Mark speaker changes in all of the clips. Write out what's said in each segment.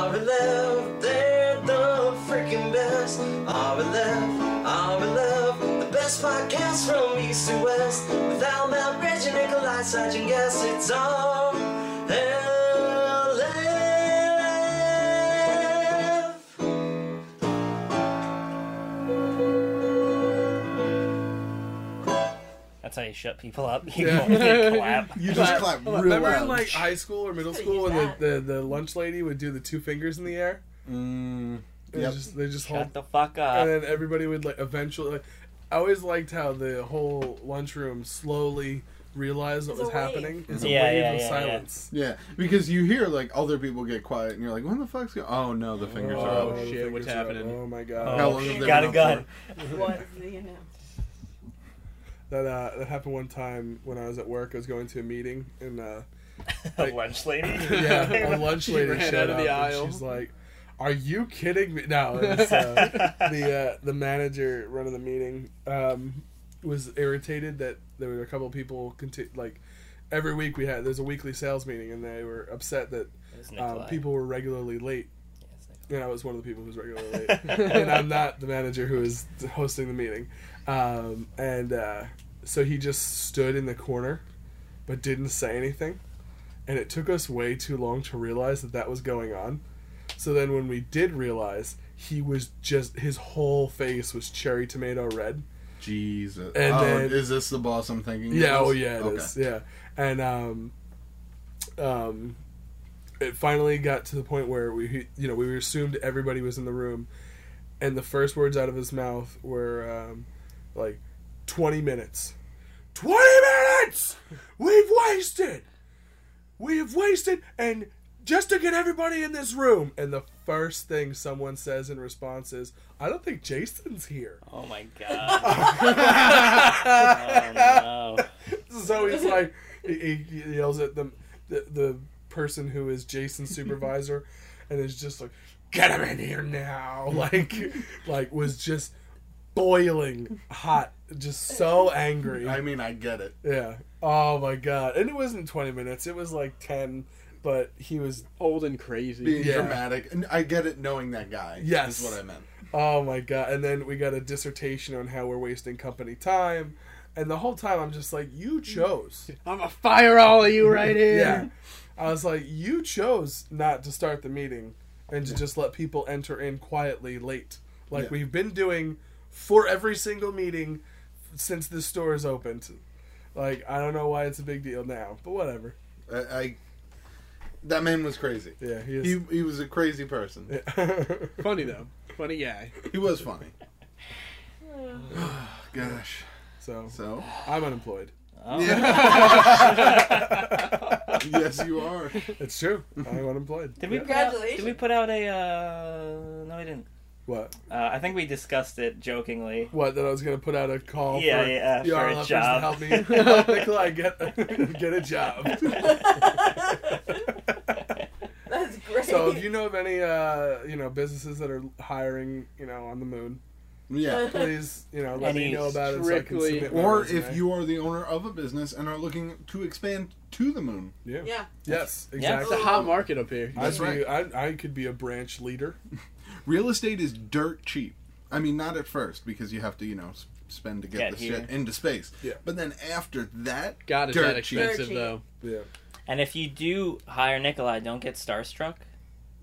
Speaker 1: love, they're the freaking best. RLF, RLF, the best podcast from east to west. With Al, Matt, Reggie, Nikolai, Sergeant, yes, it's RLF.
Speaker 2: That's how you shut people up. You yeah. clap.
Speaker 3: You just clap real
Speaker 4: Remember
Speaker 3: loud.
Speaker 4: in like high school or middle school when the, the, the lunch lady would do the two fingers in the air?
Speaker 3: Mm,
Speaker 4: They
Speaker 3: yep.
Speaker 4: just they just hold
Speaker 2: Shut the fuck up.
Speaker 4: and then everybody would like eventually like, I always liked how the whole lunchroom slowly realized what
Speaker 5: It's a
Speaker 4: was
Speaker 5: wave.
Speaker 4: happening. It's a
Speaker 2: Yeah,
Speaker 4: wave
Speaker 2: yeah,
Speaker 4: of
Speaker 2: yeah, yeah.
Speaker 4: silence.
Speaker 3: Yeah, because you hear like other people get quiet, and you're like, "When the fuck's going?" Oh no, the fingers are
Speaker 4: Oh,
Speaker 3: up.
Speaker 4: the
Speaker 6: shit,
Speaker 4: fingers
Speaker 6: what's
Speaker 4: are up.
Speaker 6: happening?
Speaker 4: Oh my
Speaker 2: Oh,
Speaker 4: god.
Speaker 3: How long have they
Speaker 2: got
Speaker 3: been
Speaker 2: a
Speaker 3: up
Speaker 2: gun.
Speaker 5: What do you know?
Speaker 4: That uh, that happened one time when I was at work. I was going to a meeting and uh,
Speaker 2: A lunch lady.
Speaker 4: yeah, a lunch
Speaker 6: She
Speaker 4: lady
Speaker 6: ran
Speaker 4: showed
Speaker 6: out of
Speaker 4: up
Speaker 6: the aisle.
Speaker 4: and she's like, "Are you kidding me?" No, it was, uh, the uh, the manager running the meeting um, was irritated that there were a couple people conti- like every week we had there's a weekly sales meeting and they were upset that
Speaker 2: It's
Speaker 4: um,
Speaker 2: Nikolai.
Speaker 4: people were regularly late
Speaker 2: Yeah, it's Nikolai.
Speaker 4: and I was one of the people who's regularly late, and I'm not the manager who is hosting the meeting. Um, and uh, so he just stood in the corner, but didn't say anything. And it took us way too long to realize that that was going on. So then, when we did realize, he was just his whole face was cherry tomato red.
Speaker 3: Jesus.
Speaker 4: And
Speaker 3: oh,
Speaker 4: then-
Speaker 3: is this the boss I'm thinking? it
Speaker 4: Yeah,
Speaker 3: is?
Speaker 4: oh yeah, it is.
Speaker 3: okay.
Speaker 4: Yeah, and um, um, it finally got to the point where we, you know, we assumed everybody was in the room, and the first words out of his mouth were um, like, twenty minutes, twenty minutes, we've wasted, we have wasted, and just to get everybody in this room. And the first thing someone says in response is, "I don't think Jason's here."
Speaker 2: Oh my god. oh no.
Speaker 4: So he's like, he, he yells at them, the, the person who is Jason's supervisor, and is just like, "Get him in here now!" Like, like was just boiling hot, just so angry.
Speaker 3: I mean, I get it.
Speaker 4: yeah. Oh my god! And it wasn't twenty minutes; it was like ten. But he was.
Speaker 6: Old and crazy.
Speaker 3: Being
Speaker 4: Yeah.
Speaker 3: dramatic, and I get it. Knowing that guy.
Speaker 4: Yes.
Speaker 3: is what I meant.
Speaker 4: Oh my god! And then we got a dissertation on how we're wasting company time, and the whole time I'm just like, "You chose."
Speaker 6: I'm gonna fire all of you right here.
Speaker 4: Yeah. I was like, you chose not to start the meeting and to just let people enter in quietly late, like
Speaker 3: Yeah.
Speaker 4: we've been doing for every single meeting since this store is opened. Like, I don't know why it's a big deal now, but whatever.
Speaker 3: I, I that man was crazy.
Speaker 4: Yeah, he is.
Speaker 3: He he was a crazy person.
Speaker 6: Funny though. Funny guy.
Speaker 3: He was funny. Gosh.
Speaker 4: so,
Speaker 3: So
Speaker 4: I'm unemployed.
Speaker 2: Oh.
Speaker 3: yes, you are.
Speaker 4: It's true. I'm unemployed.
Speaker 2: Did we
Speaker 4: Yeah.
Speaker 2: put out, did
Speaker 5: Congratulations.
Speaker 2: we put out a uh no we didn't.
Speaker 4: What?
Speaker 2: Uh, I think we discussed it jokingly.
Speaker 4: What? That I was going to put out a call
Speaker 2: Yeah,
Speaker 4: for,
Speaker 2: yeah,
Speaker 4: the
Speaker 2: for a
Speaker 4: RLFers
Speaker 2: job.
Speaker 4: to help me. help Nikolai get, get a job.
Speaker 5: That's great.
Speaker 4: So if you know of any uh, you know businesses that are hiring you know on the moon,
Speaker 3: Yeah.
Speaker 4: please you know let
Speaker 2: Any
Speaker 4: me know about it so I can
Speaker 6: strictly-
Speaker 4: submit my
Speaker 3: Or
Speaker 4: resume.
Speaker 3: if you are the owner of a business and are looking to expand to the moon,
Speaker 4: yeah.
Speaker 5: yeah.
Speaker 4: yes
Speaker 2: Yeah.
Speaker 6: It's a
Speaker 4: exactly
Speaker 6: hot market up here.
Speaker 4: I'd
Speaker 3: That's
Speaker 4: be, I, I could be a branch leader
Speaker 3: real estate is dirt cheap. I mean, not at first because you have to, you know, s- spend to
Speaker 2: Get
Speaker 3: get the
Speaker 2: here.
Speaker 3: shit into space.
Speaker 4: Yeah.
Speaker 3: But then after that,
Speaker 6: God, is
Speaker 3: dirt
Speaker 6: that
Speaker 3: cheap.
Speaker 6: expensive
Speaker 5: cheap.
Speaker 6: though?
Speaker 4: yeah
Speaker 2: And if you do hire Nikolai, don't get starstruck.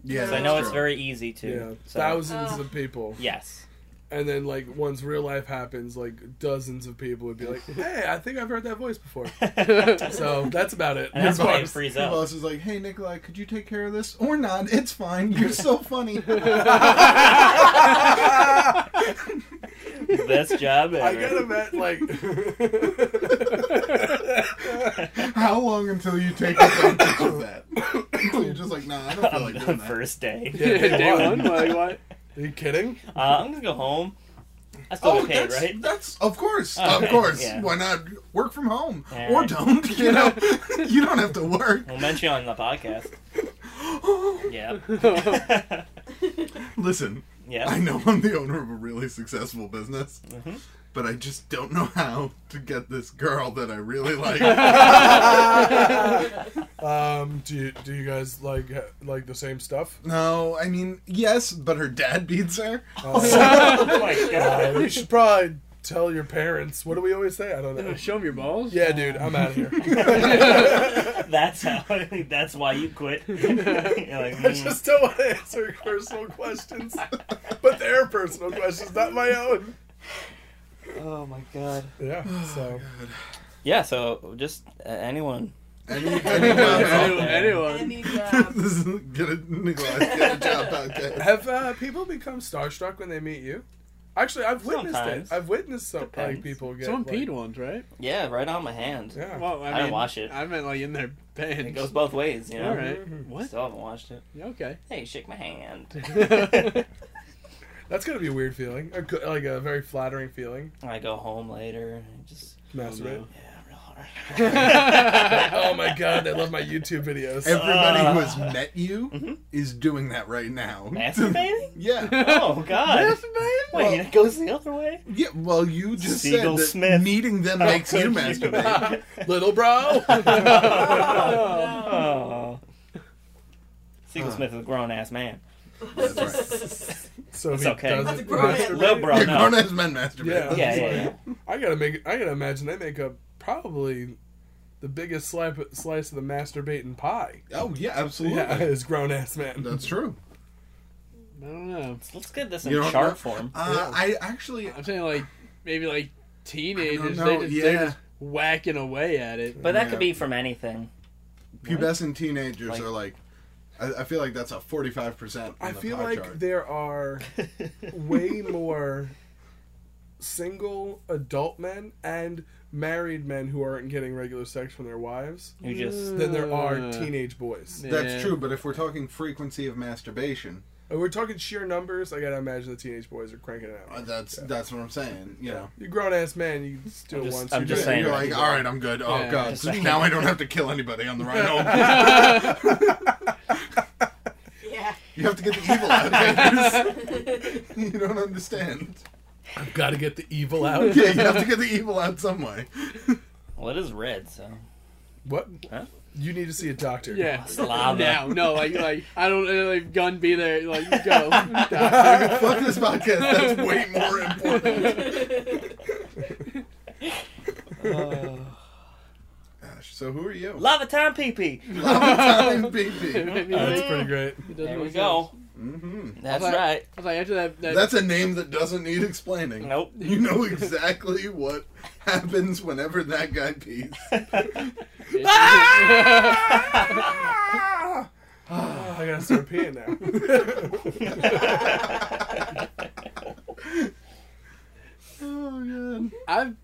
Speaker 3: Yeah,
Speaker 2: 'Cause I
Speaker 3: that's
Speaker 2: know it's
Speaker 3: true.
Speaker 2: very easy to.
Speaker 4: yeah
Speaker 2: so-
Speaker 4: thousands
Speaker 5: Ugh.
Speaker 4: of people
Speaker 2: Yes.
Speaker 4: and then like once real life happens like dozens of people would be like hey I think I've heard that voice before
Speaker 2: and
Speaker 4: so that's about it
Speaker 2: that's why it
Speaker 4: As far as-
Speaker 2: frees
Speaker 3: The
Speaker 2: up.
Speaker 3: boss is like, "Hey, Nikolai, could you take care of this or not? It's fine. You're so funny."
Speaker 2: Best job
Speaker 4: I
Speaker 2: ever.
Speaker 4: gotta bet like
Speaker 3: How long until you take advantage of that? Until you're just like, "Nah, I don't feel
Speaker 2: on
Speaker 3: like
Speaker 2: the
Speaker 3: doing that."
Speaker 2: first day.
Speaker 4: Yeah, day
Speaker 6: Day
Speaker 4: one.
Speaker 6: one? Like what?
Speaker 4: are you kidding
Speaker 2: Uh, I'm gonna go home. I still get paid,
Speaker 3: Oh, that's,
Speaker 2: right?
Speaker 3: that's of course,
Speaker 2: Oh,
Speaker 3: of
Speaker 2: right,
Speaker 3: course.
Speaker 2: yeah.
Speaker 3: Why not work from home
Speaker 2: Yeah.
Speaker 3: or don't? You know, you don't have to work.
Speaker 2: We'll mention you on the podcast. Yeah.
Speaker 3: Listen, I
Speaker 2: yeah.
Speaker 3: know I'm the owner of a really successful business,
Speaker 2: Mhm.
Speaker 3: but I just don't know how to get this girl that I really like.
Speaker 4: Um, do you, do you guys like ha- like the same stuff?
Speaker 3: No, I mean yes, but her dad beats her.
Speaker 6: oh my
Speaker 4: Um, Uh,
Speaker 6: god.
Speaker 4: you should probably tell your parents. What do we always say? I don't know.
Speaker 6: Show him your balls.
Speaker 4: Yeah, dude, I'm out of here.
Speaker 7: That's how. that's why you quit. You're like,
Speaker 4: I
Speaker 7: mm,
Speaker 4: just don't want to answer your personal questions, but their personal questions, not my own.
Speaker 7: Oh my god.
Speaker 4: Yeah. So
Speaker 7: Yeah. So just uh, anyone.
Speaker 3: Any,
Speaker 6: Anyone,
Speaker 3: anyone,
Speaker 6: anyone.
Speaker 5: Any job.
Speaker 3: this is gonna Nikolai get a job podcast.
Speaker 4: have uh, people become starstruck when they meet you? Actually, I've witnessed
Speaker 7: Sometimes.
Speaker 4: it. I've witnessed some like
Speaker 7: Depends.
Speaker 4: people get
Speaker 6: Someone
Speaker 4: like,
Speaker 6: peed once, right?
Speaker 7: Yeah, right on my hand.
Speaker 4: Yeah.
Speaker 6: Well, I,
Speaker 7: I
Speaker 6: mean,
Speaker 7: didn't wash it.
Speaker 6: I meant like in their pants.
Speaker 7: It goes both ways, you know.
Speaker 6: All right.
Speaker 3: Mm-hmm.
Speaker 4: Mhm.
Speaker 6: What?
Speaker 7: Still haven't watched it.
Speaker 6: Yeah, okay.
Speaker 7: Hey, shake my hand.
Speaker 4: That's gonna be a weird feeling, a, good- like a very flattering feeling.
Speaker 7: I go home later and just
Speaker 4: Masturbate.
Speaker 7: yeah, real hard.
Speaker 4: Oh my god, they love my YouTube videos.
Speaker 3: Everybody who
Speaker 7: Uh.
Speaker 3: has met you
Speaker 2: mm-hmm.
Speaker 3: is doing that right now.
Speaker 7: Masturbating?
Speaker 3: yeah,
Speaker 7: Oh god.
Speaker 6: Masturbating?
Speaker 7: Wait, it goes the other way.
Speaker 3: yeah. Well, you just
Speaker 7: Siegel
Speaker 3: said that
Speaker 7: Smith.
Speaker 3: meeting them
Speaker 7: How
Speaker 3: makes you
Speaker 7: could you?
Speaker 3: masturbate.
Speaker 4: Little bro.
Speaker 7: Oh. Siegel
Speaker 3: Huh.
Speaker 7: Smith is a grown ass man.
Speaker 3: That's right.
Speaker 4: so
Speaker 7: It's
Speaker 4: he
Speaker 7: okay.
Speaker 4: doesn't
Speaker 5: That's a grown man.
Speaker 4: masturbate?
Speaker 7: Little bro,
Speaker 3: Your
Speaker 7: no.
Speaker 3: grown ass men masturbate.
Speaker 4: Yeah.
Speaker 3: That's
Speaker 7: Yeah,
Speaker 4: Sorry.
Speaker 7: yeah,
Speaker 4: I gotta make. I gotta imagine they make up probably the biggest slice slice of the masturbating pie.
Speaker 3: Oh yeah, absolutely.
Speaker 4: Yeah, as grown ass man.
Speaker 3: That's true.
Speaker 6: I don't know.
Speaker 7: yeah. Let's get this
Speaker 3: You
Speaker 7: in
Speaker 3: don't
Speaker 7: chart
Speaker 3: know?
Speaker 7: form.
Speaker 3: Uh, I actually,
Speaker 6: I'm saying like maybe like teenagers.
Speaker 3: I
Speaker 6: They
Speaker 3: don't
Speaker 6: just,
Speaker 3: know,
Speaker 6: They're
Speaker 3: yeah.
Speaker 6: just whacking away at it.
Speaker 7: But that
Speaker 3: Yeah.
Speaker 7: could be from anything.
Speaker 3: pubescent teenagers
Speaker 7: Like-
Speaker 3: are like. I, I feel like that's a forty-five percent.
Speaker 4: I feel like there are way more single adult men and married men who aren't getting regular sex from their wives
Speaker 7: You just
Speaker 4: than there are
Speaker 6: Uh,
Speaker 4: teenage boys.
Speaker 3: that's
Speaker 6: Yeah.
Speaker 3: true. But if we're talking frequency of masturbation,
Speaker 4: Uh, We're talking sheer numbers. I gotta imagine the teenage boys are cranking it
Speaker 3: uh,
Speaker 4: out.
Speaker 3: that's that's what I'm saying. You know,
Speaker 4: You grown ass man, you just do
Speaker 7: I'm
Speaker 4: it
Speaker 7: just-
Speaker 4: once.
Speaker 7: I'm
Speaker 4: you're
Speaker 7: just
Speaker 4: good.
Speaker 7: saying.
Speaker 3: you're like, all right, I'm good. Oh
Speaker 6: Yeah.
Speaker 3: god,
Speaker 7: Just saying.
Speaker 3: now I don't have to kill anybody on the ride home.
Speaker 5: Yeah.
Speaker 3: You have to get the evil out of you. you don't understand.
Speaker 4: I've got to get the evil out.
Speaker 3: Yeah, you have to get the evil out some way.
Speaker 7: Well, it is red, so
Speaker 4: What?
Speaker 7: Huh?
Speaker 4: You need to see a doctor.
Speaker 6: Yeah.
Speaker 7: it's lava.
Speaker 6: Now, no, like, like I don't uh, like gun be there. Like you go.
Speaker 3: Fuck this podcast. That's way more important. Gosh, so who are you?
Speaker 7: Lava time pee pee.
Speaker 3: Love and BP.
Speaker 4: That's
Speaker 6: That's
Speaker 4: pretty great.
Speaker 7: There we go.
Speaker 3: Mhm.
Speaker 7: That's
Speaker 6: Okay.
Speaker 7: right.
Speaker 6: I was like after that. that
Speaker 3: That's a name that doesn't need explaining.
Speaker 7: Nope.
Speaker 3: You know exactly what happens whenever that guy pees. Ah.
Speaker 4: Oh, I gotta start peeing now.
Speaker 3: Oh, God.
Speaker 6: I've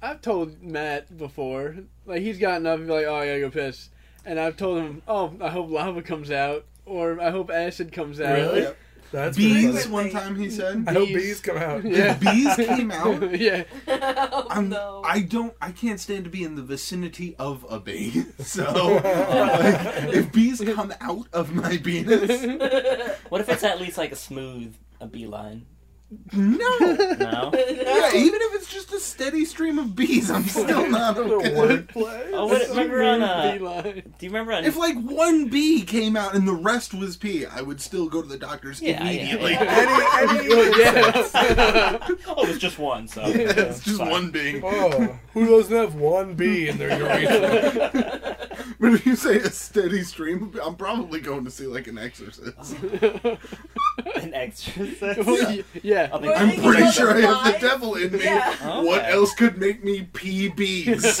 Speaker 6: I've told Matt before. Like he's gotten up and be like, "Oh, I gotta go piss," and I've told him, "Oh, I hope lava comes out." Or I hope acid comes out.
Speaker 4: Really?
Speaker 3: Yep.
Speaker 4: That's pretty
Speaker 3: Bees,
Speaker 4: funny.
Speaker 3: one time he said.
Speaker 4: I hope
Speaker 6: Bees.
Speaker 4: bees come out.
Speaker 6: Yeah.
Speaker 3: Bees came out.
Speaker 6: yeah.
Speaker 5: oh,
Speaker 3: I'm,
Speaker 5: no.
Speaker 3: Um, I don't. I can't stand to be in the vicinity of a bee. So, like, if bees come out of my penis,
Speaker 7: What if it's at least like a smooth a beeline?
Speaker 3: no.
Speaker 7: No.
Speaker 3: Yeah, even if it's just a steady stream of bees, I'm still not okay.
Speaker 7: Oh,
Speaker 6: wordplay.
Speaker 7: what, remember on uh,
Speaker 6: Beeline.
Speaker 7: Do you remember on
Speaker 3: If like one bee came out and the rest was pee, I would still go to the doctors
Speaker 7: Yeah, yeah,
Speaker 3: immediately.
Speaker 7: yeah.
Speaker 6: yeah.
Speaker 7: Oh, it's just one. So
Speaker 3: it's just
Speaker 7: fine.
Speaker 3: one bee.
Speaker 4: Oh, who doesn't have one bee in their urethra?
Speaker 3: But if you say a steady stream, of bee, I'm probably going to see like an exorcist.
Speaker 7: An extra.
Speaker 6: yeah.
Speaker 7: I think-
Speaker 5: Or
Speaker 3: I'm
Speaker 5: they can
Speaker 3: pretty
Speaker 5: go
Speaker 3: sure I have
Speaker 5: live.
Speaker 3: the devil in me.
Speaker 5: Yeah.
Speaker 3: What
Speaker 7: Okay.
Speaker 3: else could make me pee bees?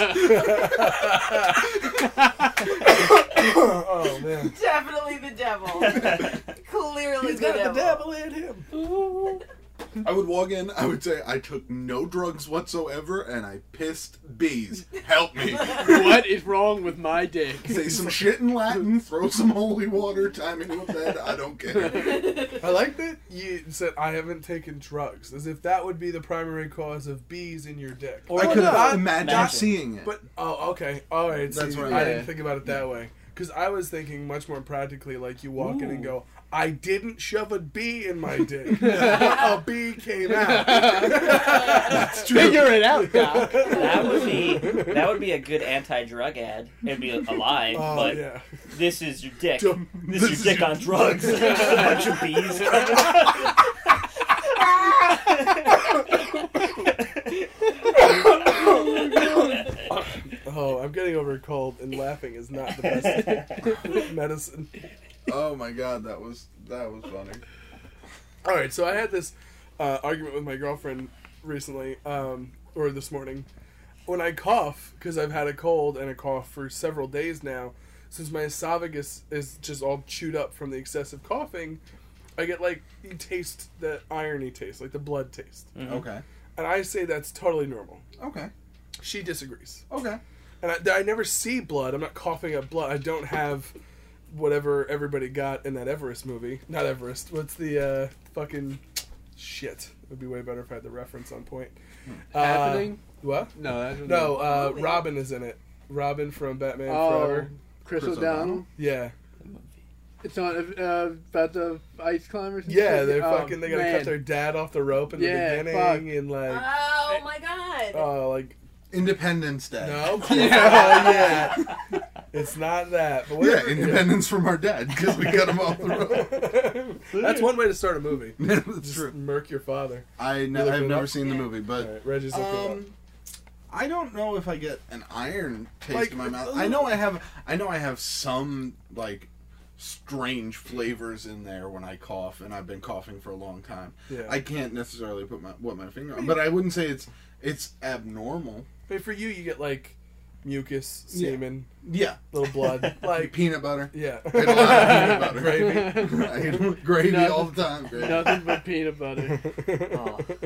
Speaker 4: oh man,
Speaker 5: Definitely the devil. Clearly
Speaker 4: he's
Speaker 5: the,
Speaker 4: got
Speaker 5: devil.
Speaker 4: the devil in him.
Speaker 3: I would walk in, I would say, I took no drugs whatsoever and I pissed bees. Help me.
Speaker 6: What is wrong with my dick?
Speaker 3: Say some shit in Latin, throw some holy water, tie me to a bed, I don't care.
Speaker 4: I like that you said I haven't taken drugs, as if that would be the primary cause of bees in your dick.
Speaker 3: I
Speaker 6: Or
Speaker 3: could
Speaker 6: not.
Speaker 3: imagine
Speaker 7: Imagine.
Speaker 3: seeing it.
Speaker 4: But oh, okay, all right.
Speaker 3: That's
Speaker 4: so
Speaker 3: what
Speaker 4: I
Speaker 3: I-
Speaker 4: didn't think about it that way. 'Cause Because I was thinking much more practically, like you walk in and go, I didn't shove a bee in my dick. a bee came out.
Speaker 3: That's
Speaker 6: Figure it out, Doc.
Speaker 4: Oh,
Speaker 2: That would be that would be a good anti-drug ad. It'd be alive,
Speaker 4: Oh,
Speaker 2: but
Speaker 4: yeah.
Speaker 2: this is your dick.
Speaker 3: Dumb-
Speaker 2: This,
Speaker 3: this
Speaker 2: is
Speaker 3: is
Speaker 2: your dick
Speaker 3: your-
Speaker 2: on drugs. Just a bunch of bees.
Speaker 4: Oh, I'm getting over a cold, and laughing is not the best medicine.
Speaker 3: Oh my god, that was that was funny.
Speaker 4: All right, so I had this uh, argument with my girlfriend recently, um, or this morning. When I cough, because I've had a cold and a cough for several days now, since my esophagus is just all chewed up from the excessive coughing, I get like you taste the irony taste, like the blood taste.
Speaker 3: Okay.
Speaker 4: And I say that's totally normal.
Speaker 3: Okay.
Speaker 4: She disagrees.
Speaker 3: Okay.
Speaker 4: And I, I never see blood. I'm not coughing up blood. I don't have whatever everybody got in that Everest movie. Not Everest. What's the uh, fucking shit? It would be way better if I had the reference on point. Uh,
Speaker 6: Happening? Hmm.
Speaker 4: What?
Speaker 6: No, that's
Speaker 4: No, uh,
Speaker 5: Movie.
Speaker 4: Robin is in it. Robin from Batman
Speaker 6: Oh,
Speaker 4: Forever.
Speaker 6: Chris,
Speaker 3: Chris
Speaker 6: O'Donnell.
Speaker 3: O'Donnell?
Speaker 4: Yeah.
Speaker 6: It's on uh, about the ice climbers. and
Speaker 4: Yeah,
Speaker 6: shit?
Speaker 4: they're
Speaker 6: Oh,
Speaker 4: fucking. They gotta
Speaker 6: man.
Speaker 4: cut their dad off the rope in the
Speaker 6: Yeah,
Speaker 4: beginning,
Speaker 6: fuck.
Speaker 4: and like,
Speaker 5: Oh my god.
Speaker 4: oh, like
Speaker 3: Independence Day.
Speaker 4: no,
Speaker 3: Yeah.
Speaker 4: Oh, yeah. It's not that. But
Speaker 3: Yeah,
Speaker 4: whatever.
Speaker 3: independence from our dad because we got him off the road.
Speaker 4: That's one way to start a movie.
Speaker 3: That's
Speaker 4: Just
Speaker 3: true.
Speaker 4: murk your father.
Speaker 3: I
Speaker 4: You
Speaker 3: no,
Speaker 4: look it
Speaker 3: I've never
Speaker 4: up?
Speaker 3: seen the
Speaker 5: Yeah.
Speaker 3: movie,
Speaker 4: All
Speaker 3: but
Speaker 4: right, Reggie's looking it up.
Speaker 3: um, I don't know if I get an iron taste
Speaker 4: Like,
Speaker 3: in my mouth.
Speaker 4: uh,
Speaker 3: I know I have. I know I have some like strange flavors in there when I cough, and I've been coughing for a long time.
Speaker 4: Yeah.
Speaker 3: I can't necessarily put my what my finger on, but I wouldn't say it's it's abnormal.
Speaker 4: I mean, for you, you get like mucus,
Speaker 3: Yeah.
Speaker 4: semen,
Speaker 3: Yeah,
Speaker 4: little blood, like
Speaker 3: peanut butter.
Speaker 4: yeah,
Speaker 3: I had a lot of peanut
Speaker 4: gravy.
Speaker 3: butter. I ate gravy all the time. Gravy.
Speaker 6: Nothing but peanut butter.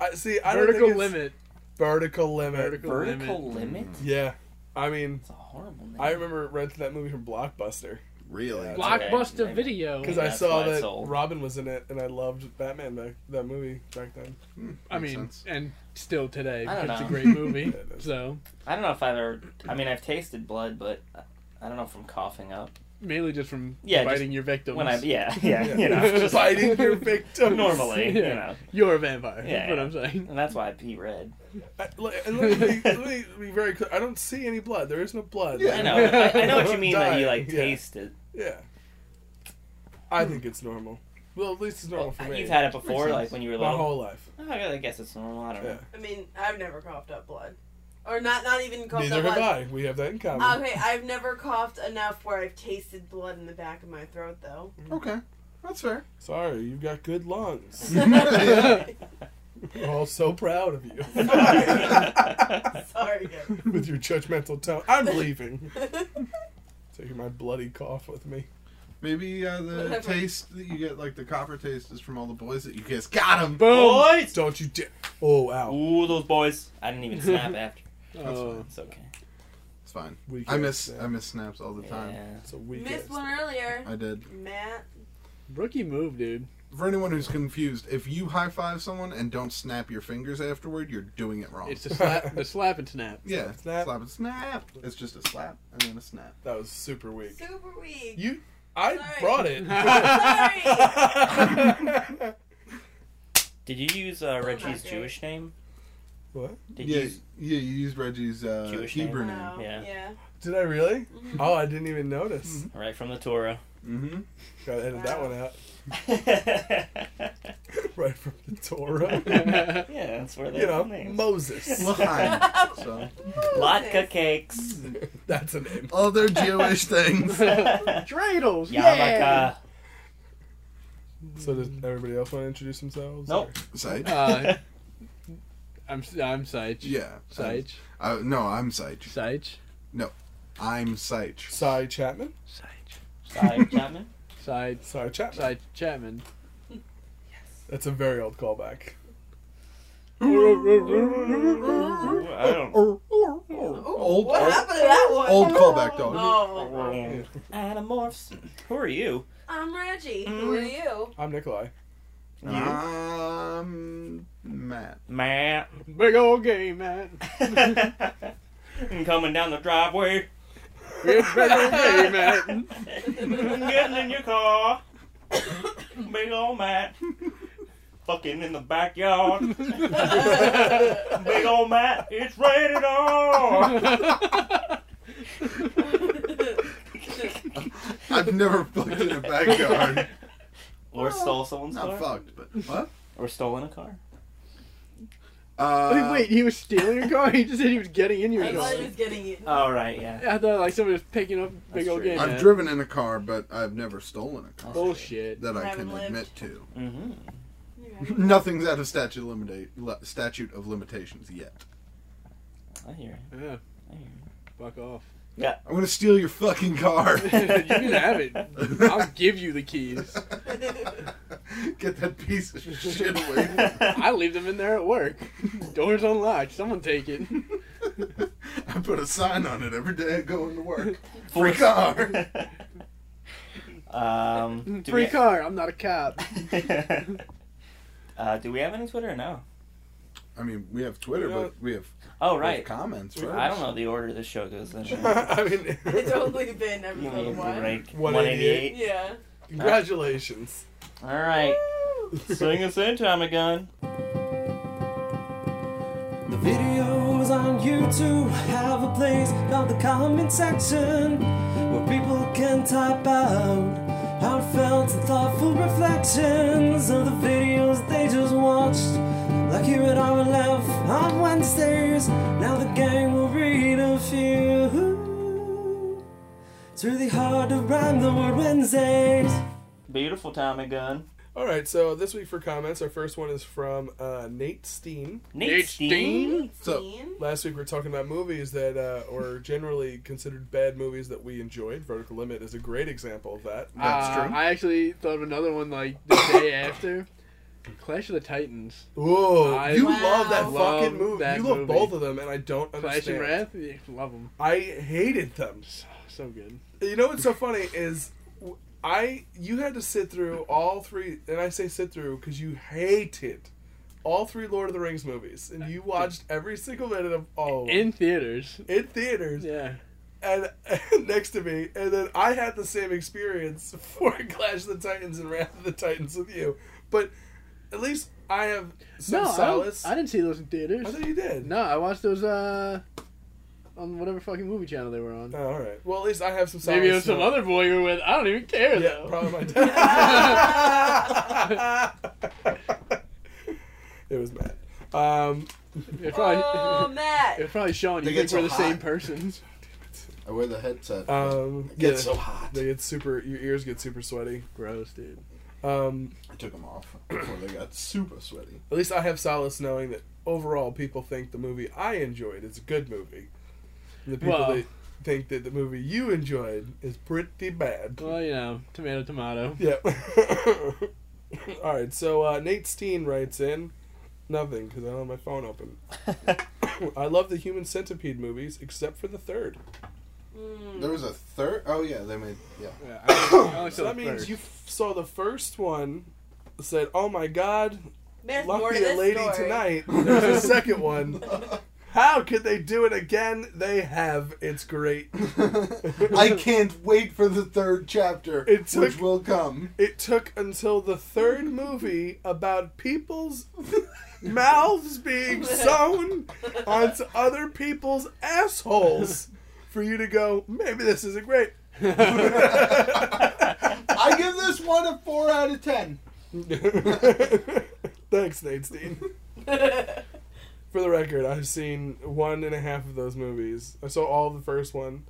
Speaker 4: I see. I don't
Speaker 6: Vertical
Speaker 4: think it's-
Speaker 6: limit.
Speaker 4: Vertical limit.
Speaker 6: Vertical
Speaker 2: Vertical limit.
Speaker 4: Yeah, I mean,
Speaker 2: It's a horrible name.
Speaker 4: I remember renting that movie from Blockbuster
Speaker 3: Really?
Speaker 2: Yeah.
Speaker 6: Blockbuster
Speaker 2: okay.
Speaker 6: video.
Speaker 4: because
Speaker 2: Yeah,
Speaker 4: I
Speaker 2: that's
Speaker 4: saw
Speaker 2: why it's
Speaker 4: that
Speaker 2: old.
Speaker 4: Robin was in it, and I loved Batman back that movie back then.
Speaker 6: I
Speaker 3: Makes
Speaker 6: mean,
Speaker 3: sense.
Speaker 6: and still today,
Speaker 2: I don't
Speaker 6: it's a
Speaker 2: know.
Speaker 6: great movie.
Speaker 4: it is.
Speaker 6: so
Speaker 2: I don't know if I've ever. I mean, I've tasted blood, but I don't know from coughing up.
Speaker 6: mainly just from
Speaker 2: Yeah,
Speaker 6: biting your victims.
Speaker 2: When I, yeah, yeah, you know, just
Speaker 4: biting your victim
Speaker 2: normally, you
Speaker 6: Yeah.
Speaker 2: know,
Speaker 6: You're a vampire.
Speaker 2: Yeah,
Speaker 6: That's what
Speaker 2: yeah.
Speaker 6: I'm saying.
Speaker 2: and that's why I pee red.
Speaker 4: I, like, and let, me, let me be very clear. I don't see any blood. There is no blood.
Speaker 3: Yeah.
Speaker 2: I know, I, I know what you mean. that you like
Speaker 4: Yeah.
Speaker 2: taste it.
Speaker 4: Yeah.
Speaker 5: Hmm.
Speaker 4: I think it's normal. Well, at least it's normal for me.
Speaker 2: You've had it before, like when you were
Speaker 4: my
Speaker 2: little.
Speaker 4: whole life.
Speaker 2: Oh, I guess it's normal. I don't know.
Speaker 5: I mean, I've never coughed up blood, or not not even coughed
Speaker 4: Neither
Speaker 5: up
Speaker 4: have
Speaker 5: blood.
Speaker 4: I. We have that in common.
Speaker 5: Okay, I've never coughed enough where I've tasted blood in the back of my throat, though.
Speaker 3: Okay, that's fair.
Speaker 4: Sorry, you've got good lungs.
Speaker 5: Sorry,
Speaker 4: We're all so proud of you.
Speaker 5: guys.
Speaker 4: with your judgmental tone. I'm leaving. Taking my bloody cough with me.
Speaker 3: Maybe uh, the
Speaker 5: Whatever.
Speaker 3: taste that you get, like the copper taste, is from all the boys that you guys got them.
Speaker 6: Boom.
Speaker 2: Boys!
Speaker 4: Don't you dare. Oh, ow.
Speaker 2: Ooh, those boys. I didn't even snap after.
Speaker 6: Oh,
Speaker 2: It's okay.
Speaker 3: It's fine.
Speaker 4: Weak
Speaker 3: I
Speaker 4: ass
Speaker 3: miss
Speaker 4: Sam.
Speaker 3: I miss snaps all the time.
Speaker 2: Yeah.
Speaker 4: It's a weak
Speaker 5: Missed
Speaker 4: ass.
Speaker 5: one earlier.
Speaker 3: I did.
Speaker 5: Matt.
Speaker 6: rookie move, dude.
Speaker 3: For anyone who's confused, if you high five someone and don't snap your fingers afterward, you're doing it
Speaker 2: Oh.
Speaker 3: wrong.
Speaker 6: It's the slap, the slap and snap.
Speaker 3: yeah,
Speaker 4: Snap.
Speaker 3: slap and snap. It's just a slap and then a snap.
Speaker 4: That was super weak.
Speaker 5: Super weak.
Speaker 4: You. I
Speaker 5: Sorry.
Speaker 4: brought it.
Speaker 5: Sorry.
Speaker 2: Did you use uh, Reggie's
Speaker 5: Okay.
Speaker 2: Jewish name?
Speaker 4: what?
Speaker 2: Did
Speaker 3: yeah,
Speaker 2: you? Use...
Speaker 3: yeah. You use Reggie's uh,
Speaker 2: Jewish name.
Speaker 3: Hebrew name.
Speaker 5: Wow,
Speaker 2: Yeah.
Speaker 5: Yeah.
Speaker 4: Did I really?
Speaker 5: Mm-hmm.
Speaker 4: Oh, I didn't even notice.
Speaker 2: Right from the Torah.
Speaker 3: Mm-hmm.
Speaker 4: Gotta edit that one out. Right from the Torah.
Speaker 6: That's
Speaker 2: yeah, that's where they
Speaker 4: you know,
Speaker 2: names.
Speaker 4: Moses.
Speaker 3: Lime. So
Speaker 2: Latka cakes.
Speaker 4: That's a name.
Speaker 3: other Jewish things.
Speaker 2: Yarmulke.
Speaker 6: Dreidels.
Speaker 4: So does everybody else want to introduce themselves?
Speaker 2: Nope.
Speaker 3: Sage.
Speaker 6: Yeah. Uh, I'm I'm Sage.
Speaker 3: yeah.
Speaker 6: Sage.
Speaker 3: Uh, no, I'm Sage.
Speaker 6: Sage.
Speaker 3: I'm Sage.
Speaker 4: Cy Chapman.
Speaker 6: Sage.
Speaker 2: Sorry, Chapman.
Speaker 6: Sage.
Speaker 4: Cy Chapman.
Speaker 6: Sage Chapman.
Speaker 4: That's a very old callback.
Speaker 2: Ooh, I don't.
Speaker 3: Or, or, or.
Speaker 5: Ooh,
Speaker 3: Old,
Speaker 5: what
Speaker 3: old,
Speaker 5: happened to that one?
Speaker 3: old callback dog.
Speaker 5: Oh.
Speaker 2: Animorphs. Who are you?
Speaker 5: I'm Reggie.
Speaker 2: Mm-hmm.
Speaker 5: Who are you?
Speaker 4: I'm Nikolai.
Speaker 2: Uh-huh.
Speaker 3: Um, Matt.
Speaker 2: Matt.
Speaker 6: Big old game, man.
Speaker 2: I'm coming down the driveway.
Speaker 6: We're better than Matt.
Speaker 2: Getting in your car. Big old Matt. Fucking in the backyard. Big old Matt, it's rated R. Oh.
Speaker 3: I've never fucked in a backyard.
Speaker 2: Or stole someone's car.
Speaker 3: Not fucked, but what?
Speaker 2: Or stolen a car.
Speaker 3: Uh,
Speaker 6: Wait, wait, he was stealing your car? He just said he was getting in your
Speaker 5: I
Speaker 6: car.
Speaker 5: thought he was getting it.
Speaker 2: Oh, right, yeah.
Speaker 6: I thought like somebody was picking up big
Speaker 2: That's
Speaker 6: old
Speaker 2: true.
Speaker 6: game.
Speaker 3: I've
Speaker 6: man.
Speaker 3: driven in a car, but I've never stolen a car
Speaker 6: Bullshit.
Speaker 3: that I
Speaker 5: Haven't
Speaker 3: can
Speaker 5: lived.
Speaker 3: admit to.
Speaker 2: Mm-hmm.
Speaker 5: Yeah.
Speaker 3: Nothing's out of statute limita- li- statute of limitations yet.
Speaker 2: I hear it.
Speaker 6: Yeah,
Speaker 2: I hear it.
Speaker 6: fuck off.
Speaker 3: I'm gonna steal your fucking car.
Speaker 6: you can have it. I'll give you the keys.
Speaker 3: Get that piece of shit away. from me.
Speaker 6: I leave them in there at work. Doors unlocked. Someone take it.
Speaker 3: I put a sign on it every day I go into work.
Speaker 2: Free
Speaker 3: car.
Speaker 2: um, do
Speaker 6: Free
Speaker 2: we-
Speaker 6: car. I'm not a cop.
Speaker 2: uh, do we have any Twitter? No.
Speaker 3: I mean, we have Twitter,
Speaker 4: Yeah.
Speaker 3: but we have,
Speaker 2: Oh,
Speaker 3: we have
Speaker 2: right.
Speaker 3: comments. First.
Speaker 2: I don't know the order this show goes in.
Speaker 4: I mean,
Speaker 5: It's only been
Speaker 2: You
Speaker 5: episode
Speaker 2: mean,
Speaker 5: one.
Speaker 2: like,
Speaker 4: 188?
Speaker 2: 188.
Speaker 5: Yeah.
Speaker 4: congratulations.
Speaker 2: All right. Sing us in, time again.
Speaker 1: The videos on YouTube have a place called the comment section where people can type out heartfelt and thoughtful reflections of the videos they just watched. Like here at our left on Wednesdays, now the gang will read a few. It's really hard to rhyme the word Wednesdays.
Speaker 2: Beautiful time again.
Speaker 4: All right, so this week for comments, our first one is from uh, Nate Steen.
Speaker 2: Nate,
Speaker 6: Nate
Speaker 2: Steen.
Speaker 3: So-
Speaker 5: Teen?
Speaker 4: Last week we were talking about movies that uh, were generally considered bad movies that we enjoyed. Vertical Limit is a great example of that.
Speaker 3: That's
Speaker 6: Uh,
Speaker 3: true.
Speaker 6: I actually thought of another one like the day after. Clash of the Titans.
Speaker 4: Whoa,
Speaker 6: I
Speaker 4: you
Speaker 5: Wow.
Speaker 4: love that
Speaker 6: love
Speaker 4: fucking movie.
Speaker 6: that
Speaker 4: you love
Speaker 6: movie.
Speaker 4: both of them, and I don't
Speaker 6: Clash and
Speaker 4: understand.
Speaker 6: Wrath. Yeah, love them.
Speaker 4: I hated them.
Speaker 6: So, so good.
Speaker 4: You know what's so funny is w- I you had to sit through all three, and I say sit through because you hated all three Lord of the Rings movies, and you watched every single minute of all of them
Speaker 6: In theaters.
Speaker 4: in theaters
Speaker 6: Yeah.
Speaker 4: and, next to me, and then I had the same experience for Clash of the Titans and Wrath of the Titans with you, but at least I have some
Speaker 6: No, I, don't-
Speaker 4: solace.
Speaker 6: I didn't see those in theaters.
Speaker 4: I thought you did.
Speaker 6: No, I watched those uh on whatever fucking movie channel they were on.
Speaker 4: Oh, all right. Well, at least I have some solace.
Speaker 6: Maybe it was some
Speaker 4: now.
Speaker 6: other boy you were with. I don't even care
Speaker 4: Yeah,
Speaker 6: though.
Speaker 4: probably my dad. it was Matt. Um,
Speaker 6: It's probably,
Speaker 5: Oh, Matt.
Speaker 6: it's probably Sean. You
Speaker 3: They
Speaker 6: think
Speaker 3: get
Speaker 6: we're the
Speaker 3: so
Speaker 6: same
Speaker 3: hot.
Speaker 6: person?
Speaker 3: I wear the headset.
Speaker 4: um,
Speaker 3: It gets
Speaker 4: yeah,
Speaker 3: so hot.
Speaker 4: They get super. Your ears get super sweaty.
Speaker 6: Gross, dude.
Speaker 4: Um,
Speaker 3: I took them off before they got super sweaty.
Speaker 4: at least I have solace knowing that overall people think the movie I enjoyed is a good movie. And the people
Speaker 6: Well-
Speaker 4: that think that the movie you enjoyed is pretty bad.
Speaker 6: Well, you know, tomato, tomato.
Speaker 4: Yeah. All right. So uh, Nate Steen writes in nothing because I don't have my phone open. I love the Human Centipede movies except for the third.
Speaker 6: Hmm.
Speaker 3: There was a third. Oh yeah, they made yeah.
Speaker 6: Yeah, I only- I only saw
Speaker 4: So that
Speaker 6: the
Speaker 4: means
Speaker 6: first.
Speaker 4: you f- saw the first one, said, "Oh my God,
Speaker 5: There's more to
Speaker 4: lucky a
Speaker 5: this
Speaker 4: lady
Speaker 5: story.
Speaker 4: tonight." There's a second one. How could they do it again? They have. It's great.
Speaker 3: I can't wait for the third chapter,
Speaker 4: It took-
Speaker 3: which will come.
Speaker 4: It took until the third movie about people's mouths being sewn onto other people's assholes for you to go, maybe this isn't great.
Speaker 3: I give this one a four out of ten.
Speaker 4: Thanks, Nate Steen. For the record, I've seen one and a half of those movies. I saw all of the first one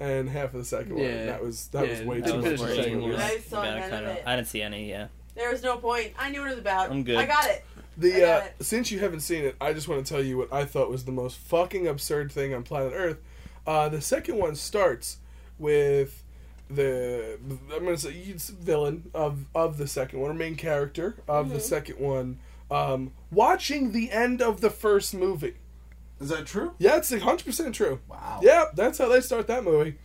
Speaker 4: and half of the second
Speaker 6: Yeah.
Speaker 4: one. That was that was
Speaker 6: Yeah,
Speaker 4: way
Speaker 6: that
Speaker 4: too
Speaker 6: was
Speaker 4: much.
Speaker 6: the
Speaker 4: for
Speaker 6: second
Speaker 4: me.
Speaker 5: one. I
Speaker 2: I,
Speaker 5: saw none of it.
Speaker 2: didn't see any, yeah.
Speaker 5: There was no point. I knew what it was about.
Speaker 2: I'm good.
Speaker 5: I got it. I
Speaker 4: The
Speaker 5: got
Speaker 4: uh,
Speaker 5: it.
Speaker 4: since you haven't seen it, I just want to tell you what I thought was the most fucking absurd thing on planet Earth. Uh, the second one starts with the I'm gonna say it's villain of of the second one, or main character of
Speaker 5: Mm-hmm.
Speaker 4: the second one, um, watching the end of the first movie.
Speaker 3: Is that true?
Speaker 4: Yeah, it's hundred percent true.
Speaker 3: Wow.
Speaker 4: Yep, that's how they start that movie.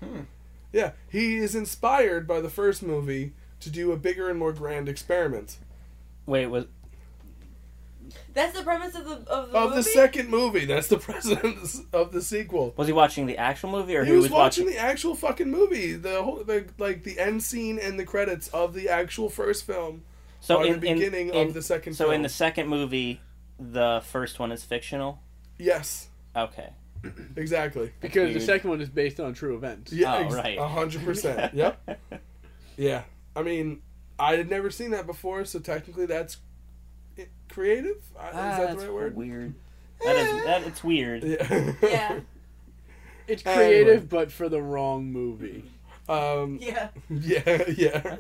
Speaker 4: Yeah, he is inspired by the first movie to do a bigger and more grand experiment.
Speaker 2: Wait, was
Speaker 5: That's the premise of the of the
Speaker 4: Of the
Speaker 5: movie?
Speaker 4: second movie, that's the premise of the sequel.
Speaker 7: Was he watching the actual movie or
Speaker 4: He
Speaker 7: he
Speaker 4: was watching the actual fucking movie, the whole the, like the end scene and the credits of the actual first film
Speaker 7: so
Speaker 4: are
Speaker 7: in,
Speaker 4: the
Speaker 7: in-
Speaker 4: beginning
Speaker 7: in-
Speaker 4: of the second.
Speaker 7: So
Speaker 4: film.
Speaker 7: in the second movie, the first one is fictional.
Speaker 4: yes,
Speaker 7: Okay.
Speaker 4: exactly.
Speaker 6: Because the
Speaker 7: Weird.
Speaker 6: second one is based on true events.
Speaker 4: Yeah,
Speaker 7: Oh,
Speaker 4: ex-
Speaker 7: right.
Speaker 4: a hundred percent. Yep. Yeah, I mean, I had never seen that before, so technically that's i- creative. I-
Speaker 7: Ah,
Speaker 4: Is that
Speaker 7: that's
Speaker 4: the right word?
Speaker 7: Weird. That is that it's weird.
Speaker 4: Yeah.
Speaker 5: Yeah.
Speaker 6: It's
Speaker 4: Anyway.
Speaker 6: creative, but for the wrong movie.
Speaker 4: um,
Speaker 5: Yeah.
Speaker 4: yeah, yeah.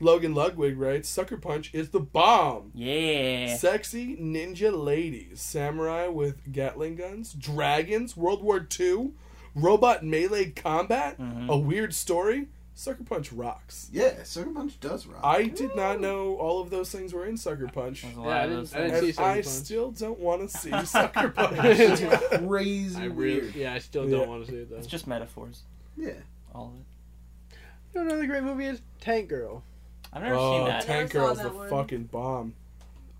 Speaker 4: Logan Ludwig writes, "Sucker Punch is the bomb."
Speaker 7: Yeah.
Speaker 4: Sexy ninja ladies, samurai with Gatling guns, dragons, World War II, robot melee combat,
Speaker 7: Mm-hmm.
Speaker 4: a weird story. Sucker Punch rocks.
Speaker 3: Yeah, Sucker Punch does rock.
Speaker 4: I did not know all of those things were in Sucker Punch.
Speaker 7: There's a
Speaker 6: Yeah,
Speaker 7: lot
Speaker 6: I
Speaker 7: of
Speaker 6: didn't-
Speaker 7: those
Speaker 6: I didn't
Speaker 7: things.
Speaker 6: see
Speaker 4: And
Speaker 6: Sucker
Speaker 4: I
Speaker 6: Punch.
Speaker 4: still don't want to see Sucker Punch.
Speaker 6: It's
Speaker 3: crazy
Speaker 6: I really,
Speaker 3: weird.
Speaker 6: yeah, I still don't
Speaker 4: Yeah.
Speaker 6: want to see it though.
Speaker 7: It's just metaphors.
Speaker 3: Yeah.
Speaker 7: All of it.
Speaker 6: You know what another great movie is Tank Girl.
Speaker 7: I've never seen
Speaker 4: oh,
Speaker 7: that.
Speaker 5: I
Speaker 4: Tank
Speaker 5: never saw
Speaker 4: Girl's the
Speaker 5: that one.
Speaker 4: fucking bomb.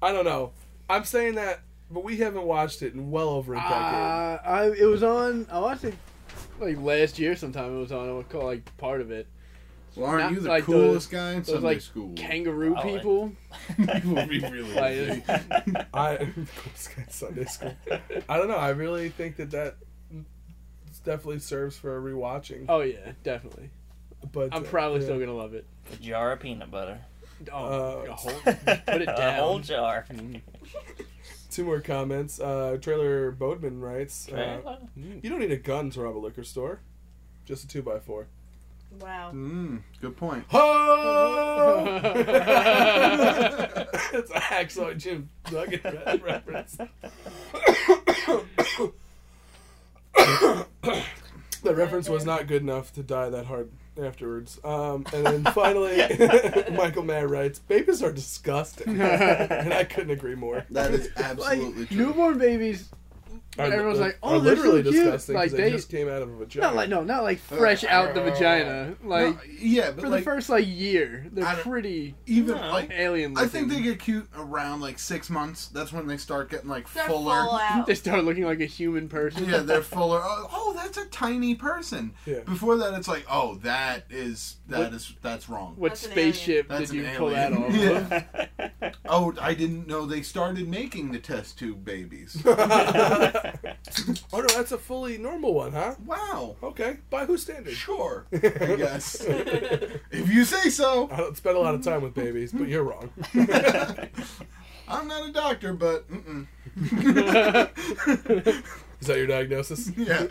Speaker 4: I don't know. I'm saying that, but we haven't watched it in well over a
Speaker 6: Uh,
Speaker 4: decade.
Speaker 6: I it was on. I watched it like last year. Sometime it was on. I would call like part of it.
Speaker 3: Well, aren't
Speaker 6: Not
Speaker 3: you the
Speaker 6: like
Speaker 3: coolest guy in
Speaker 6: Those
Speaker 3: Sunday
Speaker 6: like
Speaker 3: school?
Speaker 6: kangaroo
Speaker 7: Oh, I-
Speaker 6: people.
Speaker 3: You would be really
Speaker 6: Like,
Speaker 3: big.
Speaker 4: I of course, it's Sunday school. I don't know. I really think that that definitely serves for rewatching.
Speaker 6: Oh yeah, definitely.
Speaker 4: But uh,
Speaker 6: I'm probably
Speaker 4: yeah.
Speaker 6: still gonna love it.
Speaker 7: A jar of peanut butter.
Speaker 6: Oh,
Speaker 4: Uh,
Speaker 6: a whole,
Speaker 7: Put
Speaker 6: it
Speaker 7: A
Speaker 6: down.
Speaker 7: whole jar.
Speaker 4: Two more comments. Uh, Trailer Boatman writes, uh, "You don't need a gun to rob a liquor store, just a two by four.
Speaker 5: Wow.
Speaker 3: Mm, good point.
Speaker 4: Ho! it's an Hacksaw Jim Nugget re- reference. that reference was not good enough to die that hard afterwards. Um, and then finally, Michael Mayer writes, "Babies are disgusting," and I couldn't agree more.
Speaker 3: That is
Speaker 6: like
Speaker 3: absolutely true.
Speaker 6: newborn babies. Everyone's like, "Oh,
Speaker 4: are
Speaker 6: they're
Speaker 4: literally
Speaker 6: so cute."
Speaker 4: disgusting 'cause
Speaker 6: Like,
Speaker 4: they
Speaker 6: they-
Speaker 4: just uh, came out of a vagina.
Speaker 6: Not like no, not like
Speaker 3: Uh,
Speaker 6: fresh out the vagina. Like
Speaker 3: No, yeah, but
Speaker 6: for
Speaker 3: like
Speaker 6: the first like year,
Speaker 3: I
Speaker 6: they're
Speaker 3: don't-
Speaker 6: pretty
Speaker 3: even
Speaker 7: No.
Speaker 3: like
Speaker 6: alien.
Speaker 3: I think they
Speaker 6: looking.
Speaker 3: get cute around like six months. That's when they start getting like
Speaker 5: They're full
Speaker 3: fuller.
Speaker 5: out.
Speaker 6: they start looking like a human person.
Speaker 3: yeah, they're fuller. Oh, oh, that's a tiny person.
Speaker 4: Yeah.
Speaker 3: Before that, it's like, oh, that is that
Speaker 6: What-
Speaker 3: is that's wrong.
Speaker 6: What
Speaker 5: That's an
Speaker 6: spaceship
Speaker 3: That's
Speaker 6: did you
Speaker 3: an
Speaker 6: pull that
Speaker 3: alien.
Speaker 6: off?
Speaker 3: Yeah.
Speaker 6: of?
Speaker 3: Oh, I didn't know they started making the test tube babies.
Speaker 4: oh no, that's a fully normal one, huh?
Speaker 3: wow.
Speaker 4: Okay, by whose standards?
Speaker 3: Sure. I guess if you say so.
Speaker 4: I don't spend a lot of time with babies, but you're wrong.
Speaker 3: I'm not a doctor, but mm-mm.
Speaker 4: Is that your diagnosis? Mm.
Speaker 3: yeah.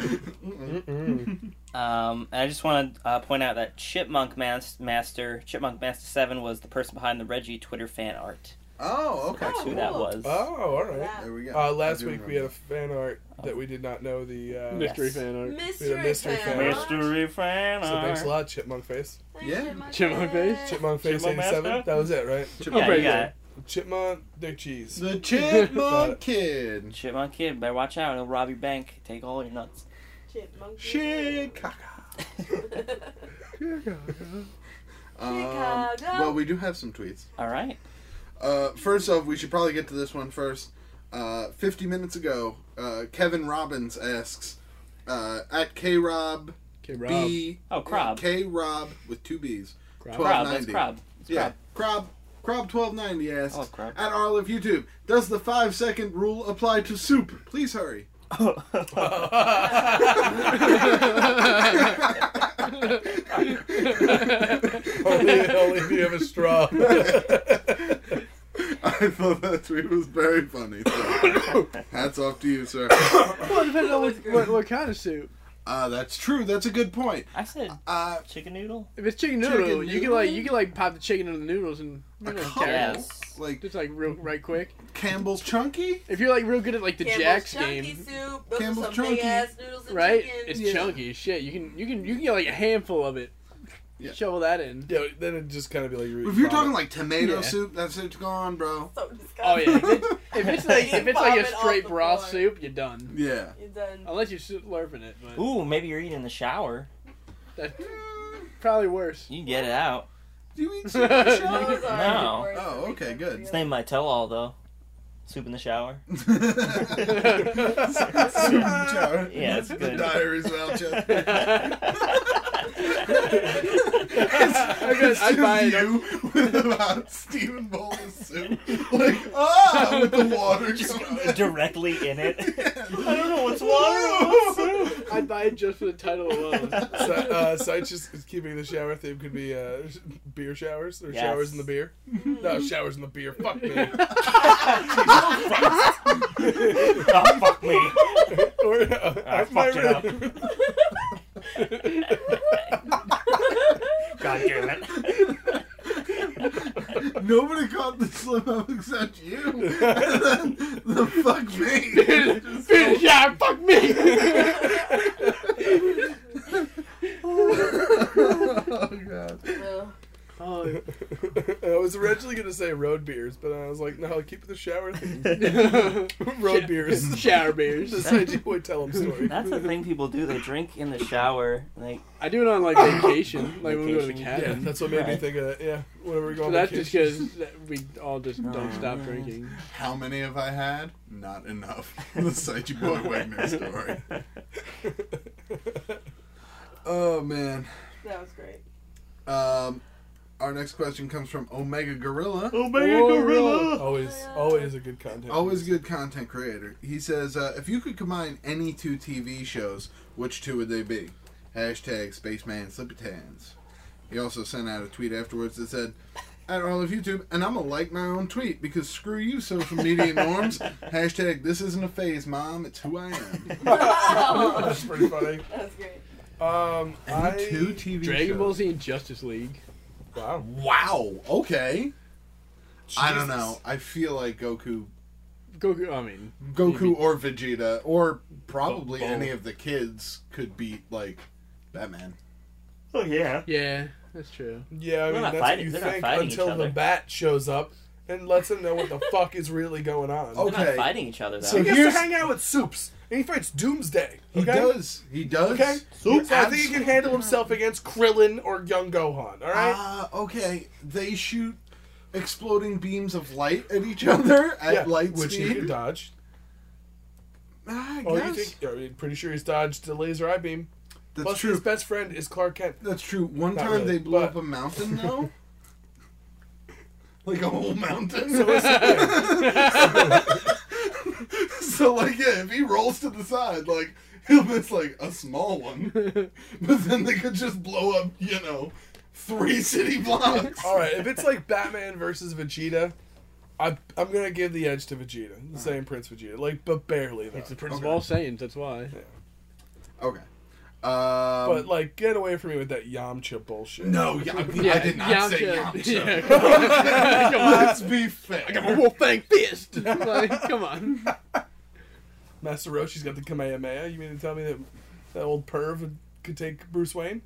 Speaker 3: Mm-mm.
Speaker 7: Um, and I just want to uh, point out that Chipmunk Mas- Master, Chipmunk Master Seven, was the person behind the Reggie Twitter fan art.
Speaker 3: Oh, okay.
Speaker 7: That's who
Speaker 5: Oh,
Speaker 7: that
Speaker 5: cool.
Speaker 7: was.
Speaker 4: Oh, all right.
Speaker 5: Wow.
Speaker 3: There we go.
Speaker 4: Uh, last
Speaker 3: I do
Speaker 4: week we had a
Speaker 3: remember.
Speaker 4: fan art that we did not know the. Uh,
Speaker 7: Yeah.
Speaker 6: Mystery
Speaker 7: Yes.
Speaker 6: fan art.
Speaker 5: Mystery,
Speaker 4: mystery
Speaker 5: fan.
Speaker 4: fan.
Speaker 7: Mystery fan
Speaker 4: So
Speaker 7: art.
Speaker 4: thanks a lot, Chipmunk Face.
Speaker 3: Yeah.
Speaker 6: Chipmunk face?
Speaker 4: Chipmunk Face
Speaker 2: Chipmunk
Speaker 4: 87.
Speaker 2: Master?
Speaker 4: That was it, right?
Speaker 7: Yeah,
Speaker 6: Okay,
Speaker 7: you got it.
Speaker 4: Chipmunk, their cheese.
Speaker 3: the chipmunk kid.
Speaker 7: Chipmunk Kid, better watch out. He'll rob your bank, take all your nuts.
Speaker 5: Chipmunk.
Speaker 3: Chicago. Um,
Speaker 5: Chicago.
Speaker 3: well, we do have some tweets.
Speaker 7: All right.
Speaker 3: Uh, first off, we should probably get to this one first. Uh, 50 minutes ago, uh, Kevin Robbins asks uh, at K Rob
Speaker 6: Okay, Rob.
Speaker 3: B
Speaker 7: Oh, Krob.
Speaker 3: K Rob with two B's.
Speaker 6: Krob.
Speaker 7: Crob, that's Crob. It's
Speaker 3: Yeah,
Speaker 7: Crob.
Speaker 3: Crob. Crob twelve ninety asks
Speaker 7: Oh, Crob.
Speaker 3: at Arl of YouTube. Does the five second rule apply to soup? Please hurry.
Speaker 4: only, only if you have a straw.
Speaker 3: I thought that tweet was very funny. so hats off to you, sir.
Speaker 6: Well, it depends on what, what, what kind of soup.
Speaker 3: Uh, that's true. That's a good point.
Speaker 7: I said
Speaker 3: Uh,
Speaker 7: chicken noodle.
Speaker 6: If it's chicken
Speaker 3: Chicken
Speaker 6: noodle, you can like
Speaker 3: noodle?
Speaker 6: you can like pop the chicken in the noodles and you know,
Speaker 3: couple.
Speaker 6: carry it.
Speaker 7: Yes.
Speaker 3: Like
Speaker 6: just like real right quick.
Speaker 3: Campbell's Chunky?
Speaker 6: If you're like real good at like the
Speaker 5: Campbell's
Speaker 6: Jacks
Speaker 5: Chunky
Speaker 6: game,
Speaker 5: Soup. Those
Speaker 3: Campbell's
Speaker 5: are some
Speaker 3: Chunky.
Speaker 5: big ass noodles and
Speaker 6: right?
Speaker 5: chicken.
Speaker 6: It's
Speaker 3: Yeah.
Speaker 6: chunky as shit. You can you can you can get like a handful of it.
Speaker 3: Yeah.
Speaker 6: Shovel that in.
Speaker 4: yeah, then it'd just kind of be like.
Speaker 3: If you're talking like tomato
Speaker 6: Yeah.
Speaker 3: soup, that soup's gone, bro.
Speaker 5: so
Speaker 6: Oh
Speaker 5: disgusting.
Speaker 6: yeah. If it's, if it's like
Speaker 5: You
Speaker 6: if it's like a
Speaker 5: vomit off
Speaker 6: straight
Speaker 5: the
Speaker 6: broth
Speaker 5: floor.
Speaker 6: soup, you're done.
Speaker 3: Yeah.
Speaker 5: You're done.
Speaker 6: Unless you're slurping it, but
Speaker 7: Ooh, maybe you're eating in the shower.
Speaker 6: that's probably worse.
Speaker 7: You can get it out.
Speaker 3: Do you eat soup in the shower?
Speaker 5: Those are
Speaker 7: No.
Speaker 5: the worst.
Speaker 3: Oh, okay, good.
Speaker 7: It's named my tell all though. Soup in the shower. Yeah,
Speaker 3: yeah,
Speaker 7: it's
Speaker 3: The
Speaker 7: good.
Speaker 3: diaries of Al Chester.
Speaker 6: I guess
Speaker 3: It's
Speaker 6: I
Speaker 3: just
Speaker 6: buy it.
Speaker 3: you with about Stephen bowl of soup, like ah, with the water coming.
Speaker 7: Directly in it. I
Speaker 3: out.
Speaker 7: don't know what's water.
Speaker 6: I'd buy it just for the title alone.
Speaker 4: So, uh, Sites just is keeping the shower theme could be uh, beer showers or
Speaker 7: Yes. Mm-hmm.
Speaker 4: showers in the beer. No, showers in the beer. Fuck me.
Speaker 7: oh, fuck me.
Speaker 4: or, uh,
Speaker 2: I fucked it up. God damn it.
Speaker 3: Nobody caught the slim up except you. And then the fuck me. Just so-
Speaker 6: yeah, fuck me.
Speaker 3: oh god.
Speaker 5: Ugh.
Speaker 6: oh,
Speaker 4: I was originally gonna say road beers, but I was like, no, keep the shower theme. road beers.
Speaker 6: shower beers.
Speaker 4: Just say you would tell them story.
Speaker 7: That's the thing people do. They drink in the shower. Like,
Speaker 6: I do it on like vacation, like when we go to the
Speaker 7: Vacation.
Speaker 4: Yeah,
Speaker 6: cabin.
Speaker 4: that's what made me
Speaker 7: Right.
Speaker 4: think of it. Yeah, whenever we go
Speaker 6: But
Speaker 4: on
Speaker 6: that's just
Speaker 4: vacation.
Speaker 6: because we all just
Speaker 3: Oh,
Speaker 6: don't stop drinking.
Speaker 3: How many have I had? Not enough. the Saichi Boy Wagner story. Oh man.
Speaker 5: That was great.
Speaker 3: Um, our next question comes from Omega Gorilla.
Speaker 2: Omega
Speaker 6: Oh,
Speaker 2: Gorilla.
Speaker 4: always, always a good content.
Speaker 3: Always good content creator. He says, uh, if you could combine any two TV shows, which two would they be? Hashtag Spaceman Slippy Tans. He also sent out a tweet afterwards that said, at all of YouTube, and I'm gonna like my own tweet because screw you, social media norms. Hashtag this isn't a phase, mom. It's who I am.
Speaker 4: That's pretty funny.
Speaker 5: That was great.
Speaker 4: Um, I,
Speaker 3: Any two TV
Speaker 6: Dragon
Speaker 3: shows.
Speaker 6: Ball Z and Justice League.
Speaker 4: Wow.
Speaker 3: Wow. Okay. I don't
Speaker 4: Jesus.
Speaker 3: know. I feel like Goku
Speaker 6: Goku. I mean,
Speaker 3: Goku or Vegeta or probably
Speaker 6: Bo- Bo.
Speaker 3: any of the kids could beat like Batman.
Speaker 2: Oh, yeah.
Speaker 6: yeah, that's true.
Speaker 4: Yeah, I
Speaker 7: They're
Speaker 4: mean,
Speaker 7: not
Speaker 4: that's
Speaker 7: fighting-
Speaker 4: what
Speaker 7: they're
Speaker 4: you
Speaker 7: not
Speaker 4: think
Speaker 7: fighting each
Speaker 4: until the
Speaker 7: other.
Speaker 4: bat shows up and lets them know what the fuck is really going on.
Speaker 3: Oh,
Speaker 7: they're not
Speaker 3: Okay.
Speaker 7: fighting each other, though.
Speaker 3: So
Speaker 4: he gets
Speaker 3: here's-
Speaker 4: to hang out with Soups, and he fights Doomsday.
Speaker 3: He
Speaker 4: okay?
Speaker 3: does. He does.
Speaker 4: Okay,
Speaker 3: You're
Speaker 4: Soups. I think he
Speaker 3: abs-
Speaker 4: can handle himself against Krillin or Young Gohan. All right.
Speaker 3: Ah, okay. They shoot exploding beams of light at each other at
Speaker 4: yeah,
Speaker 3: light
Speaker 4: which he can
Speaker 3: speed.
Speaker 4: dodge.
Speaker 3: Ah, I
Speaker 4: Oh,
Speaker 3: guess.
Speaker 4: you think? I'm pretty sure he's dodged the laser eye beam.
Speaker 3: That's
Speaker 4: Plus,
Speaker 3: true.
Speaker 4: his best friend is Clark Kent.
Speaker 3: That's true. One
Speaker 4: Not
Speaker 3: time
Speaker 4: really,
Speaker 3: they blew
Speaker 4: but-
Speaker 3: up a mountain though. like a whole mountain.
Speaker 4: So it's- yeah.
Speaker 3: So like yeah, if he rolls to the side, like he'll miss like a small one. but then they could just blow up, you know, three city blocks.
Speaker 4: All right, if it's like Batman versus Vegeta, I, I'm gonna give the edge to Vegeta, the same Prince Vegeta, like but barely though.
Speaker 6: It's the Prince
Speaker 3: Uh, Okay.
Speaker 6: of All Saiyans. That's why.
Speaker 3: Okay. Um,
Speaker 4: but like, get away from me with that Yamcha bullshit.
Speaker 3: no, yeah, I, I did not say Yamcha.
Speaker 6: Yeah. Come on.
Speaker 3: Let's be fair.
Speaker 6: I got my wolf fang fist. like, come on.
Speaker 4: Master Roshi's got the Kamehameha. You mean to tell me that that old perv would- could take Bruce Wayne?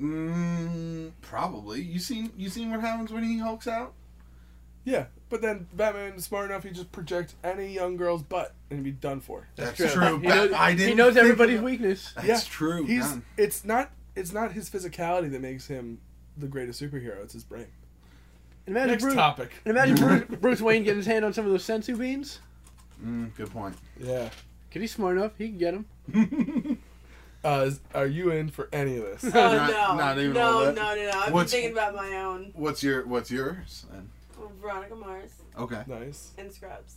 Speaker 3: Mm, probably. You seen you seen what happens when he hulks out?
Speaker 4: Yeah, but then Batman is smart enough. He just projects any young girl's butt and be done for.
Speaker 3: That's,
Speaker 6: He
Speaker 3: but
Speaker 6: knows,
Speaker 3: I didn't.
Speaker 6: he knows
Speaker 3: think-
Speaker 6: everybody's weakness.
Speaker 3: That's
Speaker 4: Yeah,
Speaker 3: true.
Speaker 4: He's
Speaker 3: man.
Speaker 4: it's not it's not his physicality that makes him the greatest superhero. It's his brain.
Speaker 6: And imagine
Speaker 4: Next
Speaker 6: Bruce,
Speaker 4: topic.
Speaker 6: and imagine Bruce, Bruce Wayne getting his hand on some of those sensu beans.
Speaker 3: Mm, good point.
Speaker 4: Yeah.
Speaker 6: Could he's smart enough? He can get them.
Speaker 4: Uh, is- are you in for any of this?
Speaker 5: Oh,
Speaker 3: Not-
Speaker 5: no.
Speaker 3: not even
Speaker 5: no,
Speaker 3: all that?
Speaker 5: no, no, no. I've
Speaker 3: What's-
Speaker 5: been thinking about my own.
Speaker 3: What's your What's yours? then?
Speaker 5: Veronica Mars
Speaker 3: Okay,
Speaker 4: nice.
Speaker 5: and Scrubs.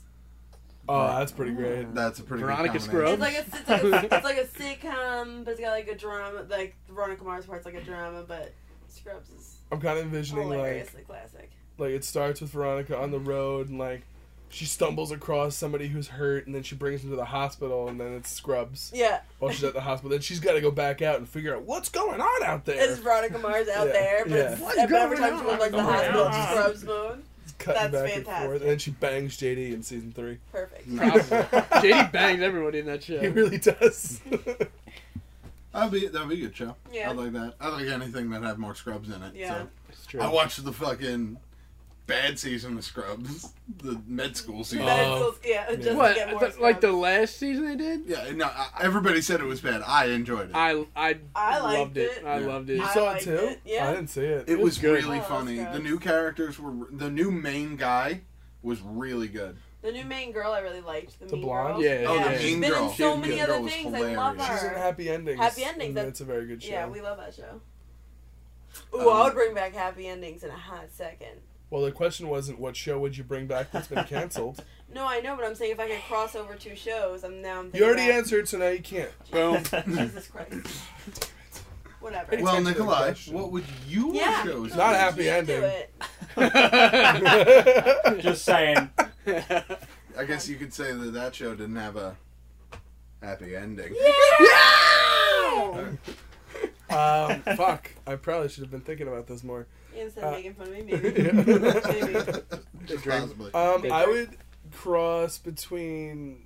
Speaker 4: Oh, that's pretty great.
Speaker 3: that's a pretty.
Speaker 6: Veronica
Speaker 3: good
Speaker 6: Scrubs?
Speaker 5: It's like a, it's like
Speaker 3: Um.
Speaker 5: a, it's like a sitcom, but it's got like a drama. Like Veronica Mars part's like a drama, but Scrubs is
Speaker 4: I'm kind of envisioning like
Speaker 5: hilariously classic.
Speaker 4: like it starts with Veronica on the road and like she stumbles across somebody who's hurt and then she brings him to the hospital and then it's scrubs
Speaker 5: Yeah,
Speaker 4: while she's at the hospital. Then she's got to go back out and figure out what's going on out there.
Speaker 5: it's Veronica Mars out
Speaker 4: Yeah,
Speaker 5: there, but
Speaker 4: yeah.
Speaker 5: it's,
Speaker 6: What's
Speaker 5: but every
Speaker 6: going
Speaker 5: time she
Speaker 6: on?
Speaker 5: goes
Speaker 6: Uh-huh.
Speaker 3: Oh,
Speaker 5: like the
Speaker 2: What's going
Speaker 5: hospital,
Speaker 2: on?
Speaker 5: it's Scrubs mode.
Speaker 4: cutting
Speaker 5: That's
Speaker 4: back and
Speaker 5: fantastic.
Speaker 4: forth, and then she bangs JD in season three.
Speaker 5: Perfect.
Speaker 3: Probably.
Speaker 6: JD bangs everybody in that show.
Speaker 4: He really does.
Speaker 3: That'd be that'd be a good show.
Speaker 5: Yeah.
Speaker 3: I like that. I like anything that had more scrubs in it.
Speaker 5: Yeah.
Speaker 6: It's
Speaker 3: So.
Speaker 6: true.
Speaker 3: I watched the fucking bad season of Scrubs, the med school season.
Speaker 5: But it's still- yeah, just to
Speaker 6: what?
Speaker 5: get more
Speaker 6: th- like the
Speaker 5: Scrubs.
Speaker 6: last season they did?
Speaker 3: yeah, no, I, everybody said it was bad. I enjoyed it.
Speaker 6: I I,
Speaker 5: I liked
Speaker 6: loved it.
Speaker 5: it.
Speaker 6: I
Speaker 3: Yeah.
Speaker 6: loved it.
Speaker 4: you
Speaker 5: I
Speaker 4: saw it
Speaker 5: liked
Speaker 4: too?
Speaker 5: it, yeah.
Speaker 4: I didn't see it.
Speaker 3: it was
Speaker 6: good.
Speaker 3: really
Speaker 5: Oh,
Speaker 3: funny.
Speaker 5: Scrubs.
Speaker 3: The new characters were the new main guy was really good.
Speaker 5: The new main girl I really liked. The,
Speaker 4: The
Speaker 5: mean
Speaker 4: blonde?
Speaker 5: Girl.
Speaker 6: Yeah,
Speaker 3: Oh,
Speaker 5: yeah.
Speaker 3: the
Speaker 5: She's
Speaker 3: mean
Speaker 5: been
Speaker 3: girl.
Speaker 5: in so
Speaker 3: Mean
Speaker 5: many
Speaker 3: Girl
Speaker 5: other
Speaker 3: was
Speaker 5: things. I love
Speaker 3: hilarious.
Speaker 5: her.
Speaker 4: She's in Happy Endings.
Speaker 5: Happy Endings,
Speaker 4: and
Speaker 5: that-
Speaker 4: It's a very good show.
Speaker 5: Yeah, we love that show. Ooh,
Speaker 3: Um,
Speaker 5: I would bring back happy endings in a hot second.
Speaker 4: well, the question wasn't what show would you bring back that's been canceled.
Speaker 5: No, I know, but I'm saying if I could cross over two shows, I'm now. I'm
Speaker 4: you already
Speaker 5: thinking
Speaker 4: answered, so now you can't.
Speaker 6: Boom.
Speaker 5: about- Jesus Christ. Whatever.
Speaker 4: It's
Speaker 3: Well,
Speaker 4: actually a
Speaker 3: Nikolai,
Speaker 4: question.
Speaker 3: what would you
Speaker 5: yeah.
Speaker 3: choose?
Speaker 4: Not
Speaker 5: You
Speaker 4: happy
Speaker 5: can't do
Speaker 4: ending.
Speaker 5: it.
Speaker 7: Just saying.
Speaker 3: I guess you could say that that show didn't have a happy ending.
Speaker 4: Um, fuck. I probably should have been thinking about this more.
Speaker 5: Instead
Speaker 4: Uh,
Speaker 5: of making fun of me, maybe.
Speaker 4: um,
Speaker 3: Possibly.
Speaker 6: Uh,
Speaker 4: I would cross between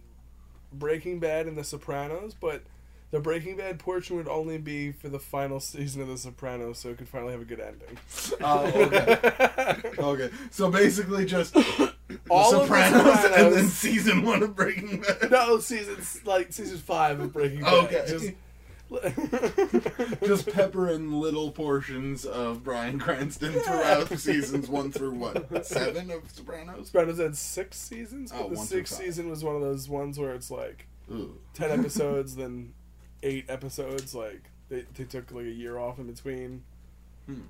Speaker 4: Breaking Bad and The Sopranos, but the Breaking Bad portion would only be for the final season of The Sopranos, so it could finally have a good ending.
Speaker 3: Oh, okay. okay. So basically, just The
Speaker 4: All of The
Speaker 3: Sopranos, and then
Speaker 4: Sopranos.
Speaker 3: season one of Breaking Bad.
Speaker 4: No, seasons like season five of Breaking Bad.
Speaker 3: Okay.
Speaker 4: Just,
Speaker 3: Just pepper in little portions of Brian Cranston throughout seasons one through what seven of Sopranos.
Speaker 4: Sopranos had six seasons, but
Speaker 3: Oh,
Speaker 4: the
Speaker 3: one through
Speaker 4: sixth
Speaker 3: five.
Speaker 4: season was one of those ones where it's like
Speaker 3: Ooh.
Speaker 4: ten episodes, then eight episodes. Like they, they took like a year off in between.
Speaker 3: Hmm.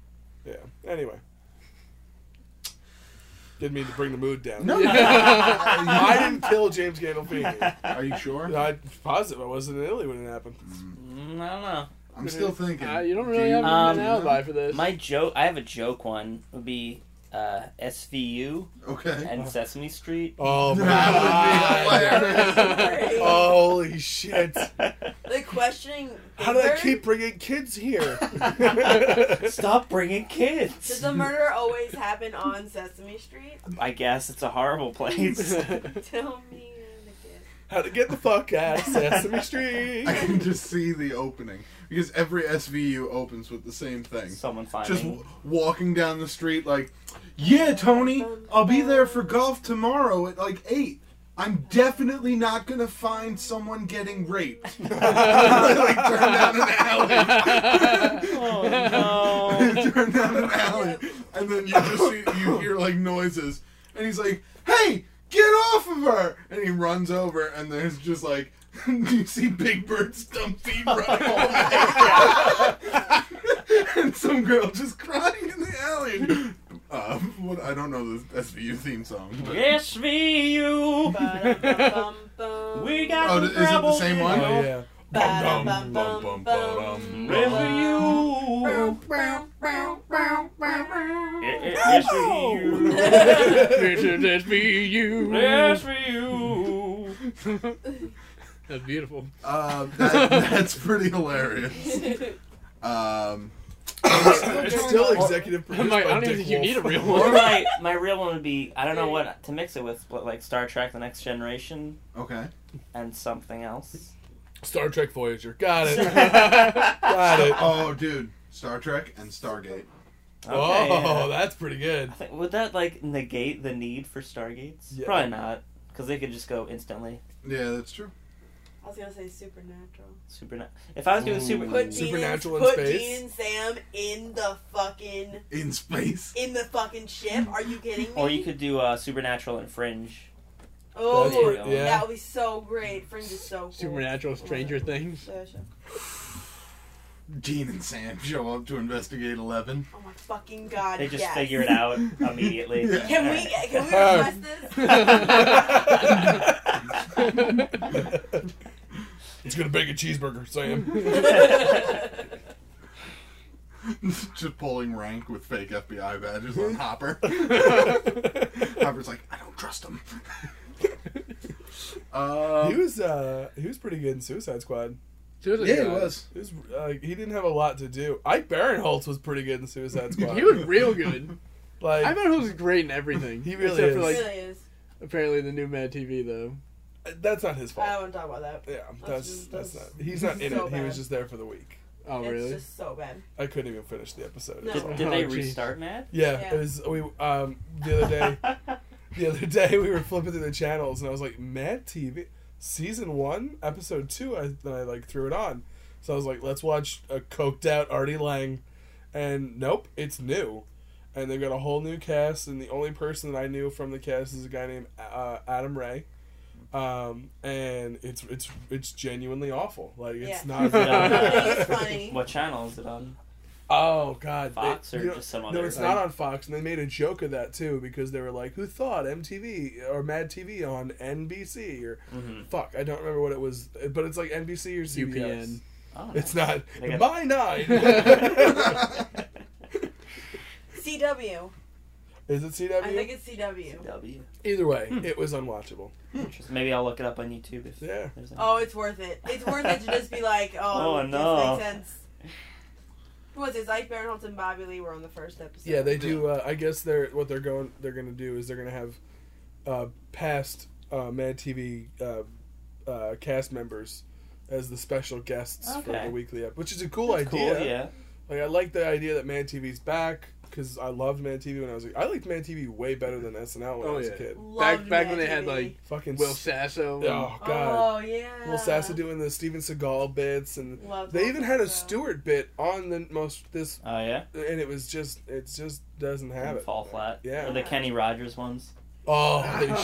Speaker 4: Yeah. Anyway, didn't mean to bring the mood down.
Speaker 3: No, you-
Speaker 7: Mm,
Speaker 4: I didn't kill James Gandolfini.
Speaker 3: are you sure?
Speaker 4: I positive I wasn't in Italy when it happened.
Speaker 7: Mm, I don't know.
Speaker 3: I'm still thinking.
Speaker 6: Uh, you don't
Speaker 3: Do
Speaker 6: really have
Speaker 7: Um,
Speaker 6: an alibi for this.
Speaker 7: My joke. I have a joke. One would be uh, SVU
Speaker 3: Okay.
Speaker 7: and Sesame Street.
Speaker 4: Oh my
Speaker 3: That would
Speaker 4: god!
Speaker 3: be hilarious.
Speaker 5: Sorry.
Speaker 4: Holy shit!
Speaker 5: the questioning.
Speaker 4: How did I
Speaker 5: murder-
Speaker 4: keep bringing kids here?
Speaker 7: Stop bringing
Speaker 5: Does
Speaker 7: kids.
Speaker 5: the murder always happen on Sesame Street?
Speaker 7: I guess it's a horrible place.
Speaker 5: Tell me. again.
Speaker 4: How to get the fuck out of Sesame Street?
Speaker 3: I can just see the opening because every SVU opens with the same thing.
Speaker 7: Someone finding.
Speaker 3: Just w- walking down the street, like, yeah, Tony, I'll be there for golf tomorrow at like eight. I'm definitely not gonna find someone getting raped. like turn down an alley.
Speaker 7: oh no.
Speaker 3: turn down an alley, and then you just see, you hear like noises, and he's like, "Hey, get off of her!" And he runs over, and there's just like. you see Big Bird's dumb feet running away. and some girl just crying in the alley. Uh, what, I don't know the SVU theme song. but-
Speaker 7: SVU.
Speaker 5: Ba-dum-bum-bum-bum.
Speaker 7: We got
Speaker 3: Oh, is it the
Speaker 7: trouble
Speaker 3: same
Speaker 7: in
Speaker 3: one?
Speaker 4: oh
Speaker 7: your
Speaker 4: yeah.
Speaker 5: Ba-dum-bum-bum-bum.
Speaker 7: Review. SVU.
Speaker 6: It should just be you.
Speaker 7: SVU.
Speaker 6: That's beautiful.
Speaker 3: Uh, that, that's pretty hilarious. Um,
Speaker 4: It's still executive
Speaker 6: I'm
Speaker 4: produced
Speaker 6: like,
Speaker 4: by
Speaker 6: I don't
Speaker 4: Dick
Speaker 6: even think you
Speaker 4: Wolf.
Speaker 6: need a real
Speaker 7: Or
Speaker 6: one.
Speaker 7: my my real one would be I don't know what to mix it with, but like Star Trek: The Next Generation
Speaker 3: okay.
Speaker 7: and something else.
Speaker 4: Star Trek Voyager. Got it. Got it.
Speaker 3: Oh, dude, Star Trek and Stargate.
Speaker 7: Okay, yeah.
Speaker 4: Oh, that's pretty good.
Speaker 7: I think- would that like negate the need for Stargates?
Speaker 4: Yeah.
Speaker 7: Probably not, because they could just go instantly.
Speaker 3: Yeah, that's true.
Speaker 5: I was gonna say supernatural.
Speaker 7: Supernatural. If I was doing super,
Speaker 5: Put
Speaker 4: Supernatural
Speaker 5: Dean
Speaker 4: in
Speaker 5: and, put
Speaker 4: space?
Speaker 5: Dean and Sam in the fucking
Speaker 3: In space.
Speaker 5: in the fucking ship. Are you kidding me?
Speaker 7: or you could do uh, Supernatural and Fringe.
Speaker 5: Oh,
Speaker 4: That's pretty- yeah.
Speaker 5: that would be so great. Fringe is so cool.
Speaker 6: Supernatural Stranger Things.
Speaker 5: Things.
Speaker 3: Dean and Sam show up to investigate Eleven.
Speaker 5: Oh my fucking god!
Speaker 7: They just
Speaker 5: yes.
Speaker 7: figure it out immediately.
Speaker 3: Yeah.
Speaker 5: Can we can we request this?
Speaker 4: It's gonna bake a cheeseburger, Sam.
Speaker 3: Just pulling rank with fake FBI badges on Hopper. Hopper's like, I don't trust him.
Speaker 4: he
Speaker 3: Um,
Speaker 4: was uh, he was pretty good in Suicide Squad.
Speaker 6: Suicide
Speaker 3: yeah, he
Speaker 6: Squad.
Speaker 3: was.
Speaker 4: He was uh, he didn't have a lot to do. Ike Barinholtz was pretty good in Suicide Squad.
Speaker 6: He was real good.
Speaker 4: like
Speaker 6: I thought he was great in everything.
Speaker 4: He really
Speaker 6: Except for
Speaker 4: is.
Speaker 5: It
Speaker 6: like
Speaker 5: really is.
Speaker 6: apparently the new Mad TV though.
Speaker 4: that's not his
Speaker 5: I
Speaker 4: fault.
Speaker 5: don't want to talk about that.
Speaker 4: Yeah, that's that's
Speaker 5: Oh, that's-
Speaker 4: not. He's not in
Speaker 5: so
Speaker 4: it. He was
Speaker 5: bad.
Speaker 4: just there for the week.
Speaker 6: Oh
Speaker 5: It's
Speaker 6: really?
Speaker 5: just so bad.
Speaker 4: I couldn't even finish the episode.
Speaker 5: No.
Speaker 4: It's all-
Speaker 7: Did, did they
Speaker 6: Oh, geez.
Speaker 7: restart, Matt?
Speaker 4: Yeah,
Speaker 5: Yeah.
Speaker 4: it was we um the other day. the other day we were flipping through the channels and I was like, Mad TV season one, episode two. I then I like threw it on, so I was like, let's watch a coked out Artie Lang, and nope, it's new. and they've got a whole new cast. And the only person that I knew from the cast is a guy named uh, Adam Ray. Um, and it's it's it's genuinely awful. Like it's
Speaker 5: Yeah.
Speaker 7: Yeah.
Speaker 5: it's funny.
Speaker 7: What channel is it on?
Speaker 4: Oh God,
Speaker 7: Fox
Speaker 4: They-
Speaker 7: or
Speaker 4: you know-
Speaker 7: just some other?
Speaker 4: no, it's not on Fox, and they made a joke of that too because they were like, "Who thought MTV or Mad TV on NBC or
Speaker 7: Mhm.
Speaker 4: fuck?" I don't remember what it was, but it's like NBC or CBS.
Speaker 6: UPN.
Speaker 7: Oh,
Speaker 4: It's not
Speaker 7: They got-
Speaker 4: my nine.
Speaker 5: CW.
Speaker 4: Is it CW?
Speaker 5: I think it's CW.
Speaker 7: W.
Speaker 4: Either way,
Speaker 7: Hmm.
Speaker 4: it was unwatchable.
Speaker 7: Interesting. Maybe I'll look it up on YouTube if
Speaker 4: Yeah.
Speaker 7: there's any.
Speaker 5: Oh, it's worth it. It's worth it to just be like, oh,
Speaker 7: Oh,
Speaker 5: this
Speaker 7: no.
Speaker 5: makes sense. Who was it? Ike Barinholtz and Bobby Lee were on the first episode.
Speaker 4: Yeah, they do. Uh, I guess they're what they're going. They're going to do is they're going to have uh, past uh, Mad TV uh, uh, cast members as the special guests for
Speaker 7: Okay.
Speaker 4: the weekly ep, which is a cool
Speaker 7: That's
Speaker 4: idea.
Speaker 7: Cool, yeah.
Speaker 4: Like I like the idea that Man TV's back because I loved Man TV when I was a I liked Man TV way better than SNL when I
Speaker 6: Oh,
Speaker 4: was a
Speaker 6: yeah.
Speaker 4: kid.
Speaker 5: Loved
Speaker 6: Back- back
Speaker 5: Mad
Speaker 6: when they had,
Speaker 5: TV.
Speaker 6: like,
Speaker 4: Fucking
Speaker 6: Will
Speaker 4: s-
Speaker 6: Sasso.
Speaker 4: Oh god.
Speaker 5: Oh yeah.
Speaker 4: Will Sasso doing the Steven Seagal bits and
Speaker 5: Loved
Speaker 4: they
Speaker 5: Will
Speaker 4: even had a
Speaker 5: Sasso.
Speaker 4: Stewart bit on the most this
Speaker 7: Oh yeah.
Speaker 4: and it was just it just doesn't have it.
Speaker 7: Fall flat.
Speaker 4: Yeah.
Speaker 7: Or the Kenny Rogers ones.
Speaker 4: Oh, they
Speaker 6: Kenny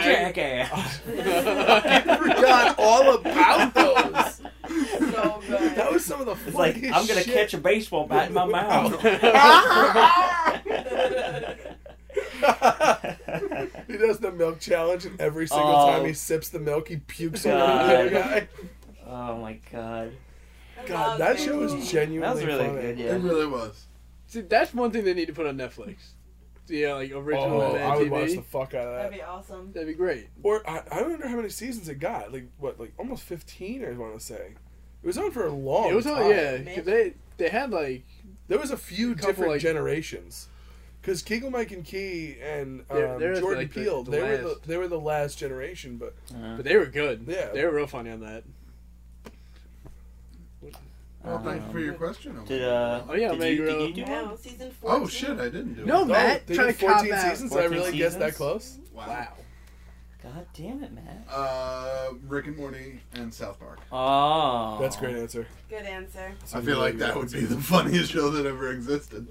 Speaker 4: shit.
Speaker 6: Rogers.
Speaker 4: I forgot all about those.
Speaker 5: so good.
Speaker 4: That was some of the
Speaker 7: It's like
Speaker 4: funniest
Speaker 7: I'm gonna
Speaker 4: shit.
Speaker 7: catch a baseball bat in my mouth.
Speaker 4: He does the milk challenge, and every single
Speaker 7: Oh.
Speaker 4: time he sips the milk, he pukes on
Speaker 7: God.
Speaker 4: the other guy.
Speaker 7: oh my god.
Speaker 5: I
Speaker 4: God,
Speaker 5: love
Speaker 4: that
Speaker 5: Mad
Speaker 4: show
Speaker 5: TV.
Speaker 4: was
Speaker 7: That
Speaker 4: genuinely
Speaker 7: was really
Speaker 4: funny.
Speaker 7: good.
Speaker 3: It
Speaker 7: Yeah.
Speaker 3: really was.
Speaker 6: See, that's one thing they need to put on Netflix. Yeah, like original
Speaker 4: Oh,
Speaker 6: Mad
Speaker 4: I would
Speaker 6: TV.
Speaker 4: watch the fuck out of
Speaker 5: That'd
Speaker 4: that.
Speaker 5: be awesome.
Speaker 6: That'd be great.
Speaker 4: Or I, I don't know how many seasons it got. Like what? Like almost fifteen. I want to say. It was on for a long.
Speaker 6: it was
Speaker 4: time.
Speaker 6: on, yeah, 'cause they they had like
Speaker 4: There was a few
Speaker 6: A couple,
Speaker 4: different
Speaker 6: like-
Speaker 4: generations. Because Kegel, Mike, and Key and um,
Speaker 6: They're- they're,
Speaker 4: Jordan
Speaker 6: like, the-
Speaker 4: Peele,
Speaker 6: the
Speaker 4: they were the
Speaker 6: last.
Speaker 4: they were the last generation. But
Speaker 7: Uh,
Speaker 6: But they were good.
Speaker 4: Yeah.
Speaker 6: They were real funny on that.
Speaker 3: Well, thank you for your
Speaker 7: Um,
Speaker 3: question. Omar.
Speaker 7: Did uh?
Speaker 6: Oh, yeah,
Speaker 7: did
Speaker 6: Meg
Speaker 7: you, did
Speaker 6: Rowe.
Speaker 7: you do
Speaker 5: Now
Speaker 7: one?
Speaker 5: season four.
Speaker 3: oh shit, I didn't do
Speaker 6: No,
Speaker 3: it.
Speaker 6: Matt,
Speaker 4: they
Speaker 6: try
Speaker 4: did
Speaker 6: to cop
Speaker 4: fourteen
Speaker 6: out.
Speaker 4: seasons. I
Speaker 7: 14
Speaker 4: really guessed that
Speaker 7: seasons?
Speaker 4: close.
Speaker 6: Wow.
Speaker 7: God damn it, man.
Speaker 3: Uh, Rick and Morty and South Park.
Speaker 7: Oh.
Speaker 4: That's a great answer.
Speaker 5: Good answer.
Speaker 3: I feel like that would be the funniest show that ever existed.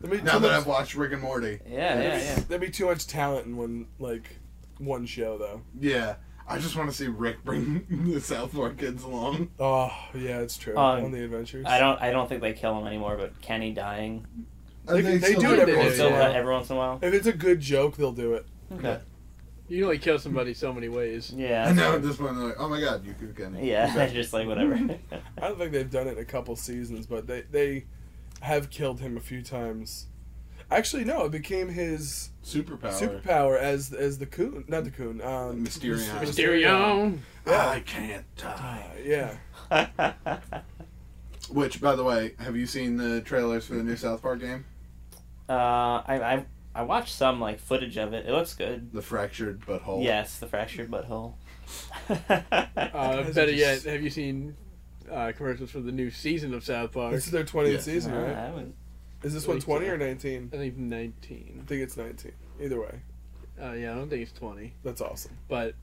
Speaker 4: That'd be,
Speaker 3: Now
Speaker 4: too
Speaker 3: that
Speaker 4: much,
Speaker 3: I've watched Rick and Morty,
Speaker 7: Yeah, yeah, yeah.
Speaker 4: that'd be too much talent in one like one show though.
Speaker 3: yeah, I just want to see Rick bring the South Park kids along.
Speaker 4: Oh yeah, it's true.
Speaker 7: Um,
Speaker 4: on the adventures.
Speaker 7: I don't. I don't think they kill him anymore. But Kenny dying.
Speaker 4: They-
Speaker 3: And
Speaker 4: they
Speaker 3: still
Speaker 4: do it
Speaker 3: do
Speaker 4: every
Speaker 7: They
Speaker 4: once in
Speaker 7: still
Speaker 4: a
Speaker 3: it.
Speaker 4: while.
Speaker 7: that every once in a while.
Speaker 4: If it's a good joke, they'll do it.
Speaker 7: Okay.
Speaker 6: You can only kill somebody so many ways.
Speaker 7: Yeah.
Speaker 3: And now at this point, they're like, "Oh my god, you could get it."
Speaker 7: Yeah. They're just like whatever.
Speaker 4: I don't think they've done it in a couple seasons, but they they have killed him a few times. Actually, no, it became his
Speaker 3: Superpower.
Speaker 4: superpower as as the coon, not the coon, um,
Speaker 3: Mysterion.
Speaker 6: Mysterio.
Speaker 3: Oh, I can't die.
Speaker 4: Ah, Yeah,
Speaker 7: Uh,
Speaker 3: Which, by the way, have you seen the trailers for the new South Park game?
Speaker 7: uh, I I I watched some like footage of it. It looks good.
Speaker 3: The fractured butthole.
Speaker 7: Yes, the fractured butthole.
Speaker 6: Uh,
Speaker 4: Guys are
Speaker 6: better
Speaker 4: just-
Speaker 6: yet, have you seen uh, commercials for the new season of South Park?
Speaker 4: this is their twentieth
Speaker 3: Yeah.
Speaker 4: season,
Speaker 7: Uh,
Speaker 4: right?
Speaker 7: I would-
Speaker 4: Is this one
Speaker 6: Wait,
Speaker 4: twenty
Speaker 6: yeah.
Speaker 4: or nineteen?
Speaker 6: I think
Speaker 4: I
Speaker 6: 19.
Speaker 4: think it's nineteen. Either way,
Speaker 6: Uh, yeah, I don't think it's 20,
Speaker 4: that's awesome.
Speaker 6: but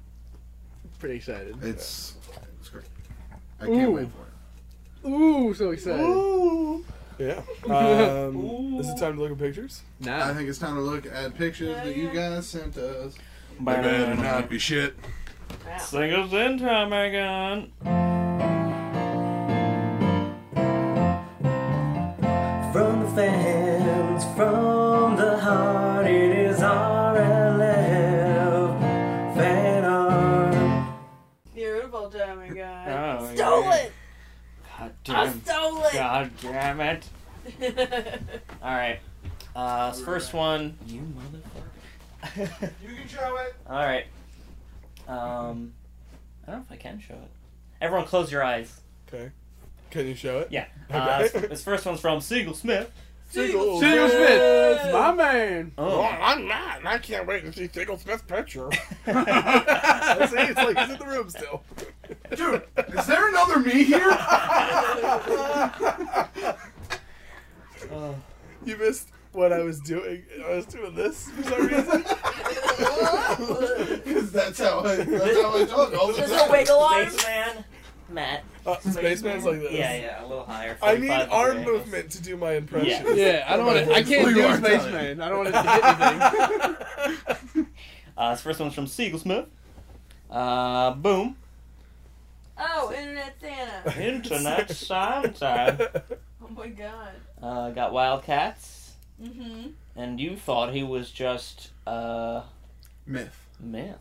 Speaker 6: pretty excited.
Speaker 3: It's it's great. I can't
Speaker 6: Ooh.
Speaker 3: wait for it.
Speaker 6: Ooh, so excited.
Speaker 4: Yeah. Um, is it time to look at pictures?
Speaker 3: I
Speaker 6: Nah.
Speaker 3: think it's time to look at pictures that you guys sent us. They better not
Speaker 7: Sing
Speaker 3: be shit.
Speaker 5: Wow.
Speaker 7: us in time, Megan.
Speaker 1: From the fans, from the heart, it is RLF fan art.
Speaker 5: Beautiful, oh my god.
Speaker 7: Oh,
Speaker 5: Stolen!
Speaker 7: God
Speaker 5: I
Speaker 7: damn.
Speaker 5: stole
Speaker 7: God damn it.
Speaker 5: it!
Speaker 7: All right. Uh, first one. You motherfucker.
Speaker 3: You can show it.
Speaker 7: All right. Um, I don't know if I can show it. Everyone, close your eyes.
Speaker 4: Can you show it?
Speaker 7: Yeah. Uh,
Speaker 4: Okay.
Speaker 7: this first one's from Siegel Smith.
Speaker 4: Siegel
Speaker 6: Single Smith, my man.
Speaker 7: Oh.
Speaker 4: Oh, I'm not, and I can't wait to see Siegel Smith's picture.
Speaker 7: Let's
Speaker 4: See, it's like he's in the room still.
Speaker 3: Dude, is there another me here?
Speaker 4: You missed what I was doing. I was doing this for some reason.
Speaker 3: Because that's how I, that's how I talk all the
Speaker 5: Just a
Speaker 3: time.
Speaker 5: wiggle arm.
Speaker 7: Spaceman. Matt.
Speaker 4: Uh, Spaceman's like this.
Speaker 7: Yeah, yeah, a little higher.
Speaker 4: I need
Speaker 7: 45
Speaker 4: arm
Speaker 7: degree angles.
Speaker 4: movement to do my impression.
Speaker 6: Yeah, I don't want to. I
Speaker 3: Well,
Speaker 6: can't
Speaker 3: you
Speaker 6: do
Speaker 3: are
Speaker 6: Spaceman. I don't want it to hit anything.
Speaker 7: Uh, this first one's from Siegel Smith. Uh, boom.
Speaker 5: Oh, Internet Santa.
Speaker 7: Internet sound time.
Speaker 5: Oh my god.
Speaker 7: Uh, got Wildcats.
Speaker 5: Mm-hmm.
Speaker 7: And you thought he was just uh,
Speaker 3: Myth.
Speaker 7: myth.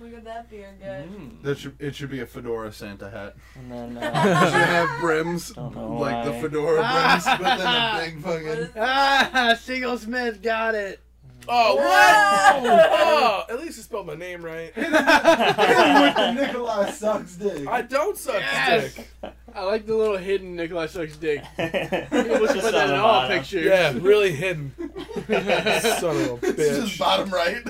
Speaker 5: Look at that beer, guys.
Speaker 7: Mm.
Speaker 3: That should it should be a fedora Santa hat.
Speaker 7: And then uh,
Speaker 3: Should have brims
Speaker 7: Don't know
Speaker 3: like the
Speaker 7: why.
Speaker 3: fedora brims, but then a big
Speaker 5: What
Speaker 3: fucking.
Speaker 5: is-
Speaker 6: Ah, Siegel Smith got it.
Speaker 4: Oh, what?
Speaker 5: Ah!
Speaker 4: oh, at least you spelled my name right.
Speaker 1: with the Nikolai sucks dick.
Speaker 4: I don't suck
Speaker 6: Yes!
Speaker 4: dick.
Speaker 6: I like the little hidden Nikolai sucks dick.
Speaker 7: it
Speaker 6: Let's put that in all pictures.
Speaker 4: Yeah, really hidden. Son of a
Speaker 3: It's just
Speaker 4: bitch.
Speaker 3: bottom right.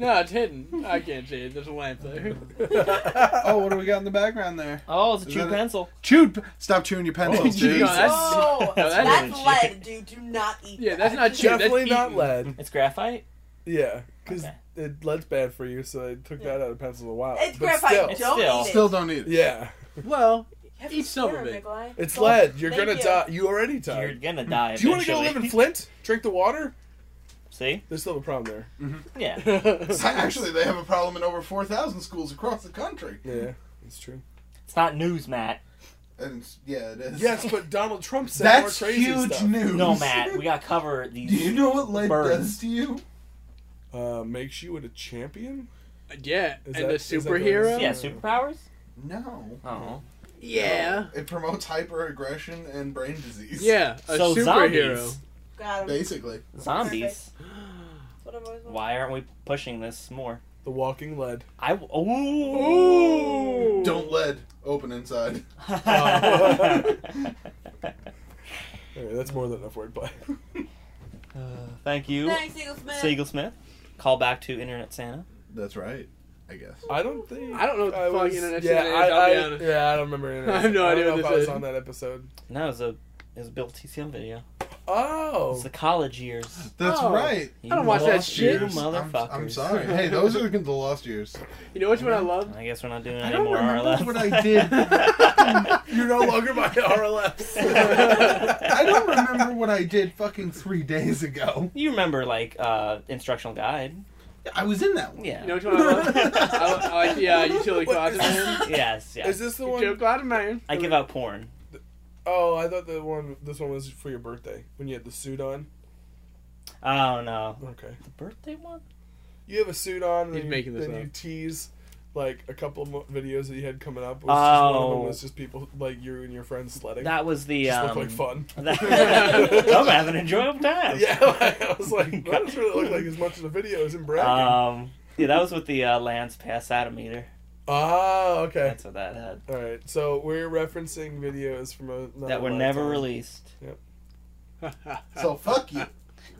Speaker 6: no, it's hidden. I can't see it. There's a lamp there.
Speaker 3: oh, what do we got in the background there?
Speaker 7: Oh, it's a
Speaker 3: Is
Speaker 7: chew
Speaker 3: that it?
Speaker 7: pencil.
Speaker 3: Chewed. p- Stop chewing your pencils,
Speaker 6: Oh,
Speaker 3: dude.
Speaker 6: you got-
Speaker 5: Oh,
Speaker 6: No,
Speaker 5: that's,
Speaker 6: that
Speaker 7: isn't
Speaker 5: lead, dude. Do not eat.
Speaker 6: Yeah,
Speaker 5: that.
Speaker 6: that's not cheap.
Speaker 4: Definitely
Speaker 6: that's
Speaker 4: not
Speaker 6: eaten.
Speaker 4: lead.
Speaker 7: It's graphite.
Speaker 4: Yeah, because
Speaker 7: Okay.
Speaker 4: it lead's bad for you, so I took that out of pencils a while.
Speaker 5: It's
Speaker 4: but
Speaker 5: graphite.
Speaker 4: still.
Speaker 7: It's
Speaker 5: Don't
Speaker 7: still-
Speaker 5: eat it.
Speaker 3: Still don't eat it.
Speaker 4: yeah,
Speaker 6: Well,
Speaker 5: Have
Speaker 6: eat some
Speaker 5: dinner,
Speaker 6: of it.
Speaker 5: Nikolai.
Speaker 4: it's
Speaker 5: Don't-
Speaker 4: lead. You're
Speaker 5: Thank
Speaker 4: gonna
Speaker 5: you.
Speaker 4: die. You already
Speaker 7: You're
Speaker 4: died.
Speaker 7: gonna die.
Speaker 4: Do you want to go
Speaker 7: eventually.
Speaker 4: live in Flint? Drink the water?
Speaker 7: See?
Speaker 4: There's still a problem there.
Speaker 7: Yeah.
Speaker 3: Actually, they have a problem in over 4,000 schools across the country.
Speaker 4: Yeah, it's true.
Speaker 7: It's not news, Matt.
Speaker 3: And it's- yeah, it is.
Speaker 4: Yes, but Donald Trump said
Speaker 3: That's
Speaker 4: more crazy
Speaker 3: huge
Speaker 4: stuff.
Speaker 3: news.
Speaker 7: No, Matt. We gotta cover these.
Speaker 3: Do you know what lead
Speaker 7: Birds.
Speaker 3: does to you?
Speaker 4: Uh, makes you a champion.
Speaker 6: yeah,
Speaker 4: Is
Speaker 6: and
Speaker 4: that-
Speaker 6: the
Speaker 4: is that what it
Speaker 6: superhero.
Speaker 4: is?
Speaker 7: Yeah, superpowers.
Speaker 3: No.
Speaker 7: Oh.
Speaker 6: Yeah.
Speaker 3: It promotes hyperaggression and brain disease.
Speaker 6: Yeah, a
Speaker 7: So
Speaker 6: superhero.
Speaker 7: zombies.
Speaker 5: God, I'm-
Speaker 3: Basically.
Speaker 7: Zombies.
Speaker 5: that's what I've always wanted.
Speaker 7: Why aren't we pushing this more?
Speaker 4: The Walking Lead.
Speaker 7: I. Ooh.
Speaker 3: Don't lead. Open inside.
Speaker 7: Uh,
Speaker 4: Alright, that's more than enough wordplay.
Speaker 7: Thank you,
Speaker 5: Thanks, Eagle Smith.
Speaker 7: Siegel Smith. Call back to Internet Santa.
Speaker 3: That's right. I guess.
Speaker 4: I don't think.
Speaker 6: I don't know what the
Speaker 4: I
Speaker 6: fuck
Speaker 4: was-
Speaker 6: Internet
Speaker 4: yeah,
Speaker 6: Santa is,
Speaker 4: I,
Speaker 6: I'll be
Speaker 4: I-
Speaker 6: honest.
Speaker 4: Yeah, I don't remember Internet
Speaker 6: I have no
Speaker 4: Santa.
Speaker 6: idea
Speaker 4: don't
Speaker 6: what
Speaker 4: know if I
Speaker 6: this
Speaker 4: was
Speaker 6: is.
Speaker 4: on that episode.
Speaker 7: No, it was a it was a Bill TCM video. It's
Speaker 4: Oh.
Speaker 7: the college years.
Speaker 3: That's
Speaker 6: Oh.
Speaker 3: right.
Speaker 7: You
Speaker 6: I don't watch that
Speaker 7: lost
Speaker 6: shit.
Speaker 7: You
Speaker 3: Years. I'm,
Speaker 7: motherfuckers.
Speaker 3: I'm sorry. Hey, those are the the lost years.
Speaker 6: You know which one I love?
Speaker 7: I guess we're not doing
Speaker 3: I
Speaker 7: any
Speaker 3: don't
Speaker 7: more
Speaker 3: remember
Speaker 7: RLF.
Speaker 3: what I did.
Speaker 4: You're no longer my RLFs.
Speaker 3: I don't remember what I did fucking three days ago.
Speaker 7: you remember like uh instructional guide?
Speaker 3: I was in that one.
Speaker 7: Yeah.
Speaker 6: You know which one I love? I, I like the uh, utility closet man.
Speaker 7: yes.
Speaker 4: is
Speaker 7: Yes.
Speaker 4: this the
Speaker 6: Utility
Speaker 4: one?
Speaker 6: closet man.
Speaker 7: I give out porn.
Speaker 4: Oh, I thought the one. This one was for your birthday when you had the suit on.
Speaker 7: Oh no.
Speaker 4: Okay.
Speaker 7: The birthday one?
Speaker 4: You have a suit on. And
Speaker 6: He's
Speaker 4: you,
Speaker 6: making this
Speaker 4: Then
Speaker 6: up.
Speaker 4: you tease like a couple of mo- videos that you had coming up. Was just one of
Speaker 7: Oh.
Speaker 4: them was just people like you and your friends sledding.
Speaker 7: That was the
Speaker 4: just
Speaker 7: um,
Speaker 4: looked like fun.
Speaker 7: that- I'm having an enjoyable time.
Speaker 4: Yeah, like, I was like, that doesn't really look like as much of the video as in bragging.
Speaker 7: Um yeah, that was with the uh, Lance Passatometer.
Speaker 4: oh, okay.
Speaker 7: That's what that had.
Speaker 4: All right, so we're referencing videos from a
Speaker 7: that were never released.
Speaker 3: So fuck you.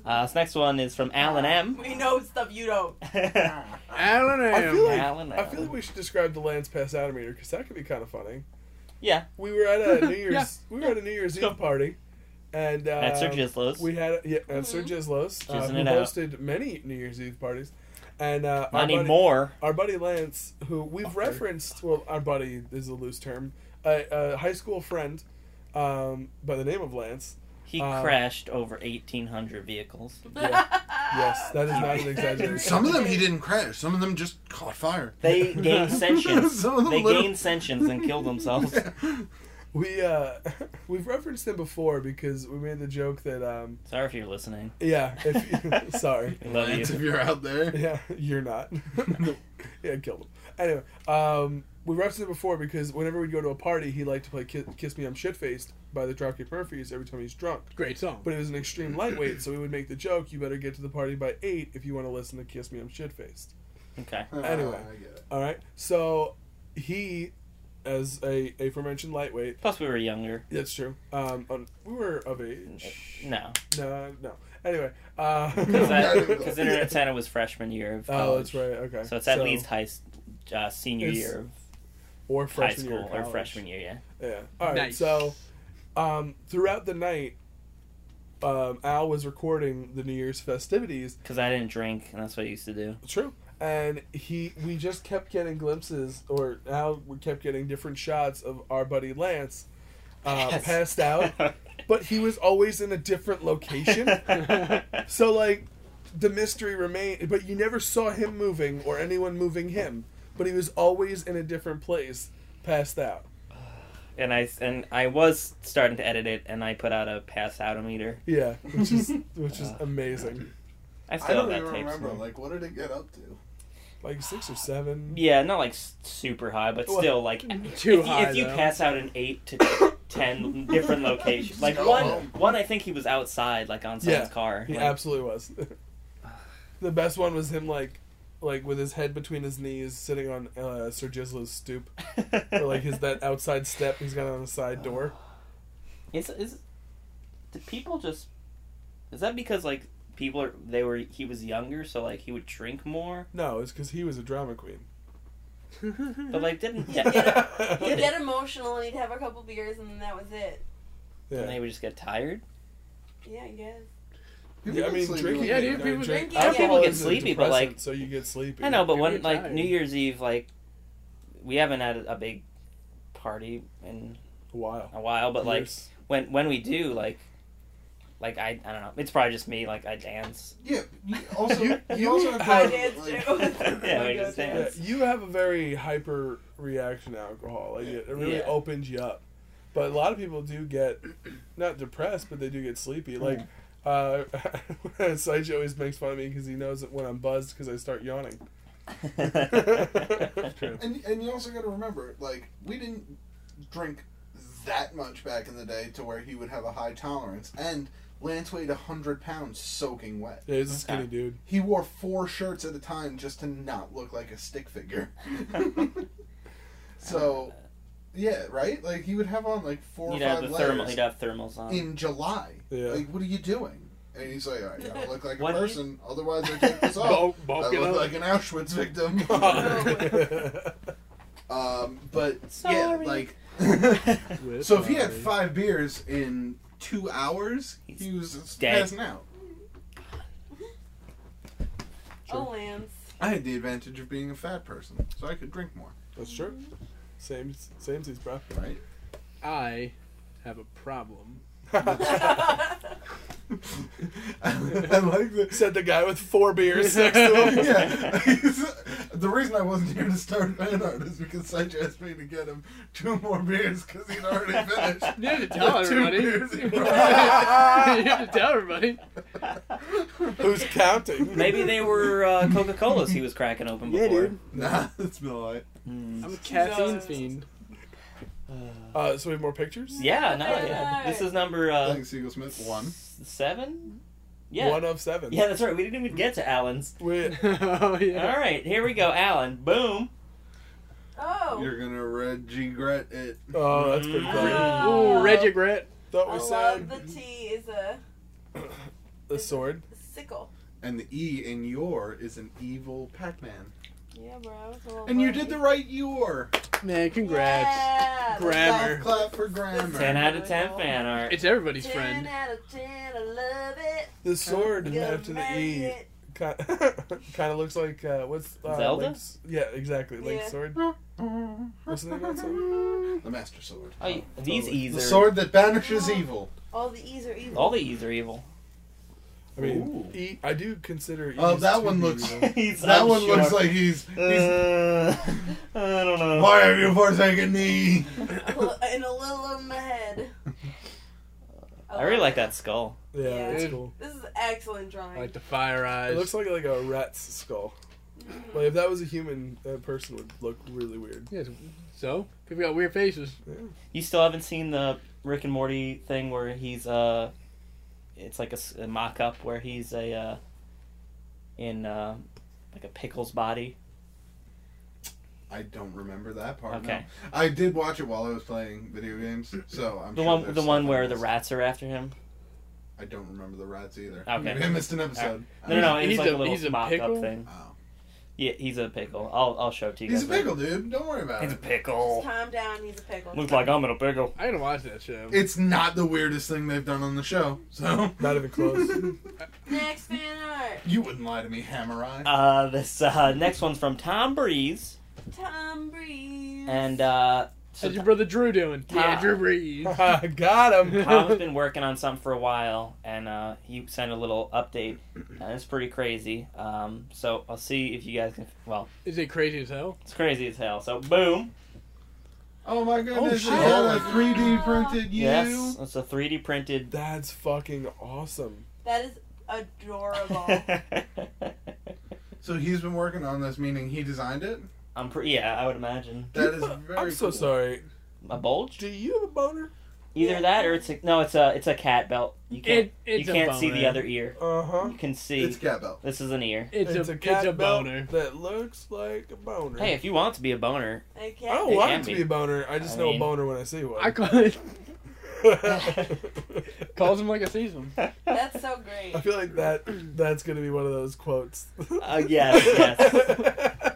Speaker 7: Uh, this next one is from Alan M.
Speaker 5: We know stuff you don't.
Speaker 6: Alan
Speaker 4: I feel like
Speaker 7: Alan
Speaker 4: I feel like we should describe the Lance Passatometer because that could be kind of funny.
Speaker 7: Yeah.
Speaker 4: we were at a New Year's
Speaker 6: Yeah.
Speaker 4: we were at a New Year's Eve party, and uh,
Speaker 7: That's Sir Gislow's.
Speaker 4: We had yeah, at Sir Gislow's, uh,
Speaker 7: Jizzing
Speaker 4: who
Speaker 7: it out.
Speaker 4: hosted many New Year's Eve parties, and uh, our
Speaker 7: Not
Speaker 4: buddy,
Speaker 7: anymore.
Speaker 4: Our buddy Lance, who we've referenced, well, our buddy is a loose term, a, a high school friend um, by the name of Lance.
Speaker 7: He
Speaker 4: Uh,
Speaker 7: crashed over 1,800 vehicles.
Speaker 4: Yeah. yes, that is not an exaggeration.
Speaker 3: Some of them he didn't crash. Some of them just caught fire.
Speaker 7: They gained sentience.
Speaker 3: Some of them
Speaker 7: they
Speaker 3: literally-
Speaker 7: gained sentience and killed themselves.
Speaker 4: We uh, we've referenced him before because we made the joke that um,
Speaker 7: Sorry if you're listening.
Speaker 4: yeah, if, sorry,
Speaker 7: We love
Speaker 3: Lance, if
Speaker 7: you.
Speaker 3: you're out there.
Speaker 4: Yeah, you're not. yeah, killed him. Anyway, um, we referenced it before because whenever we'd go to a party, he liked to play Ki- "Kiss Me, I'm Shit Faced" by the Dropkick Murphys every time he's drunk.
Speaker 6: Great song.
Speaker 4: But it was an extreme lightweight, so we would make the joke: "You better get to the party by eight if you want to listen to Kiss Me, I'm Shit Faced."
Speaker 7: Okay.
Speaker 3: Ah,
Speaker 4: Anyway.
Speaker 3: I get it.
Speaker 4: All right, so he, as a aforementioned lightweight,
Speaker 7: Plus, we were younger.
Speaker 4: that's true. Um, on, we were of age.
Speaker 7: No.
Speaker 4: No, no. Anyway, uh,
Speaker 7: Because Internet Santa was freshman year of college.
Speaker 4: Oh, that's right. Okay.
Speaker 7: So it's at least high, s- uh, senior
Speaker 4: It's
Speaker 7: year of
Speaker 4: or
Speaker 7: high
Speaker 4: freshman year
Speaker 7: school
Speaker 4: of
Speaker 7: or
Speaker 4: college.
Speaker 7: freshman year, yeah.
Speaker 4: Yeah. All right.
Speaker 6: Nice.
Speaker 4: So, um, throughout the night, um, Al was recording the New Year's festivities.
Speaker 7: Because I didn't drink, and that's what I used to do.
Speaker 4: True. and he we just kept getting glimpses, or now we kept getting different shots of our buddy Lance uh,
Speaker 7: Yes.
Speaker 4: passed out, but he was always in a different location. so like, the mystery remained, but you never saw him moving or anyone moving him, but he was always in a different place, passed out.
Speaker 7: and I and I was starting to edit it, and I put out a pass out a meter.
Speaker 4: Yeah, which is which
Speaker 7: Uh,
Speaker 4: is amazing.
Speaker 7: I
Speaker 3: I
Speaker 7: still
Speaker 3: don't
Speaker 7: have
Speaker 3: even
Speaker 7: that tape.
Speaker 3: remember.
Speaker 7: somewhere.
Speaker 3: Like, what did it get up to?
Speaker 4: Like six or seven.
Speaker 7: Yeah, not like s- super high, but
Speaker 4: Well,
Speaker 7: still like
Speaker 6: Too
Speaker 7: if, you-
Speaker 6: high.
Speaker 7: if you
Speaker 6: though.
Speaker 7: pass out in eight to ten different locations, like
Speaker 3: Go
Speaker 7: one
Speaker 3: home.
Speaker 7: one I think he was outside, like on someone's
Speaker 4: Yeah,
Speaker 7: car.
Speaker 4: He
Speaker 7: like-
Speaker 4: absolutely was. the best one was him like, like with his head between his knees, sitting on uh, Sir Gisla's stoop, or like his that outside step he's got on the side door.
Speaker 7: Is is did people just is that because like people are they were he was younger, so like he would drink more,
Speaker 4: No, it's because he was a drama queen. Mm-hmm.
Speaker 7: but like didn't
Speaker 5: He
Speaker 7: yeah.
Speaker 5: did it.
Speaker 7: He
Speaker 5: He'd
Speaker 7: did
Speaker 5: get emotional and he'd have a couple beers and then that was it.
Speaker 7: And
Speaker 4: yeah.
Speaker 7: they would just get tired.
Speaker 5: Yeah, I guess.
Speaker 3: People
Speaker 4: Yeah, I
Speaker 3: get
Speaker 4: mean,
Speaker 3: sleepy
Speaker 4: drinking.
Speaker 3: when
Speaker 6: Yeah,
Speaker 3: they
Speaker 6: dude,
Speaker 4: no,
Speaker 6: people
Speaker 4: drink-
Speaker 5: drink-
Speaker 4: alcohol
Speaker 5: people
Speaker 7: get
Speaker 4: is a
Speaker 7: sleepy, but,
Speaker 4: depressant,
Speaker 7: like-
Speaker 4: so you get sleepy.
Speaker 7: I know, but
Speaker 6: Maybe
Speaker 7: when
Speaker 6: it's
Speaker 7: like
Speaker 6: tired.
Speaker 7: New Year's Eve, like we haven't had a big party in
Speaker 4: a while.
Speaker 7: a while, but like
Speaker 4: Years.
Speaker 7: when when we do, like like I I don't know, it's probably just me. Like I dance.
Speaker 3: Yeah. You also, you, also have to
Speaker 5: I
Speaker 4: I-
Speaker 5: did
Speaker 3: like,
Speaker 5: too.
Speaker 7: Yeah, we just
Speaker 4: yeah,
Speaker 7: dance.
Speaker 4: you have a very hyper reaction to alcohol. Like it, it really
Speaker 7: Yeah.
Speaker 4: opens you up. But a lot of people do get not depressed, but they do get sleepy.
Speaker 7: Hmm.
Speaker 4: Like uh, Sideshow always makes fun of me because he knows that when I'm buzzed because I start yawning.
Speaker 7: True.
Speaker 3: And and you also got to remember, like we didn't drink that much back in the day to where he would have a high tolerance. And Lance weighed hundred pounds soaking wet.
Speaker 4: Yeah, he's a skinny dude.
Speaker 3: He wore four shirts at a time just to not look like a stick figure. so, yeah, right. Like he would have on like 4
Speaker 7: You'd
Speaker 3: or
Speaker 7: have
Speaker 3: five
Speaker 7: the thermal.
Speaker 3: layers
Speaker 7: You'd have thermals on.
Speaker 3: in July.
Speaker 4: Yeah.
Speaker 3: Like, what are you doing? And he's like, I gotta look like a
Speaker 7: What?
Speaker 3: person, otherwise I take this off.
Speaker 4: Bulk- Oh, bulk
Speaker 3: I
Speaker 4: it
Speaker 3: look
Speaker 4: up.
Speaker 3: like an Auschwitz victim.
Speaker 7: Oh,
Speaker 3: Um, but
Speaker 7: Sorry.
Speaker 3: yeah, like
Speaker 6: With
Speaker 3: so if he had
Speaker 6: Molly.
Speaker 3: five beers in two hours, he was just
Speaker 7: dead.
Speaker 3: passing out.
Speaker 5: Oh, Lance.
Speaker 3: I had the advantage of being a fat person, so I could drink more.
Speaker 4: That's true. Same, same, bro.
Speaker 3: Right?
Speaker 6: I have a problem.
Speaker 3: I like the
Speaker 4: Said the guy with four beers next to him.
Speaker 3: yeah. the reason I wasn't here to start fan art is because Sanjay asked me to get him two more beers because he'd already finished.
Speaker 6: You have to tell
Speaker 3: the two
Speaker 6: everybody.
Speaker 3: beers he
Speaker 6: you
Speaker 3: brought.
Speaker 6: have to tell everybody.
Speaker 4: Who's counting?
Speaker 7: Maybe they were uh, Coca Colas he was cracking open before.
Speaker 3: nah, that's not right.
Speaker 7: Mm.
Speaker 6: I'm a caffeine
Speaker 5: Jesus.
Speaker 6: fiend.
Speaker 4: Uh, so we have more pictures.
Speaker 7: Yeah, no, yeah. This is number uh,
Speaker 3: Thanks, Eagle Smith. One.
Speaker 7: s- seven. Yeah,
Speaker 4: One of seven.
Speaker 7: yeah, that's right. We didn't even get to Allen's.
Speaker 4: We- uh,
Speaker 6: oh yeah.
Speaker 7: All right, here we go, Allen. Boom.
Speaker 5: Oh.
Speaker 3: You're gonna regret it.
Speaker 4: oh, that's pretty cool.
Speaker 5: Ah.
Speaker 6: Ooh, Reggie Gret.
Speaker 4: Thought
Speaker 5: I
Speaker 4: we
Speaker 5: love
Speaker 4: said
Speaker 5: the T is a
Speaker 4: the sword.
Speaker 5: sickle.
Speaker 3: And the E in your is an evil Pac-Man.
Speaker 5: Yeah, bro. it's all
Speaker 3: And you
Speaker 5: right.
Speaker 3: did the right your.
Speaker 6: Man, congrats.
Speaker 5: Yeah,
Speaker 6: Grammar.
Speaker 3: Clap for grammar.
Speaker 7: Ten out of ten fan art.
Speaker 6: It's everybody's
Speaker 5: Ten
Speaker 6: friend.
Speaker 5: out of ten. I love it.
Speaker 4: The sword
Speaker 5: You
Speaker 4: after the
Speaker 5: made
Speaker 4: E
Speaker 5: it.
Speaker 4: kind of looks like uh, what's uh,
Speaker 7: Zelda?
Speaker 4: Link's- yeah, exactly. Link's
Speaker 5: Yeah.
Speaker 4: sword. What's the name of that sword?
Speaker 3: The Master Sword.
Speaker 7: Oh, you- these E's
Speaker 3: The
Speaker 7: are
Speaker 3: sword that banishes evil.
Speaker 5: All the E's are evil.
Speaker 7: all the E. E's are evil.
Speaker 4: I mean,
Speaker 3: Ooh.
Speaker 4: E, I do consider.
Speaker 3: Oh,
Speaker 4: E's
Speaker 3: that
Speaker 4: to
Speaker 3: one
Speaker 4: be
Speaker 3: looks-
Speaker 4: evil.
Speaker 7: He's
Speaker 3: That
Speaker 7: unsure.
Speaker 3: one looks like he's. he's
Speaker 7: Uh, I don't know.
Speaker 3: Why have you forsaken me?
Speaker 5: and a little of my head.
Speaker 7: I really like that skull.
Speaker 4: Yeah,
Speaker 5: Yeah.
Speaker 4: that's
Speaker 6: Dude.
Speaker 4: cool.
Speaker 5: This is excellent drawing.
Speaker 6: Like the fire eyes.
Speaker 4: It looks like like a rat's skull.
Speaker 5: Mm-hmm.
Speaker 4: Like if that was a human, that person would look really weird.
Speaker 6: Yes. So people got weird faces.
Speaker 7: You still haven't seen the Rick and Morty thing where he's uh, it's like a, s- a mock-up where he's a uh, in uh, like a pickle's body.
Speaker 3: I don't remember that part.
Speaker 7: Okay.
Speaker 3: No. I did watch it while I was playing video games, so I'm
Speaker 7: The
Speaker 3: sure
Speaker 7: one,
Speaker 3: there's
Speaker 7: the one
Speaker 3: something
Speaker 7: where
Speaker 3: else.
Speaker 7: the rats are after him.
Speaker 3: I don't remember the rats either.
Speaker 7: Okay.
Speaker 3: Maybe I missed an episode.
Speaker 7: No, no, no.
Speaker 6: He's
Speaker 7: It's like
Speaker 6: a-
Speaker 7: a little
Speaker 6: he's a
Speaker 7: mock-up
Speaker 6: pickle?
Speaker 7: thing.
Speaker 3: Oh.
Speaker 7: Yeah, he's a pickle. I'll I'll show it to you.
Speaker 3: He's a
Speaker 7: guys later.
Speaker 3: pickle, dude. Don't worry about
Speaker 7: He's a
Speaker 3: it.
Speaker 5: Just
Speaker 7: pickle.
Speaker 5: calm down. He's a pickle.
Speaker 7: Looks like I'm in a pickle.
Speaker 6: I gotta watch that show.
Speaker 3: It's not the weirdest thing they've done on the show, so
Speaker 4: Not even close.
Speaker 5: Next fan art.
Speaker 3: you wouldn't lie to me, Hammer Eye.
Speaker 7: Uh, this uh, next one's from Tom Breeze,
Speaker 5: Tom Breeze.
Speaker 7: and uh, so
Speaker 6: How's your brother Drew doing?
Speaker 7: Ah.
Speaker 6: Yeah, Drew Brees.
Speaker 4: Got him.
Speaker 7: Tom's been working on something for a while, and uh, he sent a little update, and it's pretty crazy. Um, so I'll see if you guys can. Well,
Speaker 6: Is it crazy as hell?
Speaker 7: it's crazy as hell. So boom.
Speaker 3: Oh my goodness,
Speaker 4: shit.
Speaker 3: they had a 3D printed you.
Speaker 7: Yes, it's a 3D printed.
Speaker 4: That's fucking awesome.
Speaker 5: That is adorable.
Speaker 7: I'm
Speaker 3: So he's been working on this, meaning he designed it?
Speaker 7: pretty. Yeah, I would imagine
Speaker 3: That is very
Speaker 4: I'm so
Speaker 3: cool.
Speaker 4: sorry.
Speaker 7: a bulge.
Speaker 4: Do you have a boner?
Speaker 7: Either
Speaker 5: Yeah.
Speaker 7: that or it's a no. It's a it's a cat belt. You can't
Speaker 6: It- it's
Speaker 7: you
Speaker 6: a
Speaker 7: can't see the
Speaker 6: boner.
Speaker 7: other ear.
Speaker 4: Uh huh.
Speaker 7: You can see
Speaker 3: It's cat belt.
Speaker 7: this is an ear.
Speaker 6: It's, a,
Speaker 4: cat
Speaker 6: it's a
Speaker 4: belt
Speaker 6: boner.
Speaker 4: that looks like a boner.
Speaker 7: Hey, if you want it to be a boner,
Speaker 5: okay.
Speaker 4: I don't
Speaker 7: It
Speaker 4: want
Speaker 7: can
Speaker 4: it to
Speaker 7: be.
Speaker 4: be a boner. I just
Speaker 7: I
Speaker 4: know
Speaker 7: mean-
Speaker 4: a boner when I see one.
Speaker 6: I call it,
Speaker 4: I
Speaker 6: calls him like I sees him.
Speaker 5: That's so great.
Speaker 4: feel like that that's gonna be one of those quotes.
Speaker 7: Uh, yes,
Speaker 4: yes.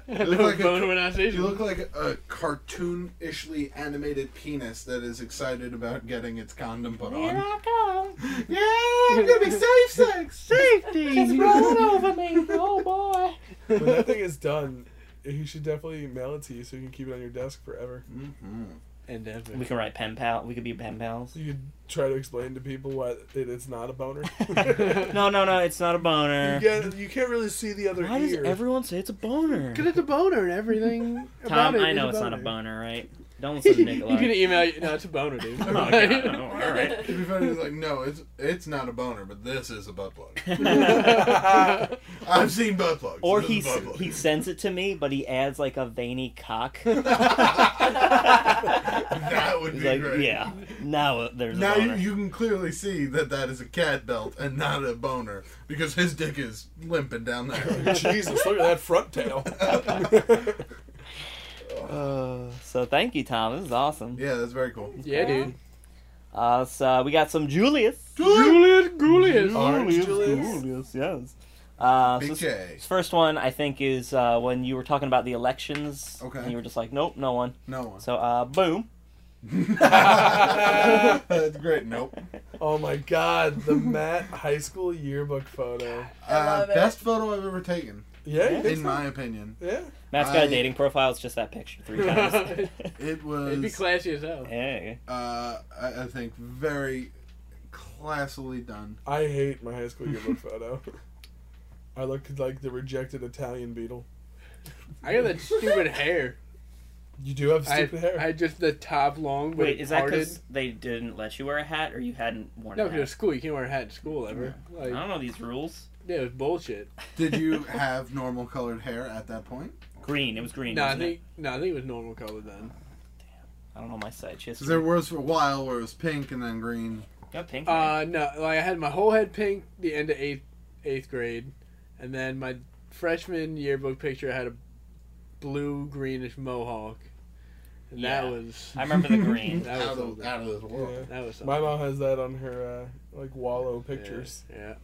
Speaker 6: I
Speaker 3: look
Speaker 6: know
Speaker 3: like a-
Speaker 6: boner when I sees
Speaker 3: You
Speaker 6: him.
Speaker 3: look like a cartoonishly animated penis that is excited about getting its condom put on.
Speaker 7: I come.
Speaker 3: Yeah, I'm gonna be safe sex, safety.
Speaker 7: rolling over me. Oh boy.
Speaker 4: when that thing is done, you should definitely mail it to you so you can keep it on your desk forever.
Speaker 3: hmm
Speaker 6: and
Speaker 7: We
Speaker 6: ever.
Speaker 7: can write pen pal. We could be pen pals.
Speaker 4: So you could try to explain to people why it is not a boner.
Speaker 7: No, no, no. It's not a
Speaker 4: You
Speaker 7: boner.
Speaker 4: can't, you can't really see the other
Speaker 7: Why does
Speaker 4: ear.
Speaker 7: everyone say it's a boner?
Speaker 6: Because it's a boner and everything. about
Speaker 7: Tom,
Speaker 6: it
Speaker 7: I
Speaker 6: is
Speaker 7: know it's not a boner, right? Don't listen to
Speaker 6: you can
Speaker 7: Nikolai.
Speaker 6: email you. No, it's a boner, dude.
Speaker 7: Oh, God. Oh, all right.
Speaker 3: To be funny, it's like no, it's it's not a boner, but this is a butt plug. I've seen butt plugs.
Speaker 7: or
Speaker 3: This
Speaker 7: he
Speaker 3: is a butt plug.
Speaker 7: he sends it to me, but he adds like a veiny cock.
Speaker 3: that would
Speaker 7: He's
Speaker 3: be
Speaker 7: like,
Speaker 3: great.
Speaker 7: yeah. Now there's
Speaker 3: Now
Speaker 7: a boner.
Speaker 3: you, you can clearly see that that is a cat belt and not a boner because his dick is limping down there.
Speaker 4: Jesus, look at that front tail.
Speaker 7: Uh, so thank you, Tom. This is awesome.
Speaker 3: yeah, that's very cool.
Speaker 6: Yeah, dude.
Speaker 7: Uh, so we got some Julius.
Speaker 6: Julius Julius.
Speaker 4: Orange Julius.
Speaker 7: Julius, yes. Uh, so
Speaker 3: Big
Speaker 7: this-
Speaker 3: J.
Speaker 7: this first one I think is uh, when you were talking about the elections.
Speaker 3: Okay.
Speaker 7: And you were just like, nope, no one.
Speaker 3: No one.
Speaker 7: So uh, boom.
Speaker 3: That's great. Nope.
Speaker 4: Oh my god, the Matt high school yearbook photo.
Speaker 5: I
Speaker 3: Uh,
Speaker 5: love it.
Speaker 3: best photo I've ever taken,
Speaker 4: Yeah, you think
Speaker 3: in
Speaker 4: so?
Speaker 3: my opinion.
Speaker 4: yeah.
Speaker 7: Matt's got a
Speaker 3: I-
Speaker 7: dating profile. It's just that picture three times.
Speaker 3: It
Speaker 6: It'd be
Speaker 3: was, uh,
Speaker 6: classy as hell.
Speaker 7: hey.
Speaker 3: I, I think, very classily done.
Speaker 4: I hate my high school yearbook photo. I look like the rejected Italian beetle.
Speaker 6: I got that stupid hair.
Speaker 4: You do have
Speaker 6: I,
Speaker 4: stupid hair.
Speaker 6: I just the top long. but
Speaker 7: Wait,
Speaker 6: it
Speaker 7: is that
Speaker 6: parted.
Speaker 7: because they didn't let you wear a hat, or you hadn't worn
Speaker 6: No,
Speaker 7: a
Speaker 6: because
Speaker 7: hat?
Speaker 6: it's school. You can't wear a hat in school ever.
Speaker 7: I
Speaker 6: Like,
Speaker 7: don't know these rules.
Speaker 6: yeah, it was bullshit.
Speaker 3: Did you have normal colored hair at that point?
Speaker 7: Green. It was green.
Speaker 6: No, I
Speaker 7: wasn't it?
Speaker 6: think no, I think it was normal color then.
Speaker 7: I don't know my side. She has
Speaker 3: 'Cause there was for a while where it was pink and then green.
Speaker 7: got pink.
Speaker 6: Uh, no, like I had my whole head pink the end of eighth eighth grade, and then my freshman yearbook picture I had a blue greenish mohawk, and
Speaker 7: Yeah.
Speaker 6: that was
Speaker 7: I remember the green.
Speaker 6: that was
Speaker 3: Out
Speaker 6: something.
Speaker 3: of, out of this
Speaker 4: yeah.
Speaker 3: world.
Speaker 6: that was something.
Speaker 4: My mom has that on her uh, like wallow
Speaker 6: Yeah,
Speaker 4: pictures.
Speaker 6: Yeah,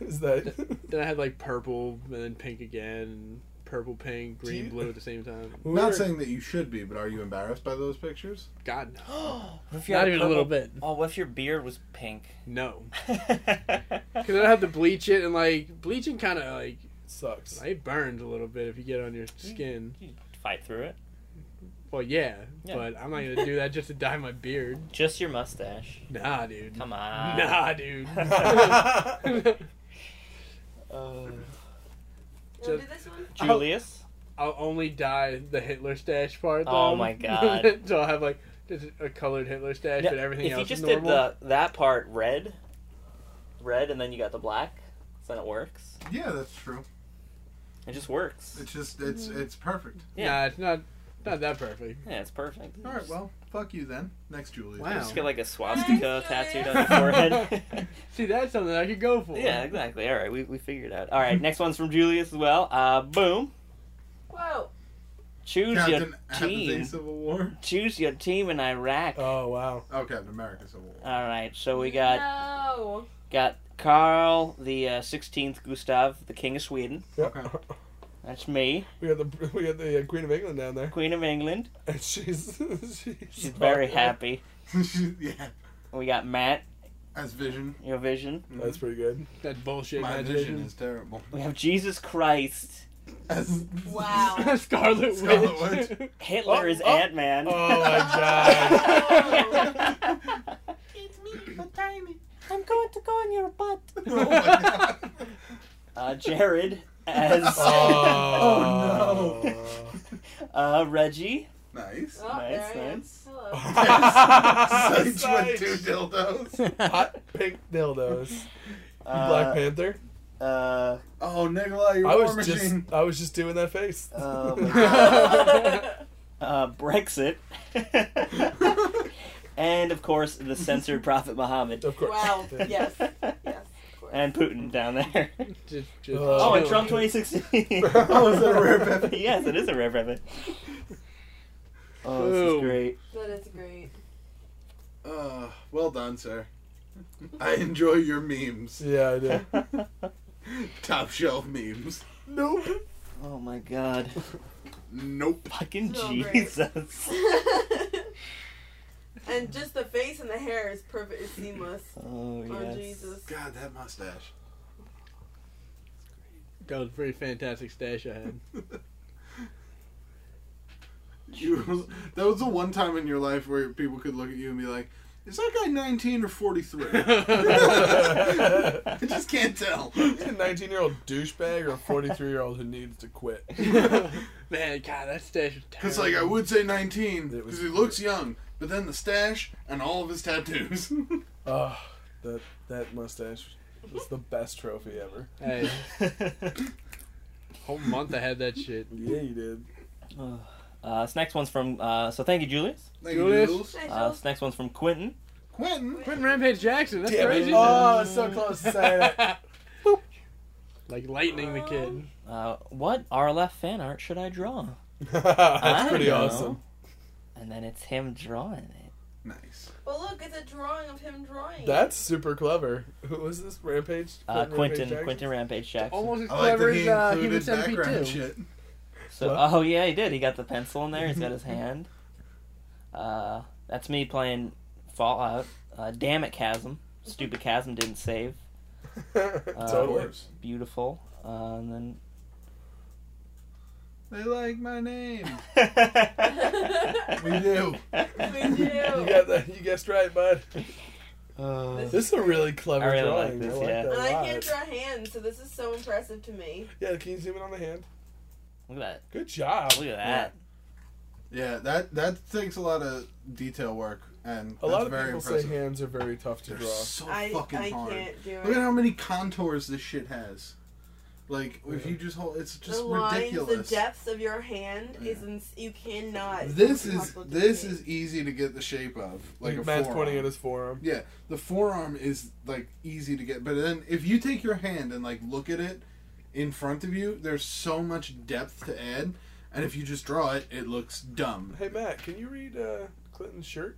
Speaker 4: Is that
Speaker 6: Then I had like purple and then pink again, and purple, pink, green,
Speaker 4: you-
Speaker 6: blue at the same time.
Speaker 4: We were-
Speaker 3: Not saying that you should be, but are you embarrassed by those pictures?
Speaker 6: God, no.
Speaker 7: What if you had
Speaker 6: not even a
Speaker 7: purple-
Speaker 6: little bit.
Speaker 7: Oh, what if your beard was pink?
Speaker 6: No,
Speaker 7: Because
Speaker 6: because I have to bleach it, and like bleaching kind of like
Speaker 4: sucks.
Speaker 6: it burns a little bit if you get on your
Speaker 7: Hmm.
Speaker 6: skin.
Speaker 7: fight through it.
Speaker 6: Well, yeah,
Speaker 7: Yeah.
Speaker 6: but I'm not gonna do that just to dye my beard.
Speaker 7: Just your mustache.
Speaker 6: Nah, dude.
Speaker 7: Come on.
Speaker 6: Nah, dude.
Speaker 5: Wanna do this one?
Speaker 7: Oh, Julius.
Speaker 6: I'll only dye the Hitler stash part. Though.
Speaker 7: Oh my God.
Speaker 6: so I'll have like just a colored Hitler stash, but everything
Speaker 7: if
Speaker 6: else
Speaker 7: you just
Speaker 6: is normal.
Speaker 7: did the that part red, red, and then you got the black, then it works.
Speaker 3: Yeah, that's true.
Speaker 7: It just works.
Speaker 3: It's just it's it's perfect.
Speaker 7: yeah.
Speaker 6: Nah, it's not not that perfect.
Speaker 7: Yeah, it's perfect.
Speaker 3: All right, well, fuck you then. Next, Julia.
Speaker 6: Wow.
Speaker 7: Just get like a swastika
Speaker 5: Nice,
Speaker 7: tattooed on your
Speaker 5: Julius.
Speaker 7: forehead.
Speaker 6: See, that's something I could go for.
Speaker 7: yeah, exactly. All right, we, we figured it out. All right, next one's from Julius as well. Uh, boom.
Speaker 5: Whoa.
Speaker 7: Choose
Speaker 3: Captain
Speaker 7: your
Speaker 3: Apathy
Speaker 7: team.
Speaker 3: Civil War.
Speaker 7: Choose your team in Iraq.
Speaker 4: oh wow.
Speaker 3: Oh, Captain America Civil War.
Speaker 7: All right, so we got
Speaker 5: No.
Speaker 7: got Carl the uh, 16th Gustav, the King of Sweden.
Speaker 4: Yep.
Speaker 3: Okay.
Speaker 7: Uh, That's me,
Speaker 4: We got the we got the uh, Queen of England down there,
Speaker 7: Queen of England.
Speaker 4: and she's she's,
Speaker 7: She's very happy.
Speaker 3: yeah,
Speaker 7: We got Matt,
Speaker 3: that's vision. Mm.
Speaker 7: your vision.
Speaker 4: That's pretty good.
Speaker 6: That bullshit.
Speaker 3: My
Speaker 6: imagination.
Speaker 3: vision is terrible.
Speaker 7: We have Jesus Christ.
Speaker 3: That's-
Speaker 5: Wow. Oh,
Speaker 6: Scarlet,
Speaker 3: Scarlet
Speaker 6: Witch.
Speaker 7: Hitler
Speaker 6: Oh,
Speaker 7: is
Speaker 6: oh.
Speaker 7: Ant Man.
Speaker 4: Oh my god!
Speaker 7: it's me, Tiny. I'm going to go in your butt.
Speaker 3: oh my god.
Speaker 7: Uh, Jared as
Speaker 3: Oh,
Speaker 7: uh, Reggie.
Speaker 3: no. nice.
Speaker 5: Oh, there
Speaker 7: Nice,
Speaker 5: I am.
Speaker 7: nice.
Speaker 5: Hello.
Speaker 3: Sites with two dildos.
Speaker 4: Hot pink dildos.
Speaker 7: Uh,
Speaker 4: Black Panther.
Speaker 7: Uh,
Speaker 3: Oh, Nikolai, your
Speaker 4: I
Speaker 3: war
Speaker 4: was
Speaker 3: machine.
Speaker 4: just I was just doing that face.
Speaker 7: Oh my
Speaker 5: God.
Speaker 7: uh, Brexit. and of course, the censored Prophet Muhammad.
Speaker 4: of course.
Speaker 5: Wow. Yes. Yes. of course.
Speaker 7: And Putin down there.
Speaker 6: Just- just-
Speaker 7: Oh,
Speaker 4: Oh,
Speaker 7: and Trump 2016.
Speaker 3: Oh, is that a rare pepper?
Speaker 7: yes, it is a rare rabbit. Oh, this
Speaker 6: Boom.
Speaker 7: is great.
Speaker 5: That is great.
Speaker 3: Uh, well done, sir. I enjoy your memes.
Speaker 4: Yeah, I did.
Speaker 3: Top shelf memes.
Speaker 4: Nope.
Speaker 7: oh my god.
Speaker 3: Nope.
Speaker 7: Fucking
Speaker 5: So great.
Speaker 7: Jesus.
Speaker 5: and just the face and the hair is perfect. It's seamless.
Speaker 7: Oh, yes.
Speaker 5: Oh Jesus.
Speaker 3: God, that mustache.
Speaker 6: That was a pretty fantastic stash I had.
Speaker 3: You, that was the one time in your life where people could look at you and be like, "Is that guy 19 or 43?" I just can't tell.
Speaker 4: A 19 year old douchebag or a 43 year old who needs to quit.
Speaker 6: Man, God, that stash was
Speaker 3: It's
Speaker 6: terrible.
Speaker 3: like I would say 19
Speaker 4: It was-
Speaker 3: because he looks young, but then the stash and all of his tattoos.
Speaker 4: Oh, that that mustache was the best trophy ever.
Speaker 6: Hey, whole month I had that shit.
Speaker 4: Yeah, you did.
Speaker 7: uh, this next one's from, uh, so thank you, Julius.
Speaker 3: Thank
Speaker 6: Julius?
Speaker 3: Jules.
Speaker 5: Nice
Speaker 7: Uh,
Speaker 5: little-
Speaker 7: this next one's from Quentin.
Speaker 3: Quentin.
Speaker 6: Quentin Rampage Jackson, that's crazy.
Speaker 4: Oh, so close to saying it.
Speaker 6: like lightning the kid.
Speaker 7: Uh, what RLF fan art should I draw?
Speaker 4: That's
Speaker 7: I
Speaker 4: pretty
Speaker 7: know.
Speaker 4: awesome.
Speaker 7: And then it's him drawing it.
Speaker 3: Nice.
Speaker 5: Well, look, it's a drawing of him drawing.
Speaker 4: That's super clever. Who was this? Rampage?
Speaker 7: Uh, Quentin,
Speaker 4: Rampage
Speaker 7: Quentin
Speaker 4: Jackks?
Speaker 7: Rampage Jackson.
Speaker 6: Almost as
Speaker 3: I like
Speaker 6: clever
Speaker 3: that he
Speaker 6: as uh, Human
Speaker 3: included
Speaker 6: Centipede
Speaker 3: background
Speaker 6: 2.
Speaker 3: shit.
Speaker 7: So,
Speaker 4: What?
Speaker 7: oh yeah, he did. He got the pencil in there. He's got his hand. Uh, that's me playing Fallout. Uh, damn it, Chasm. Stupid Chasm didn't save.
Speaker 4: totally.
Speaker 3: course.
Speaker 7: Beautiful. Uh, and then
Speaker 3: They like my name.
Speaker 7: we
Speaker 3: We do.
Speaker 5: we do.
Speaker 4: You got that. You guessed right, bud. This is a really clever
Speaker 7: I really like
Speaker 4: drawing.
Speaker 7: this,
Speaker 4: I like
Speaker 7: yeah.
Speaker 4: that
Speaker 5: and
Speaker 4: a
Speaker 5: I
Speaker 4: lot.
Speaker 5: can't draw hands, so this is so impressive to me.
Speaker 4: Yeah, can you zoom in on the hand?
Speaker 7: Look at
Speaker 4: Good job.
Speaker 7: that. Look at that.
Speaker 3: Yeah, that that takes a lot of detail work, and
Speaker 4: A
Speaker 3: that's
Speaker 4: lot of
Speaker 3: very
Speaker 4: people
Speaker 3: impressive.
Speaker 4: say hands are very tough to
Speaker 3: They're
Speaker 4: draw.
Speaker 3: so
Speaker 5: I,
Speaker 3: fucking
Speaker 5: I
Speaker 3: hard.
Speaker 5: can't do
Speaker 3: Look at
Speaker 5: it.
Speaker 3: how many contours this shit has. Like if you just hold, it's
Speaker 5: The
Speaker 3: just
Speaker 5: lines,
Speaker 3: ridiculous. Oh,
Speaker 5: the depths of your hand is ins- you cannot. it's
Speaker 3: this is
Speaker 5: impossible to
Speaker 3: this
Speaker 5: see.
Speaker 3: is easy to get the shape of. Like a
Speaker 4: Matt's
Speaker 3: forearm.
Speaker 4: pointing at his forearm.
Speaker 3: Yeah, the forearm is like easy to get, but then if you take your hand and like look at it in front of you, there's so much depth to add, and if you just draw it, it looks dumb.
Speaker 4: Hey Matt, can you read uh, Clinton's shirt?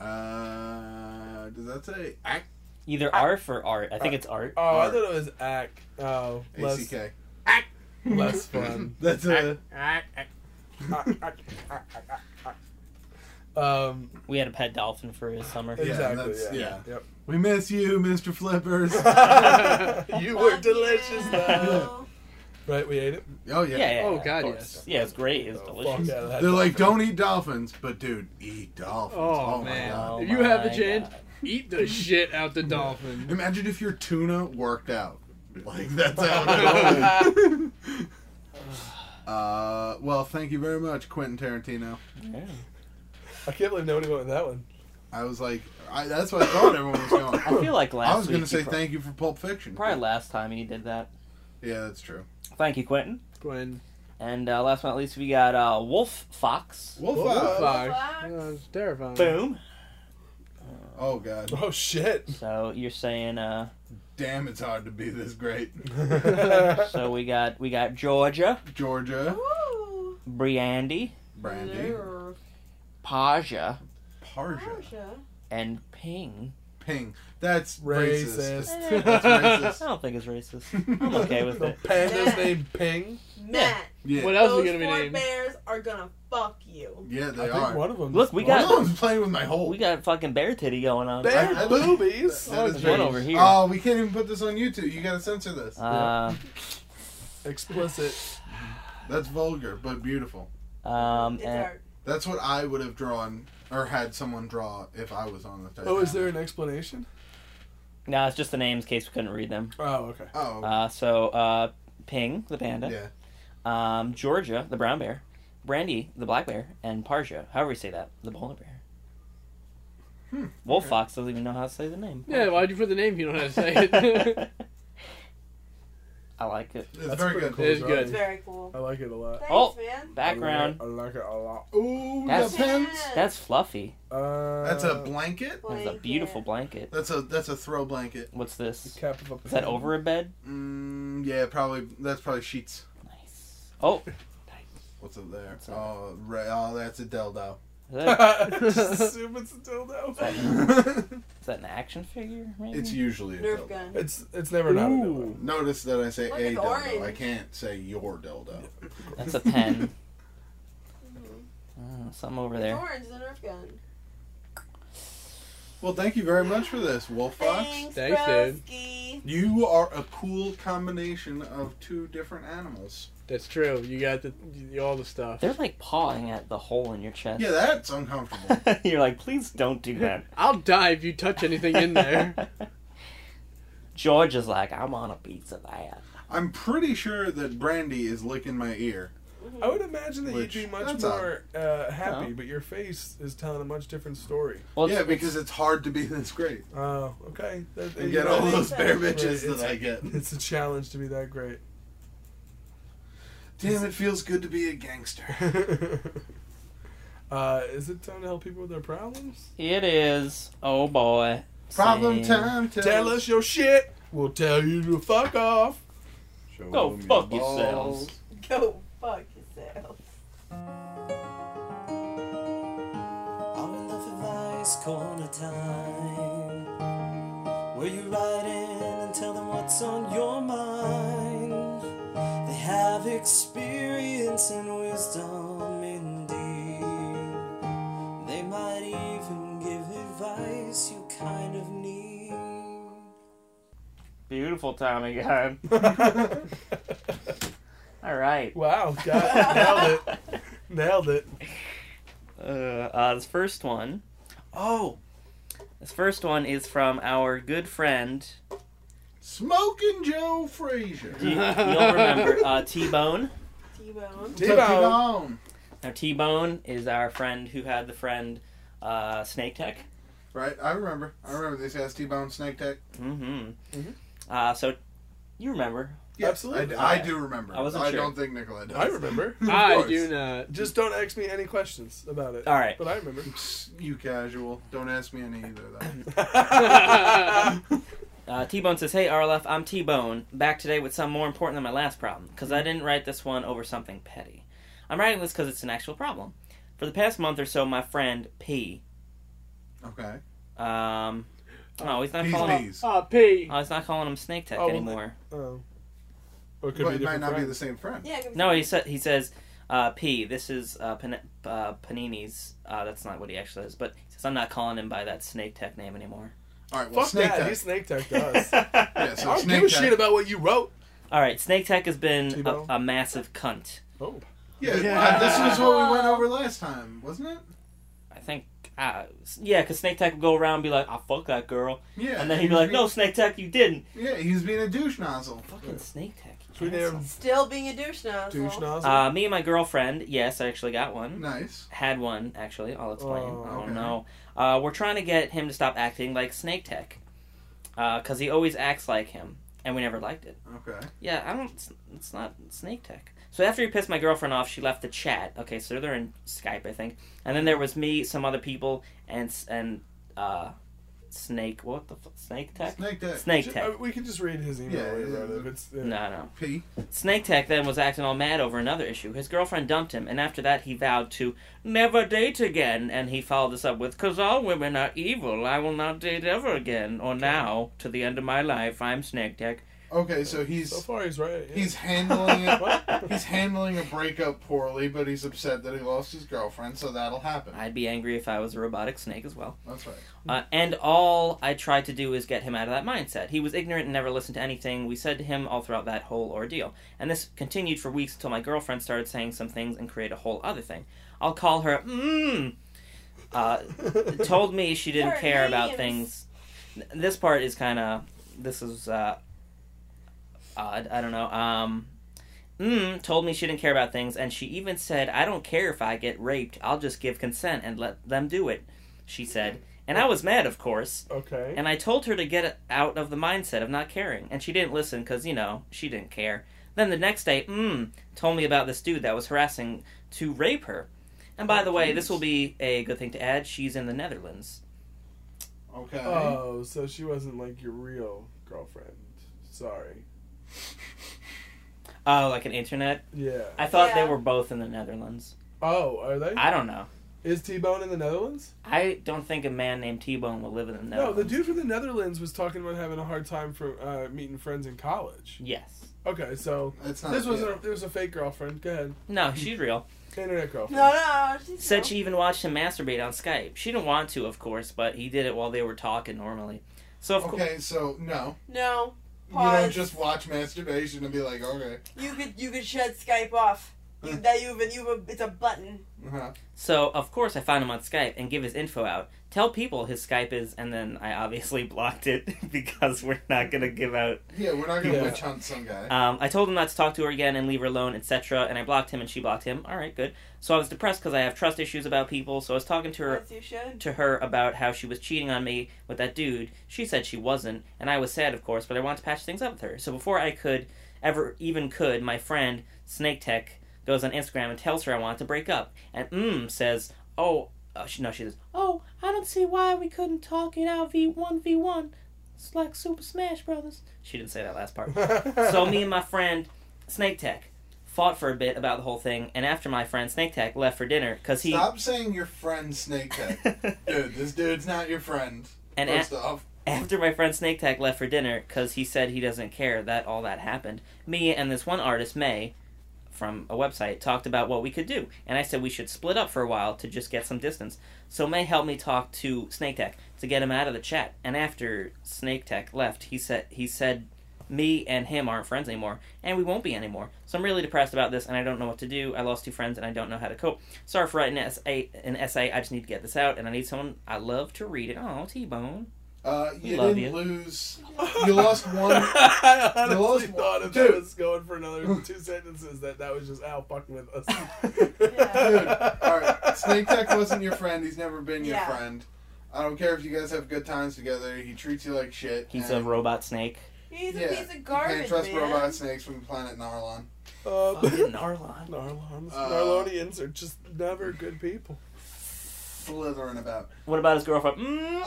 Speaker 3: Uh, does that say act?
Speaker 7: Either art or art. I think it's art.
Speaker 4: Oh, I
Speaker 3: Art.
Speaker 4: thought it was ack. Oh, less,
Speaker 3: ACK.
Speaker 4: less fun.
Speaker 3: That's a
Speaker 4: um,
Speaker 7: We had a pet dolphin for his summer.
Speaker 3: Yeah,
Speaker 4: exactly.
Speaker 3: that's-
Speaker 4: yeah.
Speaker 3: we miss you, Mr. Flippers.
Speaker 4: Yep. you were
Speaker 5: Fuck
Speaker 4: delicious, though.
Speaker 5: no.
Speaker 4: Right, we ate it.
Speaker 3: Oh
Speaker 7: Yeah,
Speaker 3: yeah.
Speaker 7: yeah.
Speaker 6: Oh,
Speaker 7: of
Speaker 6: God,
Speaker 7: course.
Speaker 6: yes.
Speaker 7: Yeah, it's great. It's delicious.
Speaker 4: Fuck out of that
Speaker 3: They're like,
Speaker 4: dolphin.
Speaker 3: don't eat dolphins, but dude, eat dolphins.
Speaker 6: Oh,
Speaker 3: Oh,
Speaker 6: man.
Speaker 3: my god.
Speaker 7: Oh
Speaker 6: if you have the
Speaker 7: my
Speaker 6: chance,
Speaker 7: God.
Speaker 6: eat the shit out the dolphin.
Speaker 3: Imagine if your tuna worked out. Like that's how. it goes. uh, well, thank you very much, Quentin Tarantino.
Speaker 7: Yeah.
Speaker 4: I can't believe nobody went with that one.
Speaker 3: I was like, I, that's what I thought everyone was going.
Speaker 7: I feel like last
Speaker 3: I was
Speaker 7: going
Speaker 3: gonna say thank you for Pulp Fiction.
Speaker 7: Probably last time he did that.
Speaker 3: Yeah, that's true.
Speaker 7: Thank you, Quentin.
Speaker 6: Gwen.
Speaker 7: And uh, last but not least, we got uh, Wolf Fox.
Speaker 3: Wolf
Speaker 4: Wolf
Speaker 3: Eye.
Speaker 4: Eye.
Speaker 6: Fox.
Speaker 5: Fox.
Speaker 6: That was terrifying.
Speaker 7: Boom.
Speaker 3: Oh god,
Speaker 4: Oh shit.
Speaker 7: So you're saying, uh,
Speaker 3: damn, it's hard to be this great.
Speaker 7: so we got we got Georgia,
Speaker 3: Georgia,
Speaker 7: Oh,
Speaker 5: Ooh.
Speaker 7: Briandy,
Speaker 3: Brandy,
Speaker 5: Nerve.
Speaker 7: Paja,
Speaker 3: Parja,
Speaker 5: Portia.
Speaker 7: and Ping.
Speaker 3: Ping. That's racist.
Speaker 4: Racist.
Speaker 3: That's
Speaker 7: I
Speaker 3: racist.
Speaker 7: don't think it's racist. I'm okay with
Speaker 4: The
Speaker 7: it.
Speaker 4: panda's named Ping.
Speaker 5: Matt.
Speaker 3: Yeah.
Speaker 6: What else
Speaker 5: Those
Speaker 6: is gonna be
Speaker 5: four
Speaker 6: named?
Speaker 5: bears are gonna fuck you.
Speaker 3: yeah,
Speaker 4: I
Speaker 3: they
Speaker 4: think
Speaker 3: are.
Speaker 4: one of them.
Speaker 7: Look, we
Speaker 3: One
Speaker 7: got
Speaker 3: of them's playing with my hole.
Speaker 7: we got fucking bear titty going on.
Speaker 3: Bear I- I-
Speaker 6: boobies.
Speaker 3: That is
Speaker 7: There's
Speaker 3: very-
Speaker 7: one over here.
Speaker 3: Oh, we can't even put this on YouTube. You gotta censor this.
Speaker 7: Uh,
Speaker 4: explicit.
Speaker 3: That's vulgar, but beautiful.
Speaker 7: um,
Speaker 5: It's
Speaker 7: and-
Speaker 5: our
Speaker 3: That's what I would have drawn or had someone draw if I was on the Titanic.
Speaker 4: Oh, is there an explanation?
Speaker 7: no, it's just the names in case we couldn't read them.
Speaker 4: Oh, okay.
Speaker 3: Oh,
Speaker 7: Uh, so uh, Ping the panda,
Speaker 3: yeah.
Speaker 7: um, Georgia the brown bear, Brandy the black bear, and Parja, however you say that, the polar bear. Wolf Fox doesn't even know how to say the name.
Speaker 6: Yeah, why'd you put the name if you don't know how to say it?
Speaker 7: I like it.
Speaker 3: It's
Speaker 4: That's
Speaker 3: very
Speaker 4: pretty
Speaker 3: good.
Speaker 4: cool
Speaker 6: It is
Speaker 4: drawing.
Speaker 5: It's very cool.
Speaker 4: I like it a lot.
Speaker 5: Thanks,
Speaker 7: Oh.
Speaker 5: man.
Speaker 7: Background.
Speaker 4: I like it a lot.
Speaker 3: Ooh,
Speaker 7: That's-
Speaker 3: the pens.
Speaker 7: That's fluffy.
Speaker 4: Uh,
Speaker 3: That's a blanket.
Speaker 7: That's a beautiful blanket.
Speaker 3: That's a that's a throw blanket.
Speaker 7: What's this?
Speaker 4: cap of a
Speaker 7: Is that over a bed?
Speaker 3: Mm, yeah, probably. That's probably sheets.
Speaker 7: Nice. Oh,
Speaker 3: What's up there? Oh, right, oh, that's a dildo.
Speaker 7: is that,
Speaker 4: Just assume it's a dildo.
Speaker 7: is that an action figure? Maybe?
Speaker 3: it's usually a
Speaker 5: Nerf
Speaker 3: dildo.
Speaker 5: gun.
Speaker 4: It's it's never not a dildo.
Speaker 3: Notice that I say
Speaker 5: Look,
Speaker 3: a
Speaker 5: it's
Speaker 3: dildo.
Speaker 5: orange.
Speaker 3: I can't say your dildo.
Speaker 7: That's a pen. Uh, something over
Speaker 5: It's
Speaker 7: there.
Speaker 5: orange, it's a Nerf gun.
Speaker 3: Well, thank you very much for this, Wolf Fox.
Speaker 5: Thanks,
Speaker 6: Thanks, dude.
Speaker 5: broski.
Speaker 3: You are a cool combination of two different animals.
Speaker 6: That's true. You got the you- all the stuff.
Speaker 7: They're like pawing at the hole in your chest.
Speaker 3: Yeah, that's uncomfortable.
Speaker 7: You're like, please don't do that.
Speaker 6: I'll die if you touch anything in there.
Speaker 7: George is like, I'm on a piece of that.
Speaker 3: I'm pretty sure that Brandy is licking my ear.
Speaker 4: I would imagine that
Speaker 3: Which-
Speaker 4: you'd be much
Speaker 3: that's
Speaker 4: more uh, happy,
Speaker 7: No.
Speaker 4: but your face is telling a much different story.
Speaker 7: Well,
Speaker 3: yeah,
Speaker 7: it's-
Speaker 3: because it's hard to be this great
Speaker 4: Oh, okay. That,
Speaker 3: and get all
Speaker 5: I think
Speaker 3: those
Speaker 5: so.
Speaker 3: bear
Speaker 4: Right,
Speaker 3: bitches
Speaker 4: it's-
Speaker 3: that I get.
Speaker 4: It's a challenge to be that great.
Speaker 3: Damn, it feels good to be a gangster.
Speaker 4: uh, is it time to help people with their problems?
Speaker 7: it is. Oh boy.
Speaker 3: Problem
Speaker 7: Sam.
Speaker 3: time. Tell,
Speaker 4: Tell us your shit. We'll tell you to fuck off.
Speaker 3: Show
Speaker 7: Go
Speaker 3: 'em your
Speaker 7: fuck
Speaker 3: balls.
Speaker 7: yourselves.
Speaker 5: Go fuck yourself.
Speaker 1: I'm in love with Ice Corner Time. Where you write in and tell them what's on your mind. They have experience and wisdom indeed. They might even give advice you kind of need.
Speaker 7: Beautiful time again. All right.
Speaker 4: wow, God, nailed it. Nailed it.
Speaker 7: Uh, uh, this first one. Oh. This first one is from our good friend.
Speaker 3: Smoking Joe Frazier.
Speaker 7: You, will remember uh, T Bone.
Speaker 5: T-bone.
Speaker 3: Took it on.
Speaker 7: Now T Bone is our friend who had the friend uh, Snake Tech.
Speaker 3: Right, I remember. I remember this ass T-Bone Snake Tech.
Speaker 7: Mm-hmm.
Speaker 4: Mhm.
Speaker 7: Uh, so you remember?
Speaker 3: Yeah,
Speaker 4: Absolutely.
Speaker 3: I, I do remember.
Speaker 7: I wasn't sure.
Speaker 3: don't think Nicola does.
Speaker 4: I remember.
Speaker 3: Of
Speaker 6: I
Speaker 3: course.
Speaker 6: do not.
Speaker 4: Just don't ask me any questions about it.
Speaker 7: All right.
Speaker 4: But I remember.
Speaker 3: Psst, You casual. Don't ask me any either, though.
Speaker 7: Uh, T Bone says, "Hey RLF, I'm T Bone. Back today with some more important than my last problem, because I didn't write this one over something petty. I'm writing this because it's an actual problem. For the past month or so, my friend P,
Speaker 3: Okay.
Speaker 7: um, no, he's not
Speaker 3: Peas,
Speaker 7: calling.
Speaker 3: peas.
Speaker 6: Ah, P.
Speaker 7: Oh, he's not calling him Snake Tech
Speaker 4: Oh, well,
Speaker 7: anymore.
Speaker 4: Oh. Or it could
Speaker 3: Well,
Speaker 4: be
Speaker 3: it might
Speaker 4: different
Speaker 3: not be the
Speaker 4: friends.
Speaker 3: same friend.
Speaker 5: Yeah, give
Speaker 7: No,
Speaker 5: me
Speaker 7: he said he says." Uh, P. This is uh, Pan- uh, Panini's. Uh, that's not what he actually says, but he says I'm not calling him by that Snake Tech name anymore.
Speaker 3: All right, well,
Speaker 4: Fuck
Speaker 3: Snake
Speaker 4: that.
Speaker 3: Tech.
Speaker 4: He's snake tech to us.
Speaker 3: Yeah, so
Speaker 4: I don't
Speaker 3: Snake
Speaker 4: give a
Speaker 3: Tech-
Speaker 4: shit about what you wrote.
Speaker 7: All right, Snake Tech has been a,
Speaker 4: T-Bone.
Speaker 7: a massive cunt.
Speaker 4: Oh.
Speaker 3: Yeah,
Speaker 6: Yeah.
Speaker 3: this was what we went over last time, wasn't it?
Speaker 7: I think, uh, s- yeah, because Snake Tech would go around and be like, I fuck that girl.
Speaker 3: Yeah.
Speaker 7: And then he'd be like, no, Snake Tech, you didn't.
Speaker 3: Yeah, he was being a douche nozzle.
Speaker 7: Fucking Snake Tech. you
Speaker 4: Should we name
Speaker 7: asshole.
Speaker 4: him
Speaker 5: Still being a douche now.
Speaker 4: douche nozzle?
Speaker 7: Uh, me and my girlfriend, yes, I actually got one.
Speaker 3: Nice.
Speaker 7: Had one, actually. I'll explain.
Speaker 4: Oh,
Speaker 7: oh,
Speaker 3: okay.
Speaker 7: no. Uh, we're trying to get him to stop acting like Snake Tech. Because he always acts like him. And we never liked it.
Speaker 3: Okay.
Speaker 7: Yeah, I don't. it's- It's not Snake Tech. So after he pissed my girlfriend off, she left the chat. Okay, so they're in Skype, I think. And then there was me, some other people, and s- and uh, Snake. What the f- Snake Tech?
Speaker 3: Snake Tech.
Speaker 7: Snake
Speaker 4: Ju-
Speaker 7: Tech.
Speaker 4: I- we can just read his email.
Speaker 3: Yeah,
Speaker 4: right,
Speaker 3: yeah.
Speaker 4: right, if it's, yeah.
Speaker 7: No, no.
Speaker 3: P.
Speaker 7: Snake Tech then was acting all mad over another issue. His girlfriend dumped him, and after that, he vowed to never date again. And he followed this up with, "Cause all women are evil. I will not date ever again, or now to the end of my life. I'm Snake Tech."
Speaker 3: Okay, so he's
Speaker 4: So far, he's right. yeah.
Speaker 3: he's handling it.
Speaker 4: What?
Speaker 3: He's handling a breakup poorly, but he's upset that he lost his girlfriend, so that'll happen.
Speaker 7: I'd be angry if I was a robotic snake as well.
Speaker 3: That's right.
Speaker 7: Uh, and all I tried to do is get him out of that mindset. He was ignorant and never listened to anything we said to him all throughout that whole ordeal. And this continued for weeks until my girlfriend started saying some things and create a whole other thing. I'll call her, mmm. Uh, told me she didn't
Speaker 5: Her
Speaker 7: care about
Speaker 5: names.
Speaker 7: things. This part is kind of. This is uh, odd. I don't know. Um, mm, told me she didn't care about things, and she even said, "I don't care if I get raped. I'll just give consent and let them do it." She said, and I was mad, of course.
Speaker 4: okay.
Speaker 7: And I told her to get out of the mindset of not caring, and she didn't listen because, you know, she didn't care. Then the next day, mm, told me about this dude that was harassing to rape her. And
Speaker 5: Oh,
Speaker 7: by the way, this will be a good thing to add. She's in the Netherlands.
Speaker 3: Okay.
Speaker 4: Oh, so she wasn't like your real girlfriend. Sorry.
Speaker 7: Oh, like an internet?
Speaker 4: Yeah.
Speaker 7: I thought
Speaker 5: Yeah.
Speaker 7: they were both in the Netherlands.
Speaker 4: oh, are they?
Speaker 7: I don't know.
Speaker 4: Is T Bone in the Netherlands?
Speaker 7: I don't think a man named T Bone will live in the
Speaker 4: No,
Speaker 7: Netherlands.
Speaker 4: the dude from the Netherlands was talking about having a hard time for uh, meeting friends in college.
Speaker 7: Yes.
Speaker 4: Okay, so
Speaker 3: That's not.
Speaker 4: this was
Speaker 3: yeah.
Speaker 4: a, there was a fake girlfriend. Go ahead,
Speaker 7: No, she's real.
Speaker 4: internet girlfriend.
Speaker 5: No, no, she's
Speaker 7: Said she even watched him masturbate on Skype. She didn't want to, of course, but he did it while they were talking normally. So, of course.
Speaker 3: Okay, so no,
Speaker 5: No,
Speaker 3: you don't
Speaker 5: Pause.
Speaker 3: just watch masturbation and be like, okay,
Speaker 5: you could you could shut Skype off. You, that you've been you've it's a button.
Speaker 3: uh-huh.
Speaker 7: So, of course, I found him on Skype and give his info out. Tell people his Skype is, and then I obviously blocked it because we're not going to give out.
Speaker 3: yeah, we're not gonna
Speaker 4: Yeah.
Speaker 3: witch hunt some guy.
Speaker 7: Um, I told him not to talk to her again and leave her alone, etc. And I blocked him and she blocked him. All right, good. So I was depressed because I have trust issues about people. So I was talking to her
Speaker 5: Yes, you should.
Speaker 7: to her about how she was cheating on me with that dude. She said she wasn't, and I was sad, of course, but I wanted to patch things up with her. So before I could ever even could, my friend Snake Tech goes on Instagram and tells her I want to break up, and mm says, "Oh, uh, she, no," she says, "Oh, I don't see why we couldn't talk it out v one v one. It's like Super Smash Brothers." She didn't say that last part so me and my friend Snake Tech fought for a bit about the whole thing, and after my friend Snake Tech left for dinner because he
Speaker 3: Stop saying your friend Snake Tech, dude. This dude's not your friend.
Speaker 7: and
Speaker 3: first
Speaker 7: a-
Speaker 3: off,
Speaker 7: after my friend Snake Tech left for dinner because he said he doesn't care that all that happened. Me and this one artist May from a website talked about what we could do, and I said we should split up for a while to just get some distance. So May helped me talk to Snake Tech to get him out of the chat. And after Snake Tech left, he said he said me and him aren't friends anymore, and we won't be anymore. So I'm really depressed about this, and I don't know what to do. I lost two friends, and I don't know how to cope. Sorry for writing an essay. An essay. I just need to get this out, and I need someone I love to read it. Oh, T-Bone.
Speaker 3: uh, you
Speaker 7: Love
Speaker 3: didn't
Speaker 7: you.
Speaker 3: lose. You lost one.
Speaker 4: I honestly
Speaker 3: You lost one.
Speaker 4: thought if
Speaker 3: Dude.
Speaker 4: that was going for another two sentences that that was just Al fucking with us.
Speaker 3: Dude, all right. Snake Tech wasn't your friend. He's never been your
Speaker 5: Yeah.
Speaker 3: friend. I don't care if you guys have good times together. He treats you like shit.
Speaker 7: He's a
Speaker 3: and
Speaker 7: robot snake.
Speaker 5: He's a
Speaker 3: Yeah,
Speaker 5: piece of
Speaker 3: you
Speaker 5: garbage,
Speaker 3: Can't trust
Speaker 5: man.
Speaker 3: robot snakes from the planet Narlon.
Speaker 4: Um,
Speaker 7: Fucking Narlon.
Speaker 4: Narlons,
Speaker 3: Uh,
Speaker 4: Narlonians are just never good people.
Speaker 3: Slithering about.
Speaker 7: What about his girlfriend? Mm.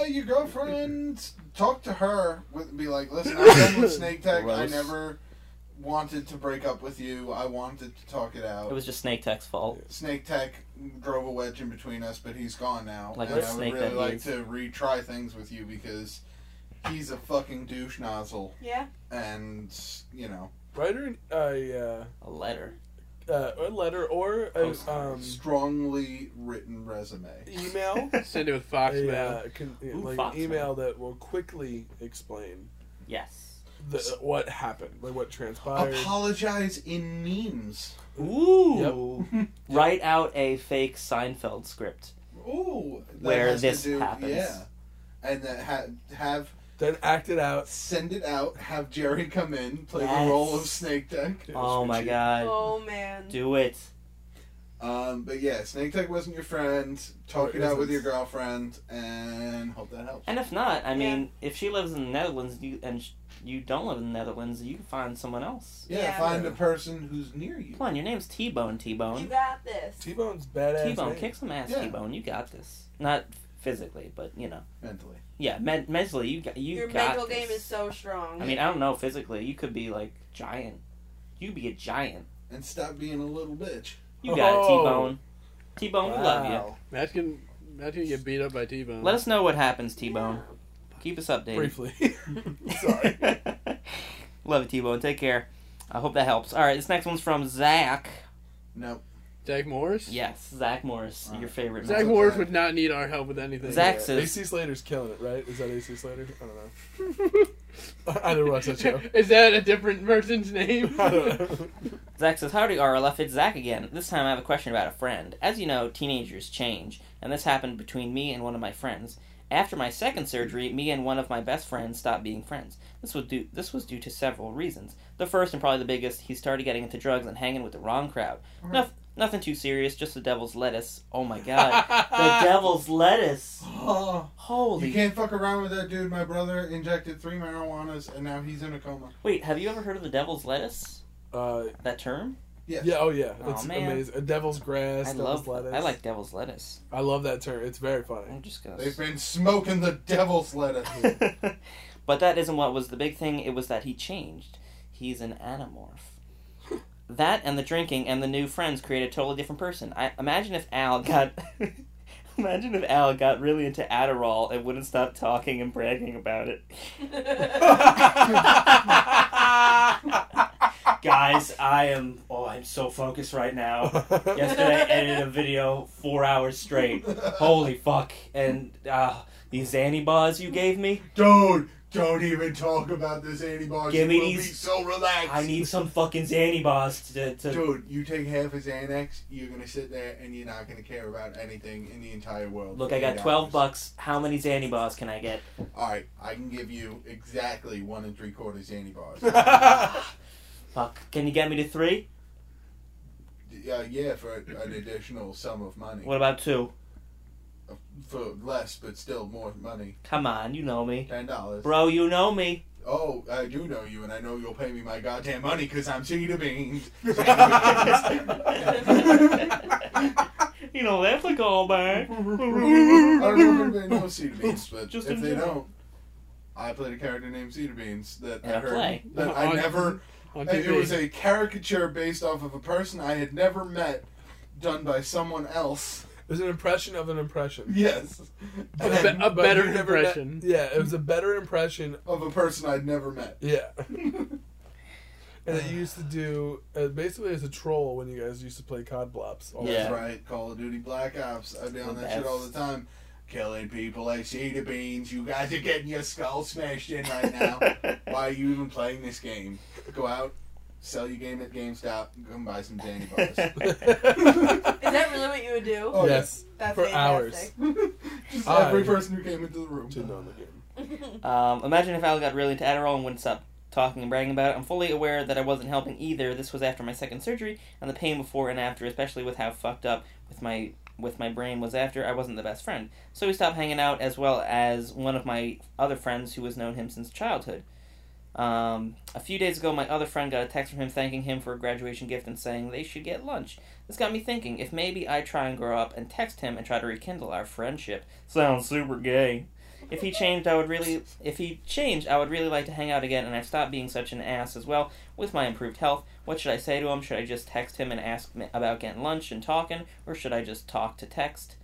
Speaker 3: Uh, your girlfriend. Talk to her. With, be like, listen, I'm done with Snake Tech. I
Speaker 7: Gross.
Speaker 3: never wanted to break up with you. I wanted to talk it out.
Speaker 7: It was just Snake Tech's fault.
Speaker 3: Snake Tech drove a wedge in between us, but he's gone now.
Speaker 7: Like
Speaker 3: and
Speaker 7: what
Speaker 3: I would
Speaker 7: snake
Speaker 3: really
Speaker 7: that
Speaker 3: like
Speaker 7: is.
Speaker 3: to retry things with you because he's a fucking douche nozzle,
Speaker 5: Yeah.
Speaker 3: and you know,
Speaker 4: Write her a,
Speaker 7: A letter.
Speaker 4: uh, uh, a letter or a
Speaker 7: Postcard.
Speaker 4: um,
Speaker 3: strongly written resume.
Speaker 4: email.
Speaker 6: Send it with Fox
Speaker 4: a,
Speaker 6: Mail.
Speaker 4: uh, con-
Speaker 7: Ooh,
Speaker 4: like
Speaker 7: Fox
Speaker 4: an email that will quickly explain
Speaker 7: Yes.
Speaker 4: the, what happened, like what transpired.
Speaker 3: Oh, Apologize in memes.
Speaker 7: Ooh. Write out a fake Seinfeld script.
Speaker 3: Ooh, that
Speaker 7: Where
Speaker 3: has to
Speaker 7: this happens.
Speaker 3: yeah, and that ha- have
Speaker 4: then act it out.
Speaker 3: send it out. Have Jerry come in, play
Speaker 7: Yes.
Speaker 3: the role of Snake Tech.
Speaker 7: Oh my god.
Speaker 5: Oh man.
Speaker 7: Do it.
Speaker 3: Um, but yeah, Snake Tech wasn't your friend.
Speaker 4: Oh,
Speaker 3: Talk
Speaker 4: it
Speaker 3: it out with
Speaker 4: isn't.
Speaker 3: your girlfriend, and hope that helps.
Speaker 7: And if not, I mean, if she lives in the Netherlands you, and sh- you don't live in the Netherlands, you can find someone else.
Speaker 3: Yeah,
Speaker 5: Yeah.
Speaker 3: find a person who's near you.
Speaker 7: Come on, your name's T Bone, T
Speaker 5: You
Speaker 7: Bone.
Speaker 5: got this.
Speaker 4: T Bone's badass.
Speaker 7: T Bone,
Speaker 4: name.
Speaker 7: kick some ass,
Speaker 3: Yeah.
Speaker 7: T Bone. You got this. Not physically, but you know.
Speaker 3: mentally.
Speaker 7: Yeah, men- mentally, you got you
Speaker 5: Your
Speaker 7: got
Speaker 5: mental
Speaker 7: this.
Speaker 5: game is so strong.
Speaker 7: I mean, I don't know physically. You could be like giant. You could be a giant.
Speaker 3: And stop being a little bitch.
Speaker 7: You got it,
Speaker 4: Oh.
Speaker 7: T Bone. T Bone, we love you.
Speaker 4: Wow.
Speaker 6: Matt's gonna, Matt's gonna get beat up by T-Bone.
Speaker 7: Let us know what happens, T Bone. Keep us updated.
Speaker 4: Briefly. Sorry.
Speaker 7: Love you, T Bone. Take care. I hope that helps. All right, this next one's from Zach.
Speaker 3: Nope.
Speaker 6: Zach Morris?
Speaker 7: Yes, Zach Morris,
Speaker 3: All
Speaker 7: your
Speaker 3: right.
Speaker 7: favorite.
Speaker 6: Zach
Speaker 7: man.
Speaker 6: Morris would not need our help with anything.
Speaker 7: Zach says,
Speaker 4: AC Slater's killing it, right? Is that AC Slater? I don't know. I didn't watch that show.
Speaker 6: Is that a different person's name?
Speaker 4: I don't know.
Speaker 7: Zach says, Howdy, RLF. It's Zach again. This time I have a question about a friend. As you know, teenagers change, and this happened between me and one of my friends. After my second surgery, me and one of my best friends stopped being friends. This was due, this was due to several reasons. The first and probably the biggest, he started getting into drugs and hanging with the wrong crowd. Noth- nothing too serious, just the devil's lettuce. Oh my god. the devil's lettuce.
Speaker 3: Oh,
Speaker 7: Holy.
Speaker 3: you can't fuck around with that dude. My brother injected three marijuanas and now he's in a coma.
Speaker 7: Wait, have you ever heard of the devil's lettuce?
Speaker 4: Uh,
Speaker 7: That term?
Speaker 3: Yes.
Speaker 4: yeah, oh yeah,
Speaker 7: Aw,
Speaker 4: it's
Speaker 7: man.
Speaker 4: amazing. A devil's grass,
Speaker 7: I love
Speaker 4: devil's lettuce.
Speaker 7: I like devil's lettuce.
Speaker 4: I love that term. It's very funny.
Speaker 7: I'm just gonna
Speaker 3: They've been smoking the devil's lettuce.
Speaker 7: but that isn't what was the big thing. It was that he changed. He's an anamorph. That and the drinking and the new friends create a totally different person. I imagine if Al got, imagine if Al got really into Adderall and wouldn't stop talking and bragging about it. Guys, I am. Oh, I'm so focused right now. Yesterday, I edited a video four hours straight. Holy fuck! And uh, these Zanny bars you gave me.
Speaker 3: Dude, don't even talk about this antibiotic.
Speaker 7: Give me
Speaker 3: you will be
Speaker 7: these-
Speaker 3: so relaxed.
Speaker 7: I need some fucking Zanny bars to. to
Speaker 3: Dude, you take half his Xanax, you're gonna sit there and you're not gonna care about anything in the entire world.
Speaker 7: Look,
Speaker 3: for
Speaker 7: I got
Speaker 3: eight
Speaker 7: 12
Speaker 3: hours.
Speaker 7: bucks. How many Zanny bars can I get?
Speaker 3: All right, I can give you exactly one and three quarters Xanny bars.
Speaker 7: Fuck. Can you get me to three?
Speaker 3: uh, yeah, for an additional sum of money,
Speaker 7: What about two?
Speaker 3: for less but still more money,
Speaker 7: Come on, you know me.
Speaker 3: ten dollars.
Speaker 7: Bro, you know me.
Speaker 3: Oh, I do know you, and I know you'll pay me my goddamn money because I'm Cheetah Beans. I
Speaker 7: You know, that's a callback.
Speaker 3: don't know if anybody knows Cheetah Beans, but
Speaker 7: Just
Speaker 3: if
Speaker 7: in
Speaker 3: they
Speaker 7: general.
Speaker 3: don't, I played a character named Cheetah Beans that
Speaker 7: Yeah,
Speaker 3: I heard
Speaker 7: play.
Speaker 3: that I
Speaker 6: On-
Speaker 3: never. uh,
Speaker 6: On
Speaker 3: It
Speaker 6: TV.
Speaker 3: was a caricature based off of a person I had never met, done by someone else.
Speaker 4: It was an impression of an impression.
Speaker 3: Yes,
Speaker 6: A
Speaker 3: And-
Speaker 6: be- a
Speaker 4: But
Speaker 6: better
Speaker 4: you never met-
Speaker 6: impression.
Speaker 4: yeah, it was a better impression.
Speaker 3: of a person I'd never met.
Speaker 4: Yeah. And it used to do uh, basically as a troll when you guys used to play COD blops. all the
Speaker 7: Yeah.
Speaker 3: That's right. Call of Duty Black Ops. I've been on that
Speaker 7: That's-
Speaker 3: shit all the time. Killing people like Cedar Beans. You guys are getting your skull smashed in right now. Why are you even playing this game? Go out, sell your game at GameStop, and go and buy some dandy bars.
Speaker 4: time.
Speaker 5: Is that really what you would do?
Speaker 3: Oh,
Speaker 4: yes.
Speaker 5: That's
Speaker 4: for
Speaker 5: fantastic.
Speaker 3: Just
Speaker 4: I-
Speaker 3: every person who came into the room.
Speaker 4: Didn't own the game.
Speaker 7: Um, imagine if Al got really into Adderall and wouldn't stop talking and bragging about it. I'm fully aware that I wasn't helping either. This was after my second surgery, and the pain before and after, especially with how fucked up with my with my brain was after. I wasn't the best friend, so we stopped hanging out, as well as one of my other friends who has known him since childhood. Um, a few days ago, my other friend got a text from him thanking him for a graduation gift and saying they should get lunch. This got me thinking if maybe I try and grow up and text him and try to rekindle our friendship. Sounds super gay. If he changed, I would really. If he changed, I would really like to hang out again, and I've stopped being such an ass as well. With my improved health, what should I say to him? Should I just text him and ask m- about getting lunch and talking, or should I just talk to text?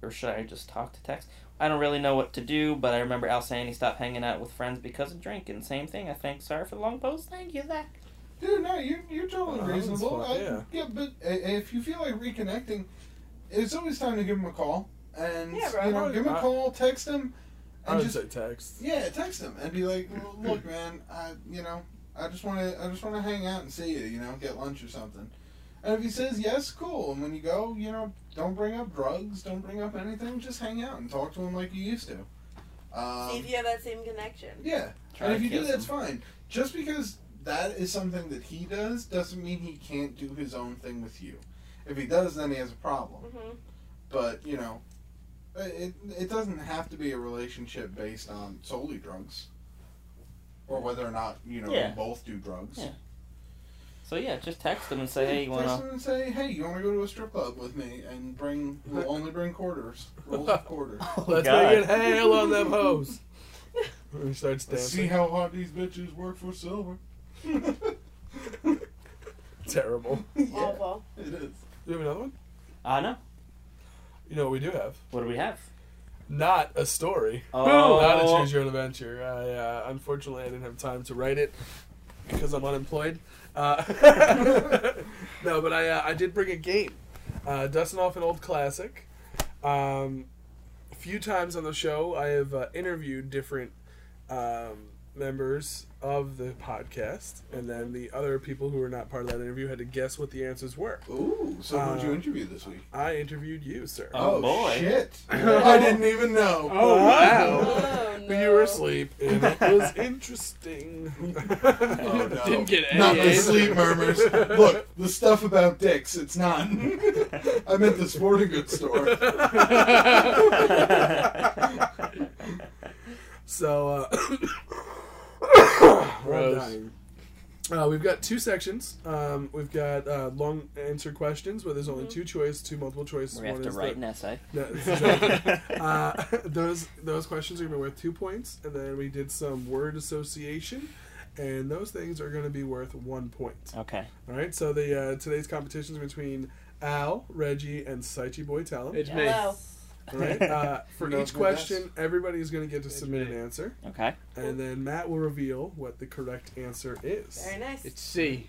Speaker 7: Or should I just talk to text? I don't really know what to do, but I remember Al saying he stopped hanging out with friends because of drinking. Same thing, I think. Sorry for the long post. Thank you, Zach.
Speaker 3: Dude, no, you're, you're totally
Speaker 4: Oh, that was
Speaker 3: reasonable.
Speaker 4: fun,
Speaker 3: I-
Speaker 4: yeah.
Speaker 3: yeah, but i- if you feel like reconnecting, it's always time to give him a call. And,
Speaker 5: Yeah, bro.
Speaker 3: you know, give him a
Speaker 4: I-
Speaker 3: call, text him,
Speaker 4: I
Speaker 3: and
Speaker 4: would
Speaker 3: just
Speaker 4: say text.
Speaker 3: Yeah, text him and be like, "Well, "Look, man, I, you know, I just want to, I just want to hang out and see you, you know, get lunch or something." And if he says yes, cool. And when you go, you know, don't bring up drugs, don't bring up anything. Just hang out and talk to him like you used to.
Speaker 5: See
Speaker 3: Um,
Speaker 5: if you have that same connection.
Speaker 3: yeah,
Speaker 7: Try
Speaker 3: and if
Speaker 7: to
Speaker 3: you do,
Speaker 7: kiss
Speaker 3: that's
Speaker 7: him.
Speaker 3: fine. Just because that is something that he does doesn't mean he can't do his own thing with you. If he does, then he has a problem
Speaker 5: hmm
Speaker 3: but you know, it it doesn't have to be a relationship based on solely drugs, or whether or not you know
Speaker 7: Yeah.
Speaker 3: you both do drugs.
Speaker 7: Yeah. So yeah, just text him and say, hey, you
Speaker 3: Text
Speaker 7: wanna?
Speaker 3: them and say, hey, you want to go to a strip club with me, and bring we'll only bring quarters, rolls of quarters.
Speaker 4: Let's
Speaker 7: God.
Speaker 4: make it hail on them hoes. and he starts
Speaker 3: Let's see
Speaker 4: dancing.
Speaker 3: how hard these bitches work for silver.
Speaker 4: Terrible.
Speaker 3: yeah,
Speaker 5: Awful.
Speaker 3: it is.
Speaker 4: Do we have another one?
Speaker 7: Uh, no.
Speaker 4: You know what we do have?
Speaker 7: What do we have?
Speaker 4: Not a story.
Speaker 7: Oh.
Speaker 4: Not a choose your own adventure. I uh, unfortunately I didn't have time to write it, because I'm unemployed. Uh, no, but I uh, I did bring a game, uh, dusting off an old classic. Um, a few times on the show, I have uh, interviewed different um, members of the podcast, and then the other people who were not part of that interview had to guess what the answers were.
Speaker 3: Ooh, so who'd
Speaker 6: Uh,
Speaker 3: you interview this week?
Speaker 4: I interviewed you, sir.
Speaker 7: Oh, boy.
Speaker 3: shit! I didn't even know.
Speaker 6: Oh, wow.
Speaker 5: Oh,
Speaker 4: But
Speaker 5: no.
Speaker 4: You were asleep, and it was interesting.
Speaker 3: Oh, no.
Speaker 6: Didn't get any
Speaker 3: Not the
Speaker 6: answer.
Speaker 3: sleep murmurs. Look, the stuff about dicks. It's not. I meant the sporting goods store.
Speaker 4: So, uh, we're all
Speaker 6: Gross.
Speaker 4: dying. Uh, we've got two sections. Um, we've got uh, long answer questions where there's only two choice, two multiple choice.
Speaker 7: We have
Speaker 4: one
Speaker 7: to
Speaker 4: is
Speaker 7: write an
Speaker 4: the,
Speaker 7: essay.
Speaker 4: no, it's a joke. uh, those those questions are going to be worth two points, and then we did some word association, and those things are going to be worth one point.
Speaker 7: Okay.
Speaker 4: All right. So the uh, today's competitions between Al, Reggie, and Saichi Boy Talon.
Speaker 6: It's me.
Speaker 5: Hello.
Speaker 4: All right. Uh, for
Speaker 3: No,
Speaker 4: each
Speaker 3: no, that's-
Speaker 4: question, everybody's going to get to submit an
Speaker 6: me.
Speaker 4: answer,
Speaker 7: Okay.
Speaker 4: and then Matt will reveal what the correct answer is.
Speaker 5: Very nice.
Speaker 6: It's C.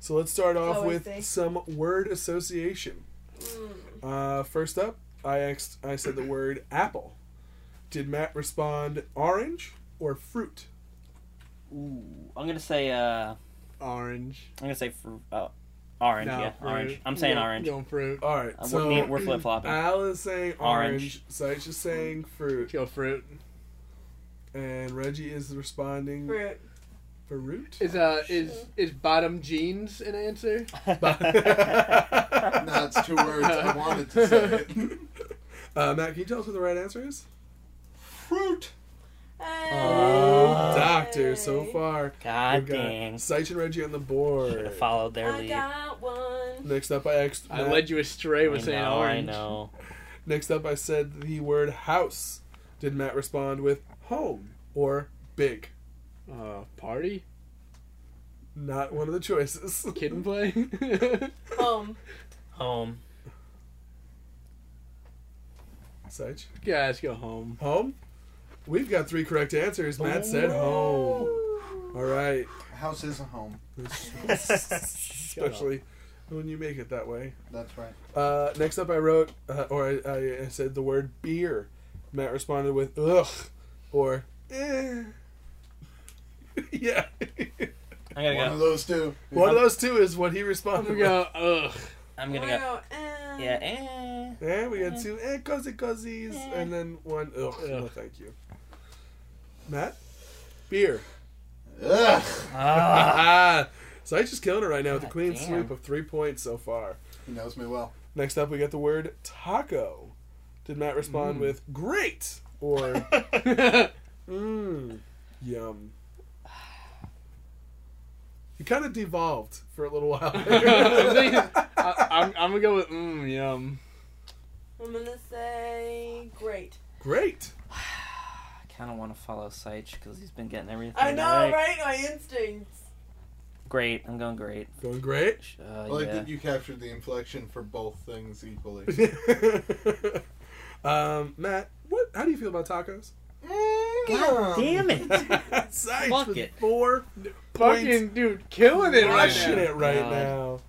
Speaker 4: So let's start off
Speaker 5: always
Speaker 4: with
Speaker 5: me.
Speaker 4: some word association.
Speaker 5: Mm.
Speaker 4: Uh, first up, I asked. I said the word apple. Did Matt respond orange or fruit?
Speaker 7: Ooh, I'm gonna say. Uh, I'm
Speaker 6: Orange.
Speaker 7: gonna say fr- uh, orange.
Speaker 6: No,
Speaker 7: yeah,
Speaker 6: fruit.
Speaker 7: orange. I'm saying
Speaker 6: Go-
Speaker 7: orange.
Speaker 6: Going fruit.
Speaker 4: All right.
Speaker 7: Uh,
Speaker 4: so
Speaker 7: we're, we're flip flopping.
Speaker 4: Al is saying
Speaker 7: Orange.
Speaker 4: orange. Sai's just saying fruit,
Speaker 6: Go fruit.
Speaker 4: and Reggie is responding fruit.
Speaker 5: Fruit.
Speaker 6: Is uh is is bottom jeans an answer?
Speaker 4: Uh,
Speaker 3: No, it's two words. I wanted to say it.
Speaker 4: Uh, Matt, can you tell us what the right answer is?
Speaker 3: Fruit.
Speaker 7: Ah,
Speaker 5: Hey.
Speaker 4: Doctor, so far.
Speaker 7: God
Speaker 4: we've got
Speaker 7: dang.
Speaker 4: Saich and Reggie on the
Speaker 7: Should
Speaker 4: board.
Speaker 7: have followed their
Speaker 5: I
Speaker 7: lead.
Speaker 5: got one.
Speaker 4: Next up, I asked.
Speaker 6: I
Speaker 4: Matt-
Speaker 6: led you astray with
Speaker 7: I
Speaker 6: saying
Speaker 7: know,
Speaker 6: orange.
Speaker 7: I know.
Speaker 4: Next up, I said the word house. Did Matt respond with home or big?
Speaker 6: Uh, party?
Speaker 4: Not one of the choices.
Speaker 6: Kid and play?
Speaker 5: Home.
Speaker 7: Home.
Speaker 4: Saich,
Speaker 6: yeah, let's go home.
Speaker 4: home. We've got three correct answers. Matt said home. All right,
Speaker 3: House is a home.
Speaker 4: especially when you make it that way.
Speaker 3: That's right.
Speaker 4: Uh, next up, I wrote uh, or I, I, I said the word beer. Matt responded with ugh or eh. yeah.
Speaker 7: I'm gonna
Speaker 3: One
Speaker 7: go.
Speaker 3: of those two.
Speaker 4: One of those two is what he
Speaker 6: I'm
Speaker 4: responded
Speaker 6: gonna
Speaker 4: with.
Speaker 6: go, ugh.
Speaker 7: I'm
Speaker 5: I'm
Speaker 7: gonna
Speaker 5: gonna
Speaker 7: go.
Speaker 5: go. eh.
Speaker 7: Yeah. Eh.
Speaker 4: Yeah, we got two eh, cozy cozies,
Speaker 7: Eh.
Speaker 4: and then one. Ugh, no,
Speaker 6: Ugh.
Speaker 4: thank you. Matt, beer.
Speaker 3: Ugh.
Speaker 7: Ah.
Speaker 4: Ah, so I just killing it right now with a
Speaker 7: God
Speaker 4: clean
Speaker 7: damn.
Speaker 4: sweep of three points so far.
Speaker 3: He knows me well.
Speaker 4: Next up, we got the word taco. Did Matt respond with great or
Speaker 7: Mm.
Speaker 4: mmm, yum? You kind of devolved for a little while.
Speaker 6: I'm, thinking, I, I'm, I'm gonna go with mmm, yum.
Speaker 5: I'm gonna say great.
Speaker 4: great.
Speaker 7: I kind of want to follow Seich because he's been getting everything.
Speaker 5: I know,
Speaker 7: right.
Speaker 5: right? My instincts.
Speaker 7: Great. I'm going great.
Speaker 4: Going great.
Speaker 7: Uh,
Speaker 3: I like
Speaker 7: yeah.
Speaker 3: that you captured the inflection for both things equally.
Speaker 4: um, Matt, what? How do you feel about tacos?
Speaker 7: God damn it.
Speaker 4: Sites
Speaker 7: Fuck
Speaker 4: with
Speaker 7: it.
Speaker 4: four points.
Speaker 6: Fucking dude, killing it right
Speaker 4: Crushing
Speaker 6: now.
Speaker 4: it right
Speaker 7: God.
Speaker 4: now.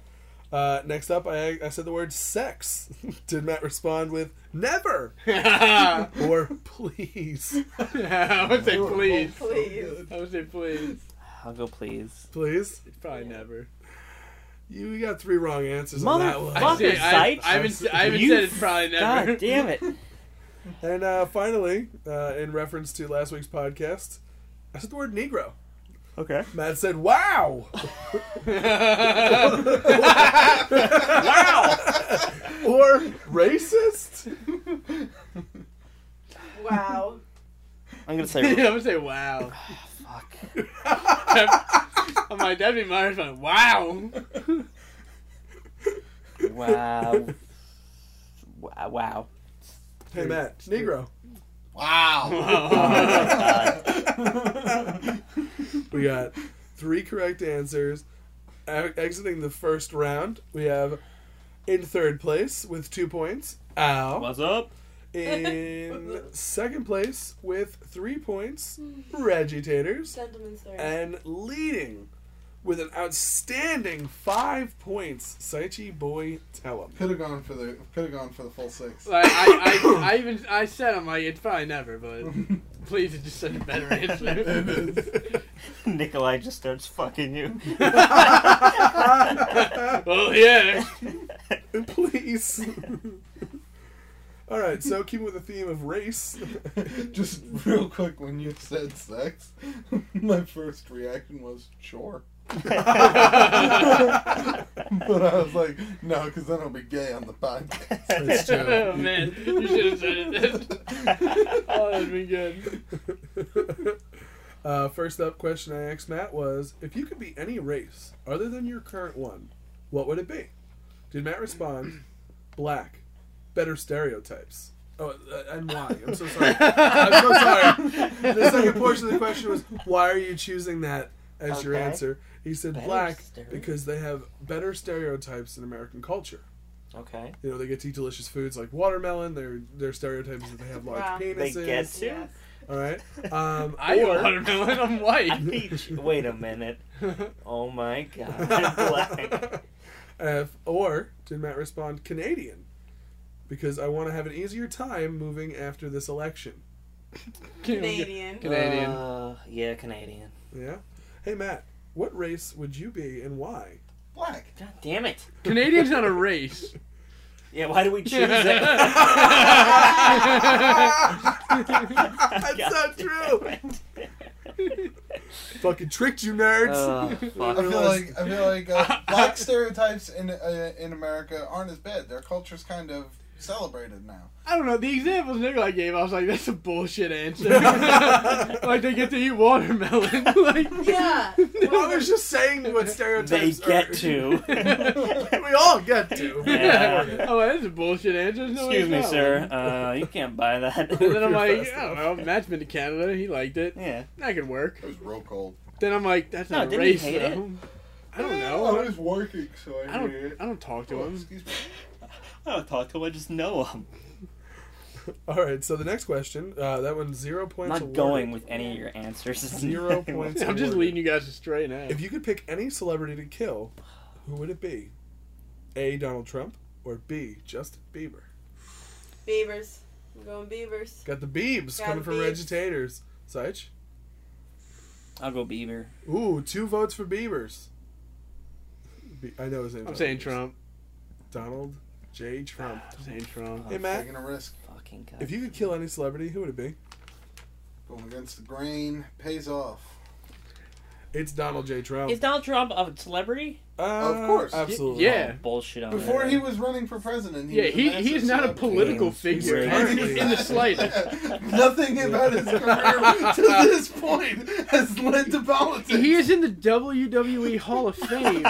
Speaker 4: Uh, next up, I, I said the word sex. Did Matt respond with never
Speaker 6: I
Speaker 4: or please?
Speaker 6: would say please.
Speaker 5: Please.
Speaker 6: I would say please.
Speaker 7: I'll go please.
Speaker 4: Please?
Speaker 6: Probably never.
Speaker 4: You got three wrong answers on that
Speaker 7: Motherfucker.
Speaker 4: one.
Speaker 7: Fucking
Speaker 6: See, I,
Speaker 7: sites.
Speaker 6: I haven't, I haven't
Speaker 7: You
Speaker 6: said it's probably never.
Speaker 7: God damn it.
Speaker 4: And uh, finally, uh, in reference to last week's podcast, I said the word Negro.
Speaker 7: Okay.
Speaker 4: Matt said, wow! or racist?
Speaker 5: Wow.
Speaker 7: I'm gonna
Speaker 6: I
Speaker 7: say.
Speaker 6: would say wow.
Speaker 7: Fuck.
Speaker 6: I'm like, that'd be my response. Wow.
Speaker 7: Wow. Wow. Wow.
Speaker 4: Hey, Matt, Negro.
Speaker 6: Oh, Wow.
Speaker 4: We got three correct answers. E- Exiting the first round, we have in third place with two points, Al.
Speaker 2: What's up?
Speaker 4: In second place with three points, Reggie Taters.
Speaker 3: Uh,
Speaker 5: Gentleman's story.
Speaker 4: And leading with an outstanding five points. Saichi Boy Tellum.
Speaker 3: Could have gone for the could have gone for the full six.
Speaker 6: Like, I, I, I even I said I'm like it's probably never, but please it's just such a better answer.
Speaker 7: Nikolai just starts fucking you.
Speaker 6: well, Oh, yeah.
Speaker 4: Please. All right, so keeping with the theme of race,
Speaker 3: Just real quick, when you said sex, my first reaction was sure. but I was like, no, because then I'll be gay on the podcast.
Speaker 4: That's true.
Speaker 6: Oh man, you should have said it. oh, that'd be good.
Speaker 4: uh, first up question I asked Matt was if you could be any race other than your current one, what would it be? Did Matt respond, black, better stereotypes? Oh, uh, and why? I'm so sorry. I'm so sorry. The second portion of the question was why are you choosing that as your
Speaker 7: Okay.
Speaker 4: answer? He said
Speaker 7: Better
Speaker 4: black
Speaker 7: stereo-
Speaker 4: because they have better stereotypes in American culture.
Speaker 7: Okay.
Speaker 4: You know, they get to eat delicious foods like watermelon. Their their stereotypes that they have large
Speaker 5: Wow. They
Speaker 7: They
Speaker 4: penises.
Speaker 7: get to.
Speaker 5: Yes.
Speaker 4: All right. Um,
Speaker 6: I
Speaker 4: or-
Speaker 6: don't watermelon. I'm
Speaker 7: I
Speaker 6: white.
Speaker 7: beat you. Wait a minute. Oh my god. Black.
Speaker 4: Uh, or did Matt respond Canadian? Because I want to have an easier time moving after this election.
Speaker 5: Canadian.
Speaker 6: Canadian.
Speaker 7: Uh, yeah, Canadian.
Speaker 4: Yeah. Hey Matt, what race would you be and why?
Speaker 3: Black.
Speaker 7: God damn it.
Speaker 6: Canadian's not a race.
Speaker 7: Yeah, why do we choose it?
Speaker 4: Ah, That's not
Speaker 7: Oh,
Speaker 4: true. Fucking tricked you nerds.
Speaker 7: Oh, fuck.
Speaker 3: I feel like I feel like uh, black stereotypes in uh, in America aren't as bad. Their culture's kind of celebrated now.
Speaker 6: I don't know. The examples Nikolai gave, I was like, that's a bullshit answer. like they get to eat watermelon. like
Speaker 5: Yeah.
Speaker 4: Well, I was just saying what
Speaker 7: They
Speaker 4: stereotypes
Speaker 7: get
Speaker 4: are-
Speaker 7: to.
Speaker 4: we all get to.
Speaker 7: Yeah.
Speaker 6: Oh, that's a bullshit answer. There's no way
Speaker 7: Excuse me,
Speaker 6: it's
Speaker 7: sir.
Speaker 6: valid.
Speaker 7: Uh, you can't buy
Speaker 6: And
Speaker 7: that.
Speaker 6: then I'm like,
Speaker 4: Fast
Speaker 6: I don't know. Matt's been to Canada. He liked it.
Speaker 7: yeah.
Speaker 6: That could work.
Speaker 3: It was real cold.
Speaker 6: Then I'm like, that's
Speaker 7: No,
Speaker 6: not a
Speaker 7: didn't he
Speaker 6: race,
Speaker 7: hate it?
Speaker 6: though. I don't
Speaker 3: I
Speaker 6: know.
Speaker 3: was working, so I,
Speaker 6: I don't.
Speaker 3: did.
Speaker 6: I don't talk to
Speaker 3: Oh,
Speaker 6: him.
Speaker 3: excuse me.
Speaker 7: I don't talk to him. I just know him.
Speaker 4: All right. So the next question. Uh, that one zero
Speaker 7: I'm
Speaker 4: points.
Speaker 7: not
Speaker 4: awarded.
Speaker 7: going with any of your answers.
Speaker 4: Zero points.
Speaker 6: I'm just
Speaker 4: awarded.
Speaker 6: leading you guys astray now.
Speaker 4: If you could pick any celebrity to kill, who would it be? A. Donald Trump or B. Justin Bieber?
Speaker 5: Beavers. I'm going beavers.
Speaker 4: Got the Biebs
Speaker 5: Got
Speaker 4: coming
Speaker 5: the
Speaker 4: from
Speaker 5: Biebs.
Speaker 4: Regitators. Seich?
Speaker 7: I'll go Beaver.
Speaker 4: Ooh, two votes for Biebers. Be- I know his name.
Speaker 6: I'm saying Trump.
Speaker 4: Donald J. Trump.
Speaker 6: I'm saying Trump.
Speaker 3: Oh,
Speaker 4: Hey Matt,
Speaker 3: Taking a risk,
Speaker 7: Fucking god.
Speaker 4: if you could kill any celebrity, who would it be?
Speaker 3: going against the grain pays off.
Speaker 4: It's Donald J. Trump.
Speaker 7: Is Donald Trump a celebrity?
Speaker 4: Uh,
Speaker 3: Of course.
Speaker 4: absolutely.
Speaker 6: Yeah.
Speaker 7: Oh, bullshit on
Speaker 3: Before
Speaker 7: that.
Speaker 3: he was running for president, he
Speaker 6: Yeah,
Speaker 3: was a
Speaker 6: he,
Speaker 3: massive
Speaker 6: he's not a
Speaker 3: celebrity.
Speaker 6: political
Speaker 7: James
Speaker 6: figure in,
Speaker 4: Currently.
Speaker 6: in the slightest.
Speaker 3: Nothing about his career to this point has led to politics.
Speaker 6: He is in the WWE Hall of Fame.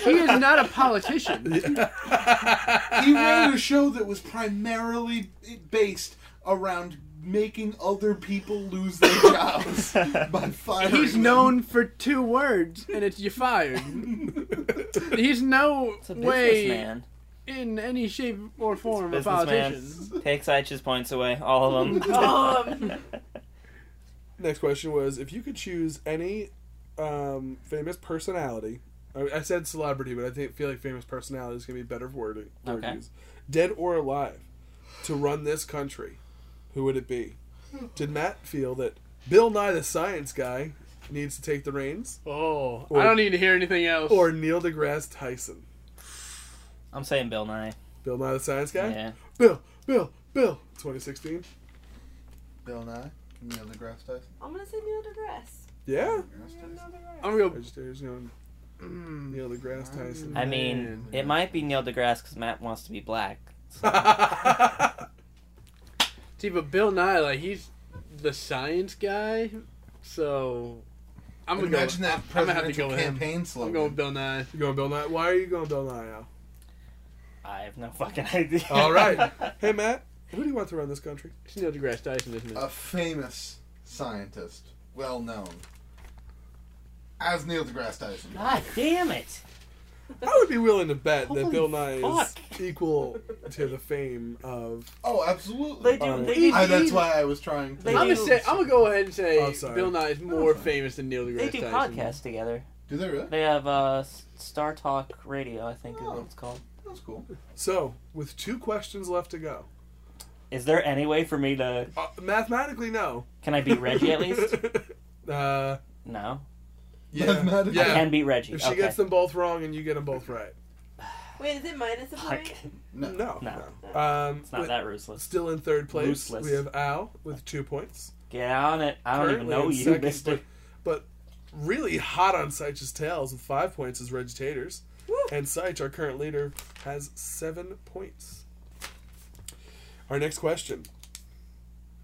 Speaker 6: he is not a politician.
Speaker 3: he ran a show that was primarily based around making other people lose their jobs by firing.
Speaker 6: He's
Speaker 3: them.
Speaker 6: known for two words, and it's you fired. He's no
Speaker 7: It's a
Speaker 6: way
Speaker 7: businessman.
Speaker 6: in any shape or form a politician.
Speaker 7: Businessman. Take Seich's points away. All of them.
Speaker 5: Um,
Speaker 4: Next question was if you could choose any um, famous personality. I, I said celebrity, but I think feel like famous personality is going to be better wording. word
Speaker 7: Okay.
Speaker 4: use. Dead or alive, to run this country, who would it be? Did Matt feel that Bill Nye the Science Guy needs to take the reins,
Speaker 6: Oh,
Speaker 4: Or-
Speaker 6: I don't need to hear anything else.
Speaker 4: or Neil deGrasse Tyson?
Speaker 7: I'm saying Bill Nye.
Speaker 4: Bill Nye the Science Guy.
Speaker 7: Yeah.
Speaker 4: Bill, Bill, Bill. 2016.
Speaker 3: Bill Nye, Neil deGrasse Tyson.
Speaker 5: I'm gonna say Neil deGrasse.
Speaker 4: Yeah.
Speaker 6: I'm gonna go. mm.
Speaker 4: Vegetarian's going Neil deGrasse Tyson.
Speaker 7: I mean,
Speaker 6: Man.
Speaker 7: it might be Neil deGrasse because Matt wants to be black.
Speaker 6: See, but Bill Nye, like he's the science guy, so I'm gonna
Speaker 3: Imagine
Speaker 6: go.
Speaker 3: that
Speaker 6: I'm gonna have to
Speaker 3: presidential
Speaker 6: go with him.
Speaker 3: campaign
Speaker 6: I'm
Speaker 3: slogan.
Speaker 6: going with Bill Nye.
Speaker 4: you going Bill Nye? Why are you going Bill Nye? Al?
Speaker 7: I have no fucking idea.
Speaker 4: All right. Hey Matt, who do you want to run this country?
Speaker 6: It's Neil deGrasse Tyson, isn't it?
Speaker 3: a famous scientist, well known as Neil deGrasse Tyson.
Speaker 7: God damn it.
Speaker 4: I would be willing to bet that
Speaker 7: Holy
Speaker 4: Bill Nye
Speaker 7: fuck.
Speaker 4: is equal to the fame of.
Speaker 3: Oh, absolutely.
Speaker 5: They do.
Speaker 4: Um,
Speaker 5: they do.
Speaker 3: I, that's why I was trying.
Speaker 5: They
Speaker 6: I'm
Speaker 5: do-
Speaker 6: gonna say I'm gonna go ahead and say
Speaker 4: Oh, sorry.
Speaker 6: Bill Nye is more famous than Neil deGrasse
Speaker 7: They do
Speaker 6: Tyson.
Speaker 7: podcasts together.
Speaker 3: Do they really?
Speaker 7: They have uh, S- Star Talk Radio, I think is what
Speaker 3: Oh.
Speaker 7: it's called.
Speaker 3: That's cool.
Speaker 4: So, with two questions left to go,
Speaker 7: Is there any way for me to?
Speaker 4: uh, mathematically, no.
Speaker 7: Can I beat Reggie at least?
Speaker 4: Uh,
Speaker 7: No,
Speaker 4: yeah,
Speaker 3: Mathematically.
Speaker 7: I
Speaker 4: yeah.
Speaker 7: can beat Reggie.
Speaker 4: If she
Speaker 7: okay.
Speaker 4: gets them both wrong and you get them both right,
Speaker 5: Wait, is it minus a
Speaker 7: Fuck.
Speaker 5: point?
Speaker 3: No.
Speaker 4: no,
Speaker 7: No.
Speaker 4: no. Um,
Speaker 7: It's not
Speaker 4: with-
Speaker 7: that ruthless.
Speaker 4: Still in third place,
Speaker 7: Ruthless.
Speaker 4: we have Al with two points.
Speaker 7: Get on it. I don't even
Speaker 4: Currently
Speaker 7: know
Speaker 4: in
Speaker 7: you,
Speaker 4: second,
Speaker 7: Mister.
Speaker 4: But, but really hot on Sych's tails with five points is Reg Taters,
Speaker 5: Woo.
Speaker 4: and Sich, our current leader, has seven points. Our next question: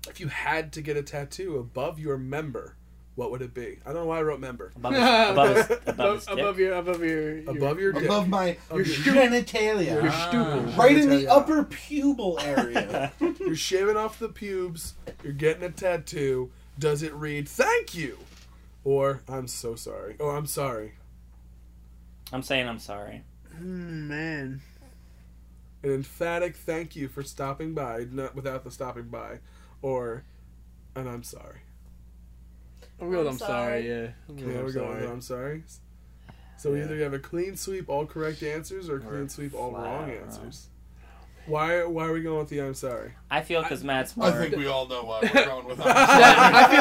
Speaker 4: If you had to get a tattoo above your member, what would it be? I don't know why I wrote member.
Speaker 7: Above his, above his, above his dick.
Speaker 6: above, above your, above your, your
Speaker 4: Above your dick.
Speaker 3: Above my
Speaker 4: Your stu-
Speaker 3: genitalia.
Speaker 6: Oh, You're
Speaker 7: Ah.
Speaker 6: stupid.
Speaker 3: right in the
Speaker 4: genitalia.
Speaker 3: upper pubal area.
Speaker 4: You're shaving off the pubes. You're getting a tattoo. Does it read "Thank you" or "I'm so sorry"? Oh, I'm sorry.
Speaker 7: I'm saying I'm sorry.
Speaker 6: Hmm, man.
Speaker 4: An emphatic thank you for stopping by, not without the stopping by, or and I'm sorry.
Speaker 6: I'm going.
Speaker 5: I'm
Speaker 6: I'm, sorry. Yeah. I'm
Speaker 4: Yeah,
Speaker 6: going. I'm
Speaker 4: we're going.
Speaker 6: sorry.
Speaker 4: with I'm sorry. So
Speaker 7: Yeah.
Speaker 4: either you have a clean sweep, all correct answers, or a clean
Speaker 7: Or
Speaker 4: sweep, all
Speaker 7: flat
Speaker 4: wrong
Speaker 7: wrong.
Speaker 4: answers. Why? Why are we going with the I'm sorry?
Speaker 7: I feel because Matt's
Speaker 3: I
Speaker 7: smart.
Speaker 3: think we all know why we're going with
Speaker 6: That-
Speaker 3: that.
Speaker 6: I feel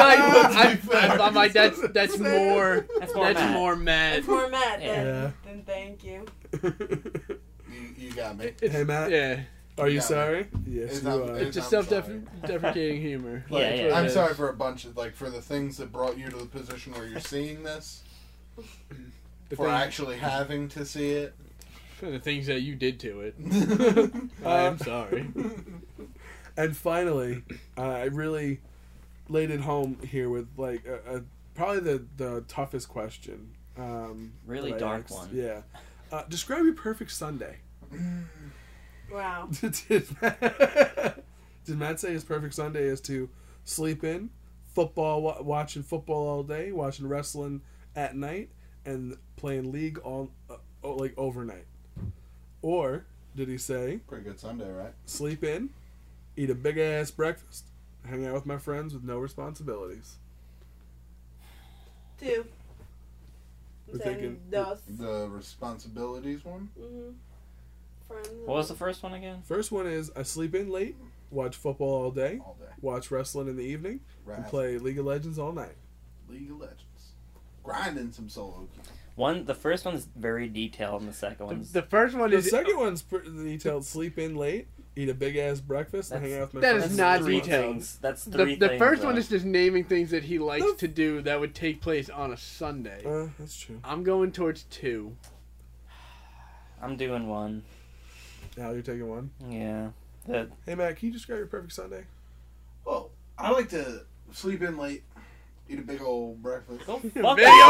Speaker 3: Let's
Speaker 6: like
Speaker 3: be
Speaker 6: I,
Speaker 3: fair.
Speaker 6: I, am like that's that's more
Speaker 7: That's more
Speaker 6: that's
Speaker 7: Matt.
Speaker 6: more mad.
Speaker 5: It's more Matt than,
Speaker 4: Yeah.
Speaker 5: than thank you.
Speaker 3: You, you got me.
Speaker 4: Hey, Matt.
Speaker 6: Yeah,
Speaker 4: Are you
Speaker 3: Yeah.
Speaker 4: sorry? Yes,
Speaker 3: It's
Speaker 4: you
Speaker 3: not-
Speaker 4: are.
Speaker 3: it's-
Speaker 6: it's just
Speaker 3: I'm
Speaker 6: self
Speaker 3: sorry.
Speaker 6: deprecating humor.
Speaker 7: Yeah,
Speaker 6: Like,
Speaker 7: yeah.
Speaker 3: I'm
Speaker 6: uh,
Speaker 3: sorry for a bunch of like for the things that brought you to the position where you're seeing this,
Speaker 6: the,
Speaker 3: for
Speaker 6: thing-
Speaker 3: actually having to see it.
Speaker 6: for the things that you did to it. I
Speaker 4: Uh,
Speaker 6: am sorry.
Speaker 4: and finally, uh, I really laid it home here with like a, a, probably the the toughest question. Um,
Speaker 7: Really
Speaker 4: that I
Speaker 7: dark
Speaker 4: asked.
Speaker 7: one.
Speaker 4: Yeah. Uh, describe your perfect Sunday.
Speaker 5: Wow.
Speaker 4: did, Matt, did Matt say his perfect Sunday is to sleep in, football, wa- watching football all day, watching wrestling at night, and playing league all uh, oh, like overnight? Or did he say
Speaker 3: Pretty good Sunday, right?
Speaker 4: sleep in, eat a big ass breakfast, hang out with my friends with no responsibilities?
Speaker 5: Two.
Speaker 4: We're
Speaker 5: Then
Speaker 4: thinking-
Speaker 5: those.
Speaker 3: The responsibilities one.
Speaker 5: hmm Friends.
Speaker 7: What was the first one again?
Speaker 4: First one is I sleep in late, watch football all day,
Speaker 3: All day.
Speaker 4: watch wrestling in the evening,
Speaker 3: Right.
Speaker 4: and play League of Legends all night.
Speaker 3: League of Legends. Grinding some solo. queue.
Speaker 7: One, the first one's very detailed, and the second one's
Speaker 6: The first one
Speaker 4: The
Speaker 6: is
Speaker 4: second one's pretty detailed. Sleep in late, eat a big ass breakfast, and hang out with my
Speaker 6: That is
Speaker 4: friends.
Speaker 7: that's
Speaker 6: not
Speaker 7: three
Speaker 6: detailed.
Speaker 7: Things. That's
Speaker 6: the,
Speaker 7: three.
Speaker 6: the
Speaker 7: things,
Speaker 6: first
Speaker 7: though.
Speaker 6: one is just naming things that he likes
Speaker 4: The-
Speaker 6: to do that would take place on a Sunday.
Speaker 4: Uh, that's true.
Speaker 6: I'm going towards two.
Speaker 7: I'm doing one.
Speaker 4: Now you're taking one.
Speaker 7: Yeah. The,
Speaker 4: Hey Matt, can you describe your perfect Sunday?
Speaker 3: Well, I like to sleep in late, eat a big old breakfast,
Speaker 7: go
Speaker 6: Big
Speaker 7: fuck
Speaker 6: old Big old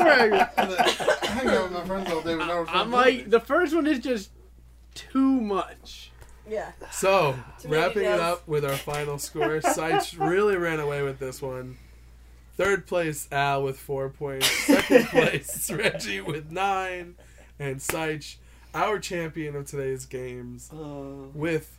Speaker 6: banger.
Speaker 3: and then hang out with my friends all day with no
Speaker 6: I'm
Speaker 3: responsibilities.
Speaker 6: like the first one is just too much.
Speaker 5: Yeah.
Speaker 4: So
Speaker 5: Tomato
Speaker 4: wrapping it
Speaker 5: does.
Speaker 4: up with our final score, Seitz really ran away with this one. Third place Al with four points. Second place Reggie with nine, and Seitz, our champion of today's games,
Speaker 6: Oh.
Speaker 4: with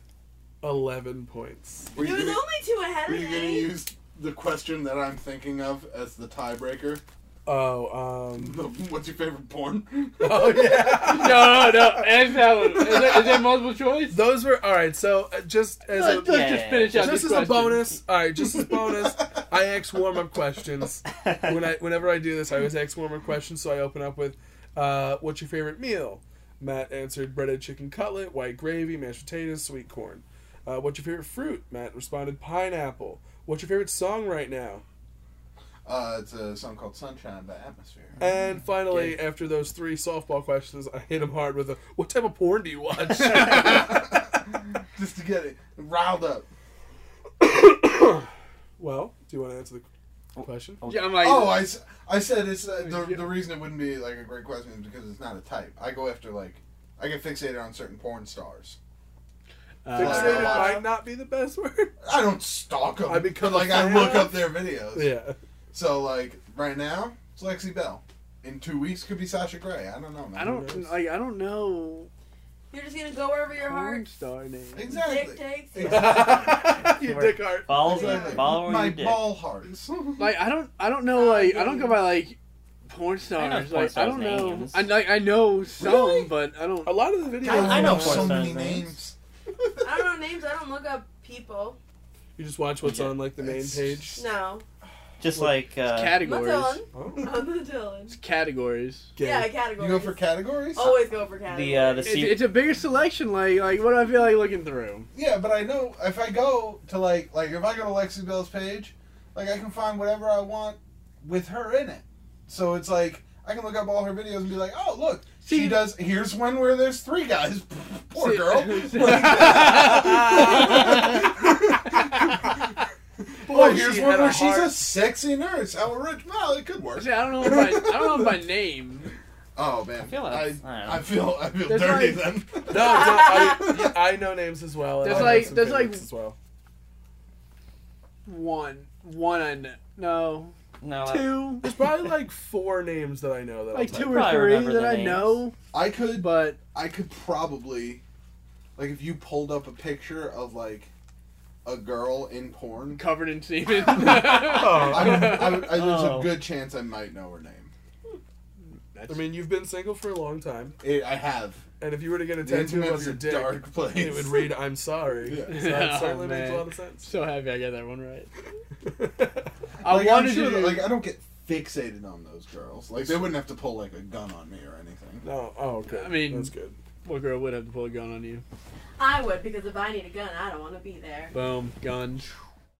Speaker 4: eleven points.
Speaker 3: Were
Speaker 5: It
Speaker 3: you
Speaker 5: was
Speaker 3: gonna-
Speaker 5: only two ahead
Speaker 3: were
Speaker 5: of
Speaker 3: you gonna
Speaker 5: me.
Speaker 3: use the question that I'm thinking of as the tiebreaker?
Speaker 4: Oh, um,
Speaker 3: The- What's your favorite porn?
Speaker 4: oh yeah.
Speaker 6: No, no,
Speaker 4: Uh.
Speaker 6: ask that one. Is that, is that multiple choice?
Speaker 4: Those were all right. So uh, just as
Speaker 6: Let's
Speaker 4: a,
Speaker 7: Yeah,
Speaker 6: just
Speaker 7: yeah,
Speaker 6: finish
Speaker 7: yeah.
Speaker 6: out
Speaker 4: just as
Speaker 6: this
Speaker 4: a
Speaker 6: question.
Speaker 4: bonus, all right, just as a bonus, I ask warm up questions. When I whenever I do this, I always ask warm up questions. So I open up with, uh, "What's your favorite meal?" Matt answered breaded chicken cutlet, white gravy, mashed potatoes, sweet corn. Uh, what's your favorite fruit? Matt responded pineapple. What's your favorite song right now?
Speaker 3: Uh, it's a song called "Sunshine" by Atmosphere.
Speaker 4: And finally, after those three softball questions, I hit him hard with a, "What type of porn do you watch?"
Speaker 3: Just to get it riled up.
Speaker 4: well, do you want to answer the question?
Speaker 6: Yeah, I'm like,
Speaker 3: Oh, I, s- I said it's uh, the, the reason it wouldn't be like a great question is because it's not a type. I go after like I get fixated on certain porn stars.
Speaker 4: Fixated
Speaker 3: Uh,
Speaker 4: might not be the best word.
Speaker 3: I don't stalk them.
Speaker 4: I become
Speaker 3: like
Speaker 4: a
Speaker 3: I
Speaker 4: fan.
Speaker 3: look up their videos.
Speaker 4: Yeah.
Speaker 3: So like right now, it's Lexi Bell. In two weeks, could be Sasha Grey. I don't know. Man.
Speaker 6: I don't like. I don't know.
Speaker 5: You're just gonna go wherever your
Speaker 6: Porn
Speaker 5: heart
Speaker 6: star name.
Speaker 5: dick
Speaker 3: Exactly.
Speaker 5: takes you.
Speaker 6: you dick heart.
Speaker 7: Balls,
Speaker 3: Exactly.
Speaker 7: ball where
Speaker 3: My
Speaker 7: you did.
Speaker 3: ball hearts.
Speaker 6: Like I don't, I don't know. Like I don't go by like porn stars.
Speaker 7: porn
Speaker 6: like I
Speaker 7: stars'
Speaker 6: don't know.
Speaker 7: names. Uh,
Speaker 6: I like I know some,
Speaker 3: Really?
Speaker 6: but I don't.
Speaker 4: A lot of the videos.
Speaker 7: I- I know
Speaker 3: so
Speaker 7: porn
Speaker 3: many
Speaker 7: stars'
Speaker 3: names.
Speaker 5: I don't know names. I don't look up people.
Speaker 4: You just watch what's on like the main
Speaker 3: It's-
Speaker 4: page.
Speaker 5: No.
Speaker 7: Just like uh,
Speaker 5: I'm not
Speaker 6: categories.
Speaker 5: Dylan.
Speaker 4: Oh.
Speaker 5: I'm not Dylan.
Speaker 6: It's categories.
Speaker 4: Gay.
Speaker 5: Yeah, categories.
Speaker 3: You go for categories?
Speaker 5: Always go for categories.
Speaker 7: the uh, the
Speaker 6: It's,
Speaker 7: sea.
Speaker 6: it's a bigger selection. Like like what do I feel like looking through?
Speaker 3: Yeah, but I know if I go to like like if I go to Lexi Bell's page, like I can find whatever I want with her in it. So it's like I can look up all her videos and be like, oh look, she
Speaker 6: See-
Speaker 3: does. Here's one where there's three guys. Poor
Speaker 6: See-
Speaker 3: girl.
Speaker 6: Boy,
Speaker 3: Boy, here's
Speaker 6: she
Speaker 3: one
Speaker 6: had a
Speaker 3: where she's a
Speaker 6: heart.
Speaker 3: sexy nurse. How rich? Well, it could work.
Speaker 6: See, I don't know. If I, I don't know if by name.
Speaker 3: Oh man, I
Speaker 7: feel that- I
Speaker 3: I,
Speaker 7: don't know.
Speaker 3: feel I feel
Speaker 6: There's
Speaker 3: dirty
Speaker 6: like-
Speaker 3: then.
Speaker 4: No, no I, I know names as well. and
Speaker 6: There's
Speaker 4: I have
Speaker 6: like-
Speaker 4: some
Speaker 6: there's
Speaker 4: favorites
Speaker 6: like-
Speaker 4: as well.
Speaker 6: One, one I know. No,
Speaker 7: no, that-
Speaker 6: two,
Speaker 4: There's probably like four names that I know that
Speaker 6: like
Speaker 4: I'll type.
Speaker 6: two or
Speaker 7: probably
Speaker 6: three
Speaker 7: remember
Speaker 6: that
Speaker 7: the
Speaker 6: I
Speaker 7: names.
Speaker 6: know.
Speaker 3: I could
Speaker 6: But
Speaker 3: I could probably like if you pulled up a picture of like a girl in porn.
Speaker 6: covered in semen.
Speaker 3: I would, I would, I, there's
Speaker 7: Oh.
Speaker 3: a good chance I might know her name.
Speaker 4: I mean, you've been single for a long time,
Speaker 3: It, I have.
Speaker 4: and if you were to get a
Speaker 3: The
Speaker 4: tattoo of
Speaker 3: internet's a
Speaker 4: your dick,
Speaker 3: dark place.
Speaker 4: it would read "I'm sorry."
Speaker 3: Yeah.
Speaker 4: So that certainly
Speaker 6: Oh,
Speaker 4: makes a
Speaker 6: man.
Speaker 4: lot of sense.
Speaker 6: so happy I got that one right. I
Speaker 3: Like, I'm
Speaker 6: wanted
Speaker 3: sure
Speaker 6: to.
Speaker 3: that,
Speaker 6: do-
Speaker 3: like I don't get fixated on those girls. Like they wouldn't have to pull like a gun on me or anything.
Speaker 4: no, oh, okay.
Speaker 6: I mean-
Speaker 4: that's good.
Speaker 6: what girl would have to pull a gun on you?
Speaker 5: I would because if I need a gun, I don't want to be there.
Speaker 6: Boom, gun.